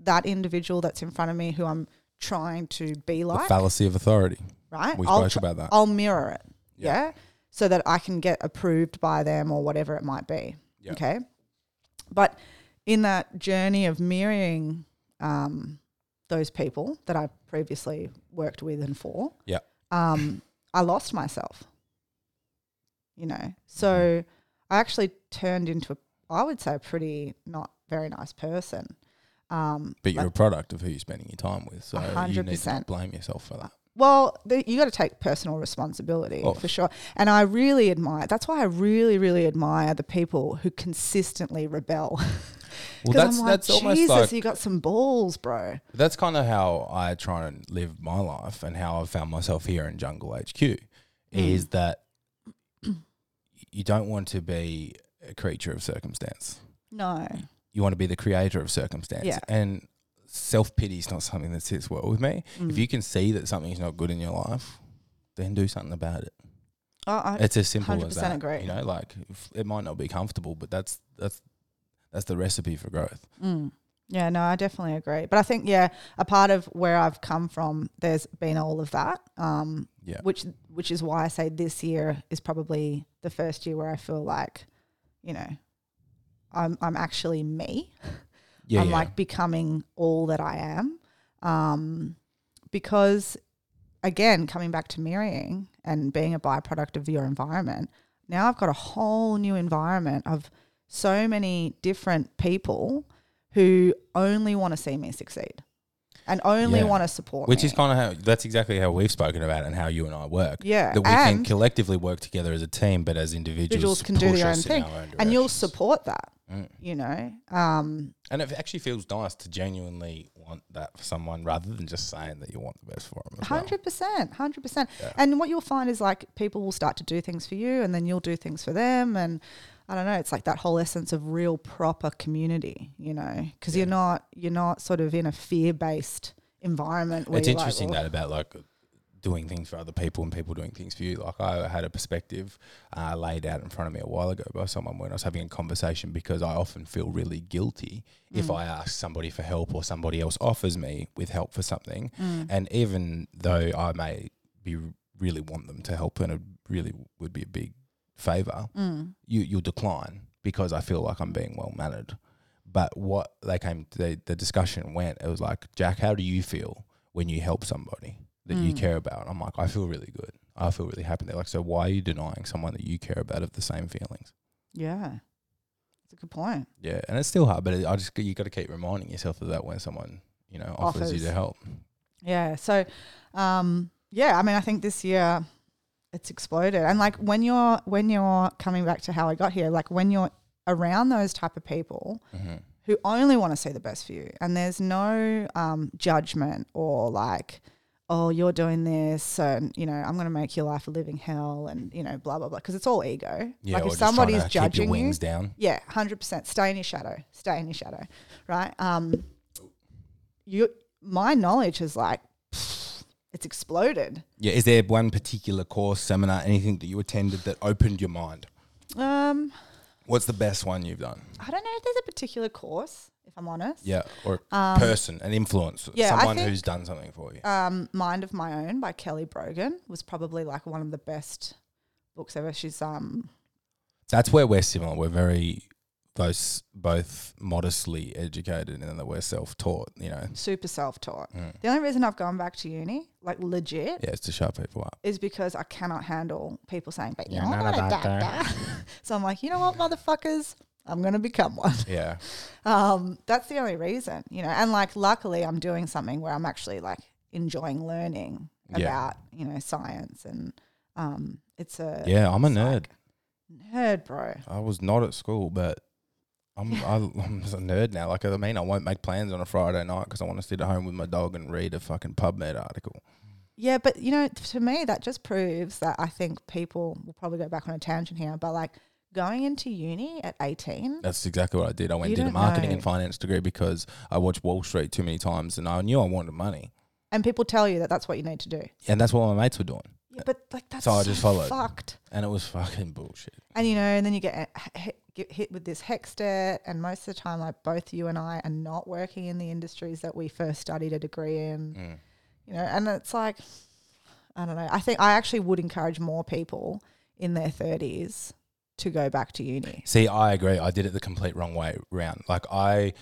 [SPEAKER 2] that individual that's in front of me who I'm trying to be
[SPEAKER 1] The
[SPEAKER 2] like,
[SPEAKER 1] fallacy of authority.
[SPEAKER 2] right?
[SPEAKER 1] We
[SPEAKER 2] I'll
[SPEAKER 1] spoke
[SPEAKER 2] tr-
[SPEAKER 1] about that.
[SPEAKER 2] I'll mirror it.
[SPEAKER 1] Yeah.
[SPEAKER 2] Yeah. So that I can get approved by them or whatever it might be.
[SPEAKER 1] Yeah.
[SPEAKER 2] Okay. But in that journey of mirroring um, those people that I previously worked with and for,
[SPEAKER 1] Yeah.
[SPEAKER 2] um, I lost myself. You know, so
[SPEAKER 1] Mm-hmm.
[SPEAKER 2] I actually turned into, a, I would say, a pretty not very nice person. Um,
[SPEAKER 1] But you're a product of who you're spending your time with. So you need to not
[SPEAKER 2] 100%.
[SPEAKER 1] blame yourself for that.
[SPEAKER 2] Well, the, you got to take personal responsibility
[SPEAKER 1] Oh.
[SPEAKER 2] for sure. And I really admire, that's why I really, really admire the people who consistently rebel.
[SPEAKER 1] Well,
[SPEAKER 2] 'Cause
[SPEAKER 1] that's
[SPEAKER 2] I'm like,
[SPEAKER 1] that's almost
[SPEAKER 2] Jesus,
[SPEAKER 1] like
[SPEAKER 2] you got some balls, bro.
[SPEAKER 1] that's kind of how I try and live my life and how I found myself here in Jungle HQ
[SPEAKER 2] Mm.
[SPEAKER 1] is that you don't want to be a creature of circumstance.
[SPEAKER 2] No.
[SPEAKER 1] you want to be the creator of circumstance.
[SPEAKER 2] Yeah.
[SPEAKER 1] And self pity is not something that sits well with me.
[SPEAKER 2] Mm.
[SPEAKER 1] If you can see that something's not good in your life, then do something about it.
[SPEAKER 2] I, I,
[SPEAKER 1] It's as simple as
[SPEAKER 2] 100%
[SPEAKER 1] that.
[SPEAKER 2] agree.
[SPEAKER 1] You know, like if- it might not be comfortable, but that's that's that's the recipe for growth.
[SPEAKER 2] mm. Yeah, no, I definitely agree. But I think, yeah, a part of where I've come from, there's been all of that. Um,
[SPEAKER 1] Yeah.
[SPEAKER 2] Which, which is why I say this year is probably the first year where I feel like, you know, I'm, I'm actually me.
[SPEAKER 1] Yeah,
[SPEAKER 2] I'm
[SPEAKER 1] yeah.
[SPEAKER 2] like becoming all that I am. Um, because again, coming back to mirroring and being a byproduct of your environment, now I've got a whole new environment of so many different people who only want to see me succeed and only
[SPEAKER 1] Yeah.
[SPEAKER 2] want to support
[SPEAKER 1] which
[SPEAKER 2] me.
[SPEAKER 1] is kind of how that's exactly how we've spoken about it and how you and I work.
[SPEAKER 2] Yeah,
[SPEAKER 1] That we can
[SPEAKER 2] and-
[SPEAKER 1] collectively work together as a team, but as individuals,
[SPEAKER 2] individuals can do
[SPEAKER 1] push
[SPEAKER 2] their own
[SPEAKER 1] us in
[SPEAKER 2] thing
[SPEAKER 1] our own
[SPEAKER 2] and you'll
[SPEAKER 1] directions.
[SPEAKER 2] support that,
[SPEAKER 1] Mm.
[SPEAKER 2] you know? Um,
[SPEAKER 1] And it actually feels nice to genuinely want that for someone rather than just saying that you want the best for them. As well.
[SPEAKER 2] Hundred percent, hundred percent.
[SPEAKER 1] Yeah.
[SPEAKER 2] And what you'll find is like people will start to do things for you, and then you'll do things for them, and I don't know. It's like that whole essence of real proper community, you know, because you're not you're not sort of in a fear based environment. Where
[SPEAKER 1] it's
[SPEAKER 2] you're
[SPEAKER 1] interesting
[SPEAKER 2] like,
[SPEAKER 1] that about like doing things for other people and people doing things for you. Like I had a perspective uh, laid out in front of me a while ago by someone when I was having a conversation because I often feel really guilty if I ask somebody for help or somebody else offers me with help for something, and even though I may be really want them to help and it really would be a big favor,
[SPEAKER 2] Mm,
[SPEAKER 1] you you'll decline because I feel like I'm being well mannered. But what they came, the, the discussion went, it was like, Jack, how do you feel when you help somebody that
[SPEAKER 2] Hmm.
[SPEAKER 1] you care about? I'm like, I feel really good. I feel really happy. They're like, so why are you denying someone that you care about of the same feelings?
[SPEAKER 2] yeah, that's a good point.
[SPEAKER 1] Yeah, and it's still hard, but it, I just you got to keep reminding yourself of that when someone you know offers, you
[SPEAKER 2] Offers.
[SPEAKER 1] to help.
[SPEAKER 2] Yeah. So, um, yeah, I mean, I think this year it's exploded. And like when you're when you're coming back to how I got here, like when you're around those type of people
[SPEAKER 1] Mm-hmm.
[SPEAKER 2] who only want to see the best for you, and there's no um, judgment or like. Oh, you're doing this, and you know I'm going to make your life a living hell, and you know blah blah blah. Because it's all ego.
[SPEAKER 1] Yeah,
[SPEAKER 2] like
[SPEAKER 1] or
[SPEAKER 2] if
[SPEAKER 1] just trying
[SPEAKER 2] somebody's
[SPEAKER 1] to keep your
[SPEAKER 2] judging you,
[SPEAKER 1] wings down.
[SPEAKER 2] yeah, hundred percent. Stay in your shadow. Stay in your shadow. Right. Um. You, my knowledge is like, pfft, it's exploded.
[SPEAKER 1] Yeah, is there one particular course, seminar, anything that you attended that opened your mind?
[SPEAKER 2] Um.
[SPEAKER 1] What's the best one you've done?
[SPEAKER 2] I don't know if there's a particular course. If I'm honest.
[SPEAKER 1] Yeah, or person, an influencer,
[SPEAKER 2] Um, yeah, I
[SPEAKER 1] someone
[SPEAKER 2] think-
[SPEAKER 1] who's done something for you.
[SPEAKER 2] Um, Mind of My Own by Kelly Brogan was probably like one of the best books ever. She's um.
[SPEAKER 1] That's where we're similar. We're very both both modestly educated, and that we're self taught. You know,
[SPEAKER 2] super self-taught. The only reason I've gone back to uni, like legit,
[SPEAKER 1] Mm. yeah, it's to shut people up.
[SPEAKER 2] is because I cannot handle people saying, "But
[SPEAKER 1] You're
[SPEAKER 2] you're
[SPEAKER 1] not
[SPEAKER 2] not
[SPEAKER 1] a
[SPEAKER 2] a
[SPEAKER 1] doctor.
[SPEAKER 2] doctor." so I'm like, you know what, motherfuckers, I'm gonna become one.
[SPEAKER 1] Yeah,
[SPEAKER 2] Um, that's the only reason, you know. And like, luckily, I'm doing something where I'm actually like enjoying learning
[SPEAKER 1] Yeah.
[SPEAKER 2] about you know science, and um, it's a
[SPEAKER 1] yeah. I'm a
[SPEAKER 2] it's
[SPEAKER 1] nerd.
[SPEAKER 2] like, nerd, bro.
[SPEAKER 1] I was not at school, but I'm I, I'm a nerd now. Like I mean, I won't make plans on a Friday night because I want to sit at home with my dog and read a fucking PubMed article.
[SPEAKER 2] Yeah, but you know, to me, that just proves that I think people will probably go back on a tangent here, but like going into uni at 18
[SPEAKER 1] That's exactly what I did. I went
[SPEAKER 2] You
[SPEAKER 1] and did a
[SPEAKER 2] don't
[SPEAKER 1] marketing
[SPEAKER 2] know.
[SPEAKER 1] and finance degree because I watched Wall Street too many times, and I knew I wanted money,
[SPEAKER 2] and people tell you that that's what you need to do.
[SPEAKER 1] and that's what my mates were doing,
[SPEAKER 2] Yeah, but like that's
[SPEAKER 1] So I just followed.
[SPEAKER 2] fucked.
[SPEAKER 1] and it was fucking bullshit.
[SPEAKER 2] And you know, and then you get uh, h- h- get hit with this hex debt, and most of the time, like both you and I are not working in the industries that we first studied a degree in,
[SPEAKER 1] Mm.
[SPEAKER 2] you know, and it's like, I don't know. I think I actually would encourage more people in their 30s to go back to uni.
[SPEAKER 1] See, I agree. I did it the complete wrong way round. Like I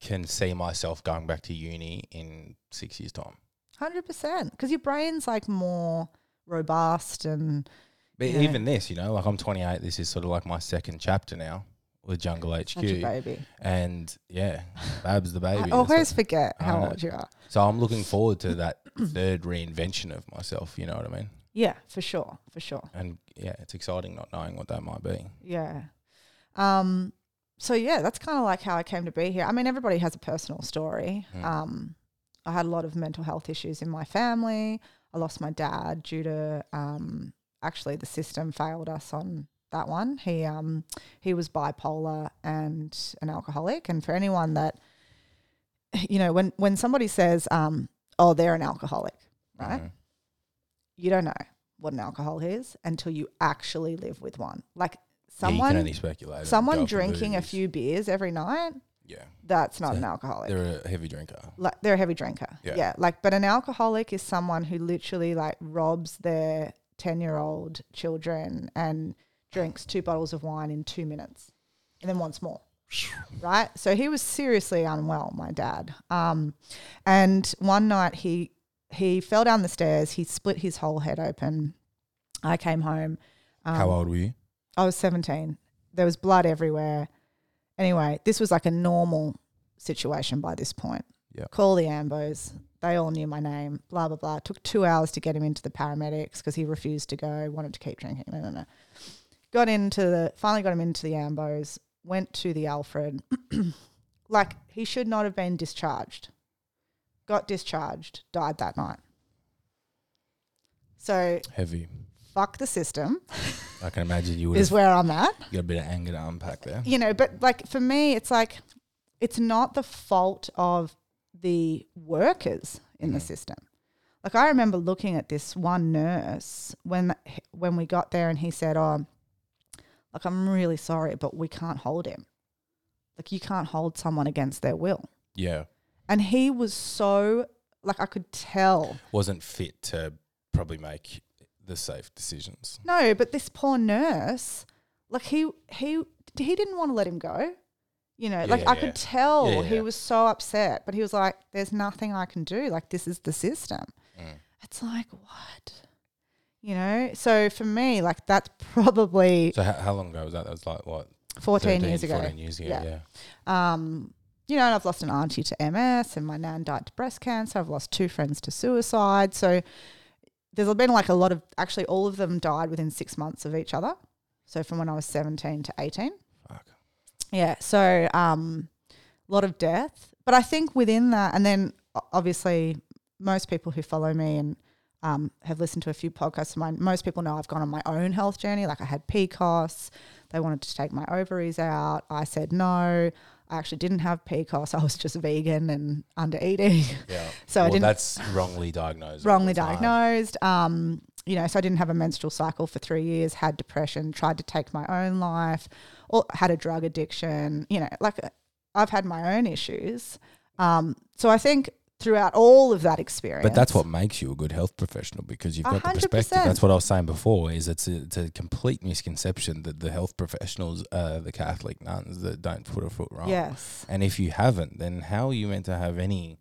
[SPEAKER 1] can see myself going back to uni in six years' time.
[SPEAKER 2] 100%. Because your brain's like more robust and
[SPEAKER 1] But
[SPEAKER 2] Yeah.
[SPEAKER 1] even this, you know, like I'm 28. This is sort of like my second chapter now with Jungle HQ,
[SPEAKER 2] such a baby.
[SPEAKER 1] and yeah, Babs the baby.
[SPEAKER 2] I
[SPEAKER 1] That's
[SPEAKER 2] always
[SPEAKER 1] it.
[SPEAKER 2] forget
[SPEAKER 1] I
[SPEAKER 2] how
[SPEAKER 1] know.
[SPEAKER 2] old you are.
[SPEAKER 1] so I'm looking forward to that third reinvention of myself. You know what I mean?
[SPEAKER 2] Yeah, for sure. For sure.
[SPEAKER 1] And yeah, it's exciting not knowing what that might be.
[SPEAKER 2] Yeah. Um, so yeah, that's kind of like how I came to be here. I mean, everybody has a personal story.
[SPEAKER 1] Mm.
[SPEAKER 2] Um, I had a lot of mental health issues in my family. I lost my dad due to um, actually the system failed us on that one. He um, he was bipolar and an alcoholic. And for anyone that you know, when when somebody says, um, "Oh, they're an alcoholic," right?
[SPEAKER 1] Mhm.
[SPEAKER 2] You don't know what an alcoholic is until you actually live with one. Like
[SPEAKER 1] Yeah, you can
[SPEAKER 2] someone
[SPEAKER 1] only speculate. and go
[SPEAKER 2] someone
[SPEAKER 1] off the
[SPEAKER 2] drinking a
[SPEAKER 1] booze.
[SPEAKER 2] few beers every night
[SPEAKER 1] Yeah,
[SPEAKER 2] that's not
[SPEAKER 1] So
[SPEAKER 2] an alcoholic they're,
[SPEAKER 1] they're a heavy drinker.
[SPEAKER 2] like, they're a heavy drinker
[SPEAKER 1] Yeah.
[SPEAKER 2] like but an alcoholic is someone who literally like robs their 10 year old children and drinks two bottles of wine in two minutes and then wants more right so he was seriously unwell my dad um, and one night he he fell down the stairs he split his whole head open i came home um,
[SPEAKER 1] How old were you?
[SPEAKER 2] I was 17. There was blood everywhere. Anyway, this was like a normal situation by this point.
[SPEAKER 1] Yeah.
[SPEAKER 2] Call the Ambos. They all knew my name, blah, blah, blah. took two hours to get him into the paramedics because he refused to go, wanted to keep drinking. No, no, no. Got into the, finally got him into the Ambos, went to the Alfred. like, he should not have been discharged. Got discharged, died that night. So,
[SPEAKER 1] Heavy.
[SPEAKER 2] fuck the system
[SPEAKER 1] I can imagine you would have
[SPEAKER 2] is where I'm at.
[SPEAKER 1] got a bit of anger to unpack there.
[SPEAKER 2] you know, but like for me, it's like it's not the fault of the workers in the
[SPEAKER 1] Mhm.
[SPEAKER 2] system. Like I remember looking at this one nurse when when we got there, and he said, "Oh, like I'm really sorry, but we can't hold him. Like you can't hold someone against their will."
[SPEAKER 1] Yeah,
[SPEAKER 2] And he was so like I could tell.
[SPEAKER 1] wasn't fit to probably make the safe decisions.
[SPEAKER 2] No, but this poor nurse, like he he he didn't want to let him go. You know, like
[SPEAKER 1] Yeah,
[SPEAKER 2] I
[SPEAKER 1] yeah.
[SPEAKER 2] could tell
[SPEAKER 1] Yeah,
[SPEAKER 2] he
[SPEAKER 1] yeah.
[SPEAKER 2] was so upset, but he was like, "There's nothing I can do. Like this is the system."
[SPEAKER 1] Mm.
[SPEAKER 2] It's like what, you know. So for me, like that's probably
[SPEAKER 1] So how, how long ago was that? That was like what
[SPEAKER 2] fourteen years ago.
[SPEAKER 1] 14 years ago.
[SPEAKER 2] Yeah.
[SPEAKER 1] Yeah.
[SPEAKER 2] Um, you know, and I've lost an auntie to MS, and my nan died to breast cancer. I've lost two friends to suicide. So there's been like a lot of actually, all of them died within six months of each other. So from when I was 17 to 18.
[SPEAKER 1] Fuck.
[SPEAKER 2] Yeah. So um, a lot of death. But I think within that, and then o- obviously, most people who follow me and um, have listened to a few podcasts of mine, most people know I've gone on my own health journey. Like I had PCOS, they wanted to take my ovaries out. I said no. I actually didn't have PCOS. I was just vegan and under eating,
[SPEAKER 1] Yeah.
[SPEAKER 2] So I
[SPEAKER 1] Well,
[SPEAKER 2] didn't-
[SPEAKER 1] That's wrongly diagnosed. all
[SPEAKER 2] wrongly
[SPEAKER 1] the time.
[SPEAKER 2] diagnosed. Um, you know, so I didn't have a menstrual cycle for three years. Had depression. Tried to take my own life. Or had a drug addiction. You know, like uh, I've had my own issues. Um, so I think throughout all of that experience,
[SPEAKER 1] But that's what makes you a good health professional because you've
[SPEAKER 2] A
[SPEAKER 1] got the
[SPEAKER 2] hundred
[SPEAKER 1] perspective.
[SPEAKER 2] percent.
[SPEAKER 1] That's what I was saying before. Is it's a, it's a complete misconception that the health professionals are the Catholic nuns that don't put a foot wrong.
[SPEAKER 2] Yes.
[SPEAKER 1] And if you haven't, then how are you meant to have any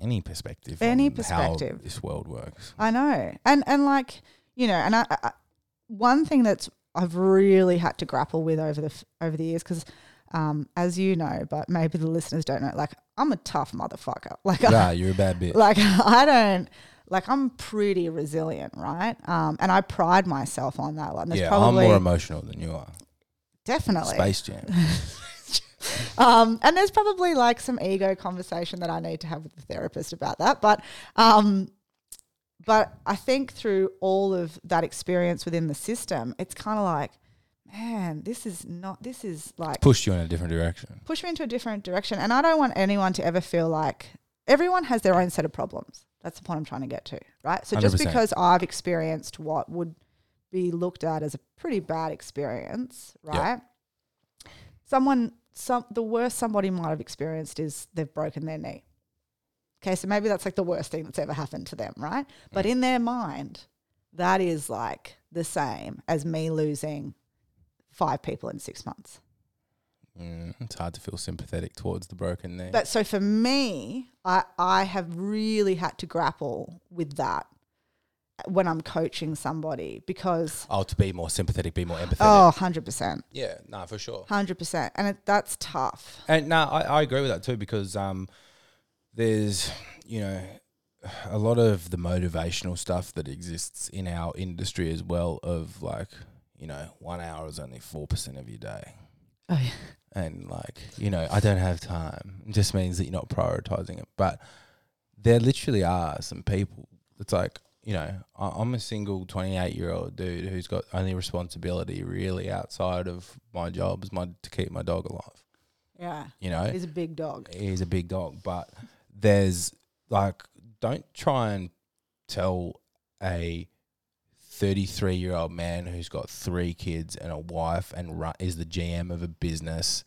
[SPEAKER 1] any perspective?
[SPEAKER 2] Any
[SPEAKER 1] on how
[SPEAKER 2] perspective.
[SPEAKER 1] this world works.
[SPEAKER 2] I know. And and like, you know, and I, I I- one thing that's I've really had to grapple with over the f- over the years cuz um, as you know, but maybe the listeners don't know, like I'm a tough motherfucker. Like I,
[SPEAKER 1] nah, you're a bad bitch.
[SPEAKER 2] like I don't like I'm pretty resilient, right? Um, and I pride myself on that. Like, that's
[SPEAKER 1] yeah,
[SPEAKER 2] probably
[SPEAKER 1] I'm more emotional than you are.
[SPEAKER 2] definitely
[SPEAKER 1] Space Jam.
[SPEAKER 2] um, and there's probably like some ego conversation that I need to have with the therapist about that. But um, but I think through all of that experience within the system, it's kind of like, man, this is not. This is like
[SPEAKER 1] pushed you in a different direction.
[SPEAKER 2] push me into a different direction. And I don't want anyone to ever feel like everyone has their own set of problems. That's the point I'm trying to get to, right? So just
[SPEAKER 1] 100%.
[SPEAKER 2] because I've experienced what would be looked at as a pretty bad experience, right? Someone, some the worst somebody might have experienced is they've broken their knee. Okay, so maybe that's like the worst thing that's ever happened to them, right? But in their mind, that is like the same as me losing five people in six months.
[SPEAKER 1] Mm, it's hard to feel sympathetic towards the broken knee.
[SPEAKER 2] But so for me, I, I have really had to grapple with that when I'm coaching somebody because,
[SPEAKER 1] oh, to be more sympathetic, be more empathetic.
[SPEAKER 2] oh, 100%,
[SPEAKER 1] Yeah, no, for sure.
[SPEAKER 2] 100%. And it, that's tough.
[SPEAKER 1] And no, I, I agree with that too because um, there's, you know, a lot of the motivational stuff that exists in our industry as well of like, you know, one hour is only 4% of your day.
[SPEAKER 2] Oh, yeah.
[SPEAKER 1] And like, you know, I don't have time. It just means that you're not prioritizing it. But there literally are some people that's like, you know, I- I'm a single 28 year old dude who's got only responsibility really outside of my job is my to keep my dog alive.
[SPEAKER 2] Yeah.
[SPEAKER 1] You know,
[SPEAKER 2] He's a big dog.
[SPEAKER 1] he's a big dog, but there's like don't try and tell a 33 year old man who's got three kids and a wife and ru- is the GM of a business,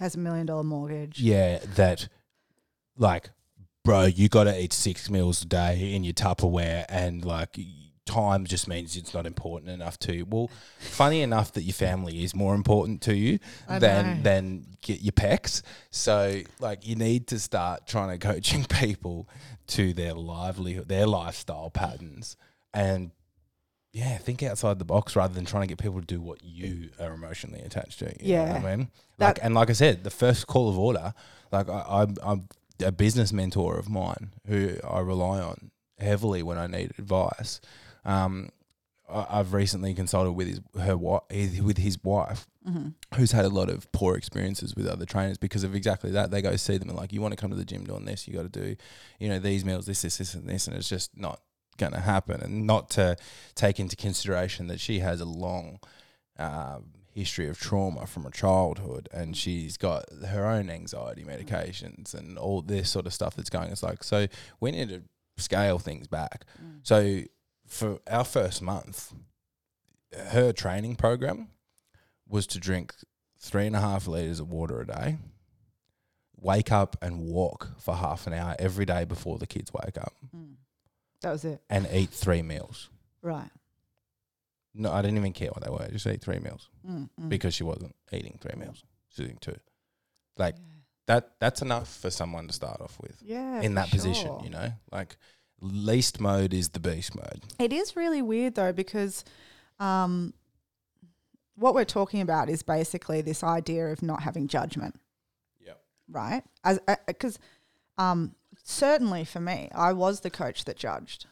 [SPEAKER 2] Has a million dollar mortgage.
[SPEAKER 1] yeah, that like, bro, you got to eat six meals a day in your Tupperware and like. Time just means it's not important enough to you. Well, funny enough that your family is more important to you
[SPEAKER 2] I
[SPEAKER 1] than
[SPEAKER 2] know.
[SPEAKER 1] than get your pecs. So like you need to start trying to coaching people to their livelihood, their lifestyle patterns, and yeah, think outside the box rather than trying to get people to do what you are emotionally attached to. You know what
[SPEAKER 2] Yeah.
[SPEAKER 1] I mean,
[SPEAKER 2] That-
[SPEAKER 1] like and like I said, the first call of order, like I, I'm, I'm a business mentor of mine who I rely on heavily when I need advice. Um, I- I've recently consulted with his her wife, with his wife,
[SPEAKER 2] hmm
[SPEAKER 1] who's had a lot of poor experiences with other trainers because of exactly that. They go see them and like, you want to come to the gym doing this, you got to do, you know, these meals, this, this, this, and this, and it's just not going to happen. And not to take into consideration that she has a long um, history of trauma from her childhood, and she's got her own anxiety medications and all this sort of stuff that's going. It's like so we need to scale things back.
[SPEAKER 2] Mm-hmm.
[SPEAKER 1] So for our first month, her training program was to drink three and a half liters of water a day, wake up and walk for half an hour every day before the kids wake up,
[SPEAKER 2] Mm-hmm. That was it.
[SPEAKER 1] and eat three meals.
[SPEAKER 2] Right.
[SPEAKER 1] No, I didn't even care what they were. Just eat three meals
[SPEAKER 2] Mm, mm.
[SPEAKER 1] because she wasn't eating three meals. She's eating two. Like
[SPEAKER 2] Yeah.
[SPEAKER 1] that. That's enough for someone to start off with
[SPEAKER 2] yeah.
[SPEAKER 1] in
[SPEAKER 2] for
[SPEAKER 1] that position.
[SPEAKER 2] sure.
[SPEAKER 1] You know, like least mode is the beast mode.
[SPEAKER 2] It is really weird though because um, what we're talking about is basically this idea of not having judgment.
[SPEAKER 1] Yep.
[SPEAKER 2] Right? As because um, certainly for me, I was the coach that judged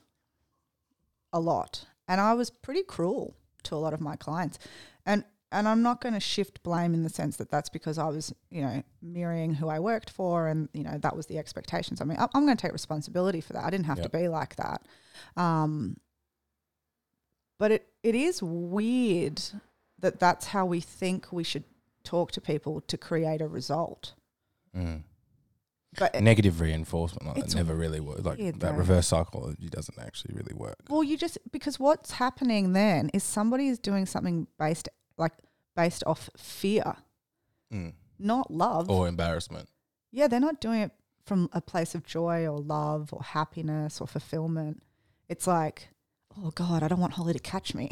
[SPEAKER 2] a lot, and I was pretty cruel to a lot of my clients, and. And I'm not going to shift blame in the sense that that's because I was, you know, mirroring who I worked for, and you know that was the expectations. I mean, I- I'm going to take responsibility for that. I didn't have
[SPEAKER 1] Yep.
[SPEAKER 2] to be like that. Um, but it, it is weird that that's how we think we should talk to people to create a result.
[SPEAKER 1] Mm.
[SPEAKER 2] But
[SPEAKER 1] Negative reinforcement like
[SPEAKER 2] It's
[SPEAKER 1] that never really works. Like
[SPEAKER 2] weird
[SPEAKER 1] that
[SPEAKER 2] though.
[SPEAKER 1] reverse psychology doesn't actually really work.
[SPEAKER 2] well, you just because what's happening then is somebody is doing something based like based off fear,
[SPEAKER 1] Mm.
[SPEAKER 2] not love.
[SPEAKER 1] Or embarrassment.
[SPEAKER 2] yeah, they're not doing it from a place of joy or love or happiness or fulfillment. It's like, oh God, I don't want Holly to catch me.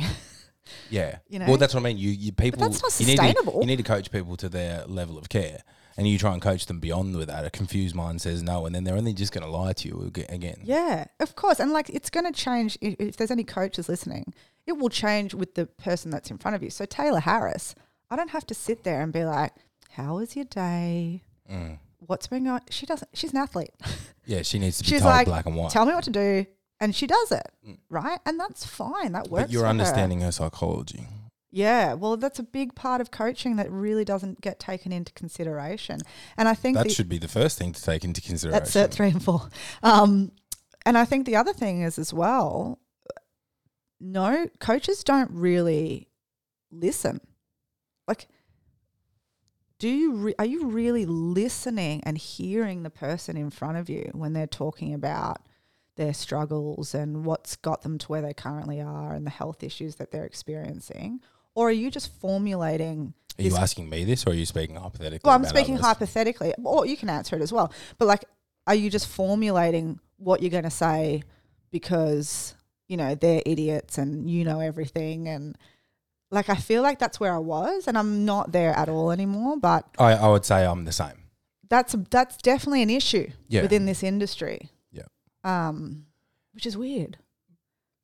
[SPEAKER 1] Yeah.
[SPEAKER 2] You know?
[SPEAKER 1] Well, that's what I mean. You, you people.
[SPEAKER 2] that's not
[SPEAKER 1] you need to-
[SPEAKER 2] sustainable.
[SPEAKER 1] you need to coach people to their level of care, and you try and coach them beyond with that. A confused mind says no, and then they're only just going to lie to you ag- again.
[SPEAKER 2] Yeah, of course. And like it's going to change i- if there's any coaches listening, it will change with the person that's in front of you. So, Taylor Harris, I don't have to sit there and be like, How was your day?
[SPEAKER 1] Mm.
[SPEAKER 2] What's been going on? She doesn't, she's an athlete.
[SPEAKER 1] Yeah. She needs to be
[SPEAKER 2] She's
[SPEAKER 1] told
[SPEAKER 2] like,
[SPEAKER 1] black and white.
[SPEAKER 2] Tell me what to do. And she does it, right? And that's fine. That works.
[SPEAKER 1] Mm. but you're
[SPEAKER 2] for her.
[SPEAKER 1] understanding her psychology.
[SPEAKER 2] Yeah. Well, that's a big part of coaching that really doesn't get taken into consideration. And I think
[SPEAKER 1] That
[SPEAKER 2] the-
[SPEAKER 1] should be the first thing to take into consideration.
[SPEAKER 2] That's cert three and four. Um, and I think the other thing is as well, no coaches don't really listen. Like, do you re- are you really listening and hearing the person in front of you when they're talking about their struggles and what's got them to where they currently are and the health issues that they're experiencing? Or are you just formulating?
[SPEAKER 1] Are you
[SPEAKER 2] this-
[SPEAKER 1] asking me this, or are you speaking hypothetically?
[SPEAKER 2] Well, I'm
[SPEAKER 1] about
[SPEAKER 2] speaking
[SPEAKER 1] others?
[SPEAKER 2] hypothetically, or you can answer it as well. But like, are you just formulating what you're going to say because you know they're idiots and you know everything and like I feel like that's where I was and I'm not there at all anymore. But
[SPEAKER 1] I, I would say I'm the same.
[SPEAKER 2] that's that's definitely an issue
[SPEAKER 1] Yeah.
[SPEAKER 2] within this industry.
[SPEAKER 1] Yeah.
[SPEAKER 2] Um, which is weird.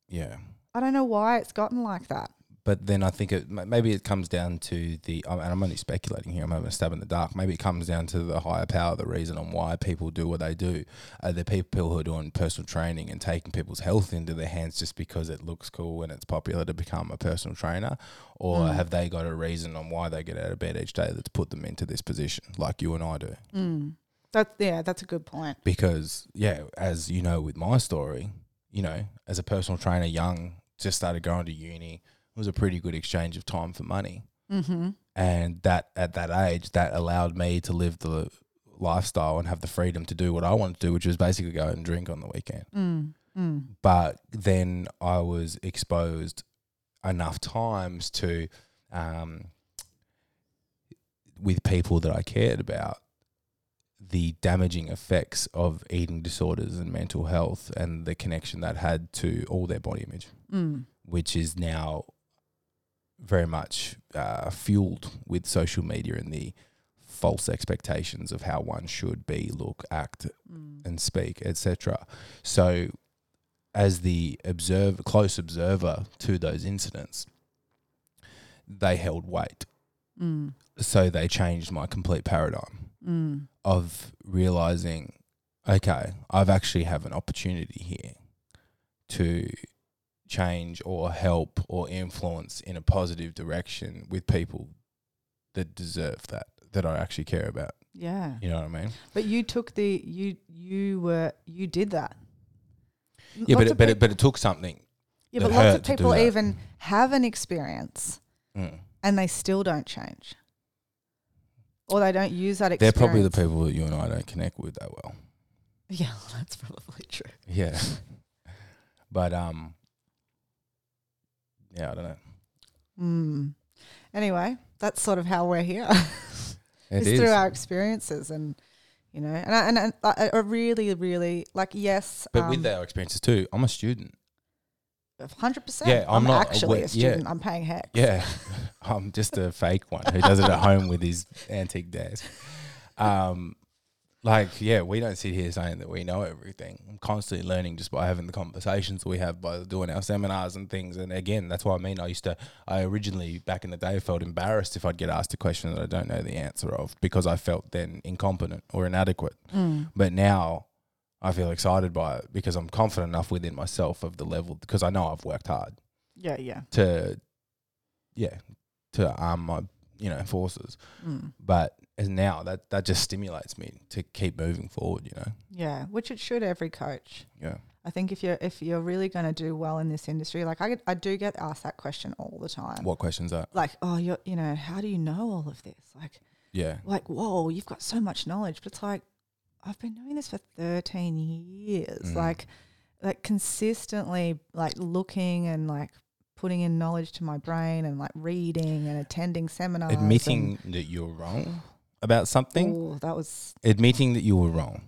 [SPEAKER 1] Yeah.
[SPEAKER 2] I don't know why it's gotten like that.
[SPEAKER 1] But then I think it m- maybe it comes down to the, um, and I'm only speculating here, I'm having a stab in the dark. Maybe it comes down to the higher power, the reason on why people do what they do. Are the people who are doing personal training and taking people's health into their hands just because it looks cool and it's popular to become a personal trainer? Or have they got a reason on why they get out of bed each day that's put them into this position, like you and I do?
[SPEAKER 2] Mm. That's yeah, that's a good point.
[SPEAKER 1] because yeah, as you know with my story, you know, as a personal trainer, young, just started going to uni. It was a pretty good exchange of time for money,
[SPEAKER 2] Mm-hmm.
[SPEAKER 1] and that at that age, that allowed me to live the lifestyle and have the freedom to do what I wanted to do, which was basically go out and drink on the weekend.
[SPEAKER 2] Mm. Mm.
[SPEAKER 1] But then I was exposed enough times to, um, with people that I cared about, the damaging effects of eating disorders and mental health and the connection that had to all their body image,
[SPEAKER 2] Mm.
[SPEAKER 1] which is now very much uh, fueled with social media and the false expectations of how one should be, look, act,
[SPEAKER 2] Mm.
[SPEAKER 1] and speak, etc. So, as the observer, close observer to those incidents, they held weight.
[SPEAKER 2] Mm.
[SPEAKER 1] So they changed my complete paradigm
[SPEAKER 2] Mm.
[SPEAKER 1] of realizing, okay, I've actually have an opportunity here to change or help or influence in a positive direction with people that deserve that that I actually care about.
[SPEAKER 2] Yeah.
[SPEAKER 1] You know what I mean?
[SPEAKER 2] But you took the you you were you did that. N-
[SPEAKER 1] Yeah, but
[SPEAKER 2] lots
[SPEAKER 1] it,
[SPEAKER 2] of
[SPEAKER 1] but
[SPEAKER 2] peop-
[SPEAKER 1] it, but it took something.
[SPEAKER 2] yeah,
[SPEAKER 1] it
[SPEAKER 2] but lots
[SPEAKER 1] hurt
[SPEAKER 2] of
[SPEAKER 1] to do
[SPEAKER 2] people
[SPEAKER 1] that.
[SPEAKER 2] even have an experience
[SPEAKER 1] Mm.
[SPEAKER 2] and they still don't change, or they don't use that
[SPEAKER 1] They're
[SPEAKER 2] experience.
[SPEAKER 1] probably the people that you and I don't connect with that well.
[SPEAKER 2] Yeah, that's probably true.
[SPEAKER 1] Yeah. but um yeah, I don't know.
[SPEAKER 2] Mm. Anyway, that's sort of how we're here.
[SPEAKER 1] It
[SPEAKER 2] it's
[SPEAKER 1] is.
[SPEAKER 2] through our experiences, and you know, and I, and I, I- I really, really like yes, um,
[SPEAKER 1] but with our experiences too, I'm a student.
[SPEAKER 2] hundred percent.
[SPEAKER 1] Yeah, I'm
[SPEAKER 2] I'm,
[SPEAKER 1] not
[SPEAKER 2] actually
[SPEAKER 1] aware- yeah.
[SPEAKER 2] a student. I'm paying hex.
[SPEAKER 1] Yeah. I'm just a fake one who does it at home with his antique desk. Um like yeah, we don't sit here saying that we know everything. I'm constantly learning just by having the conversations we have by doing our seminars and things. And again, that's what I mean. I used to, I originally back in the day felt embarrassed if I'd get asked a question that I don't know the answer of because I felt then incompetent or inadequate.
[SPEAKER 2] Mm.
[SPEAKER 1] but now I feel excited by it because I'm confident enough within myself of the level because I know I've worked hard
[SPEAKER 2] yeah, yeah.
[SPEAKER 1] to, yeah, to arm my you know forces.
[SPEAKER 2] Mm.
[SPEAKER 1] But as now that that just stimulates me to keep moving forward. You know,
[SPEAKER 2] Yeah, which it should every coach.
[SPEAKER 1] yeah,
[SPEAKER 2] I think if you're if you're really going to do well in this industry, like I get, I do get asked that question all the time.
[SPEAKER 1] what questions are
[SPEAKER 2] Like, oh, you are you know, how do you know all of this? Like,
[SPEAKER 1] yeah
[SPEAKER 2] like, whoa, you've got so much knowledge, but it's like I've been doing this for 13 years.
[SPEAKER 1] Mm.
[SPEAKER 2] Like like consistently like looking and like putting in knowledge to my brain and like reading and attending seminars. and-
[SPEAKER 1] admitting that you're wrong about something,
[SPEAKER 2] Ooh, that was
[SPEAKER 1] admitting that you were wrong.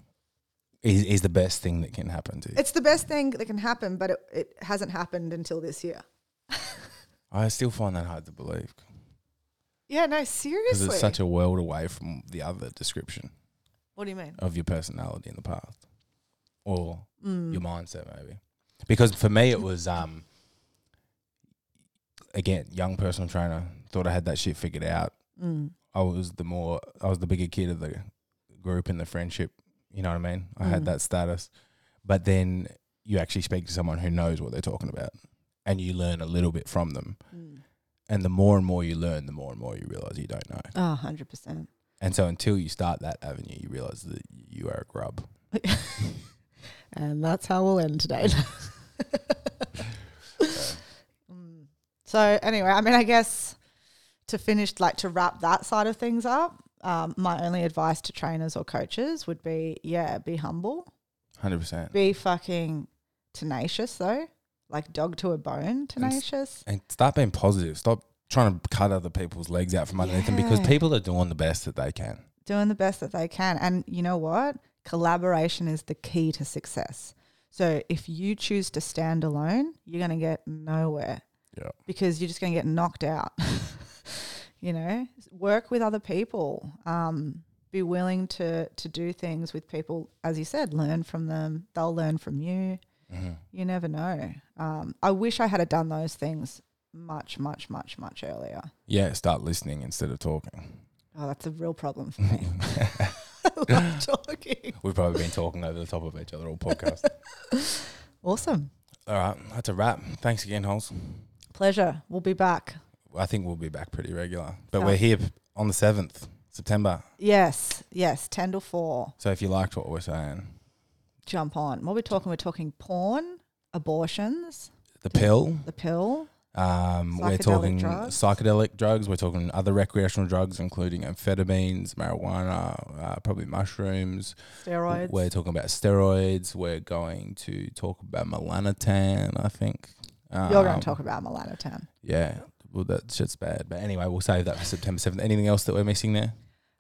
[SPEAKER 1] Is, is the best thing that can happen to you.
[SPEAKER 2] it's the best thing that can happen, but it, it hasn't happened until this year.
[SPEAKER 1] I still find that hard to believe
[SPEAKER 2] Yeah, no,
[SPEAKER 1] because
[SPEAKER 2] seriously.
[SPEAKER 1] it's such a world away from the other description.
[SPEAKER 2] what do you mean?
[SPEAKER 1] of your personality in the past or
[SPEAKER 2] Mm.
[SPEAKER 1] your mindset maybe because for me it was um again young personal trainer thought i had that shit figured out
[SPEAKER 2] Mm.
[SPEAKER 1] i was the more i was the bigger kid of the group in the friendship you know what i mean i had
[SPEAKER 2] Mm.
[SPEAKER 1] that status but then you actually speak to someone who knows what they're talking about and you learn a little bit from them
[SPEAKER 2] Mm.
[SPEAKER 1] and the more and more you learn the more and more you realize you don't know
[SPEAKER 2] Oh, 100%.
[SPEAKER 1] and so until you start that avenue you realize that you are a grub
[SPEAKER 2] And that's how we'll end today. Mm. so, anyway, I mean, I guess to finish, like to wrap that side of things up, um, my only advice to trainers or coaches would be yeah, be humble,
[SPEAKER 1] 100%
[SPEAKER 2] be fucking tenacious though, like dog to a bone tenacious.
[SPEAKER 1] and start being positive. Stop trying to cut other people's legs out from underneath them because
[SPEAKER 2] Yeah.
[SPEAKER 1] people are doing the best that they can.
[SPEAKER 2] doing the best that they can. And you know what? Collaboration is the key to success. So if you choose to stand alone, you're going to get nowhere.
[SPEAKER 1] Yeah.
[SPEAKER 2] Because you're just going to get knocked out. you know, work with other people. Um, be willing to to do things with people, as you said. Learn from them; they'll learn from you.
[SPEAKER 1] Mhm.
[SPEAKER 2] You never know. Um, I wish I had done those things much, much, much, much earlier.
[SPEAKER 1] Yeah, start listening instead of talking.
[SPEAKER 2] Oh, that's a real problem for me. I love talking.
[SPEAKER 1] We've probably been talking over the top of each other all podcast.
[SPEAKER 2] Awesome.
[SPEAKER 1] all right, that's a wrap. Thanks again, Holes.
[SPEAKER 2] Pleasure. We'll be back.
[SPEAKER 1] I think we'll be back pretty regular, but
[SPEAKER 2] Sounds-
[SPEAKER 1] we're here on the seventh September.
[SPEAKER 2] Yes, yes. 10 to 4.
[SPEAKER 1] So if you liked what we're saying,
[SPEAKER 2] Jump on. What are we talking? We're talking porn, abortions,
[SPEAKER 1] the pill.
[SPEAKER 2] the pill.
[SPEAKER 1] Um, we're
[SPEAKER 2] Psychedelic
[SPEAKER 1] talking
[SPEAKER 2] drugs.
[SPEAKER 1] psychedelic drugs. We're talking other recreational drugs, including amphetamines, marijuana, uh, probably mushrooms.
[SPEAKER 2] Steroids.
[SPEAKER 1] We're talking about steroids. We're going to talk about melanotan. I think um,
[SPEAKER 2] You're going to talk about melanotan.
[SPEAKER 1] Yeah, well, that shit's bad. But anyway, we'll save that for September seventh. Anything else that we're missing there?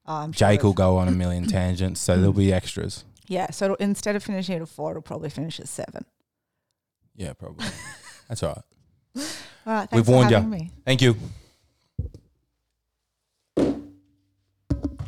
[SPEAKER 2] Oh, I'm sure
[SPEAKER 1] Jake
[SPEAKER 2] it's-
[SPEAKER 1] will go on a million tangents, so there'll be extras.
[SPEAKER 2] Yeah, so it'll, instead of finishing at 4, it'll probably finish at 7.
[SPEAKER 1] Yeah, probably. That's all right.
[SPEAKER 2] All right, thanks
[SPEAKER 1] We've
[SPEAKER 2] for
[SPEAKER 1] warned ya.
[SPEAKER 2] having me.
[SPEAKER 1] Thank you.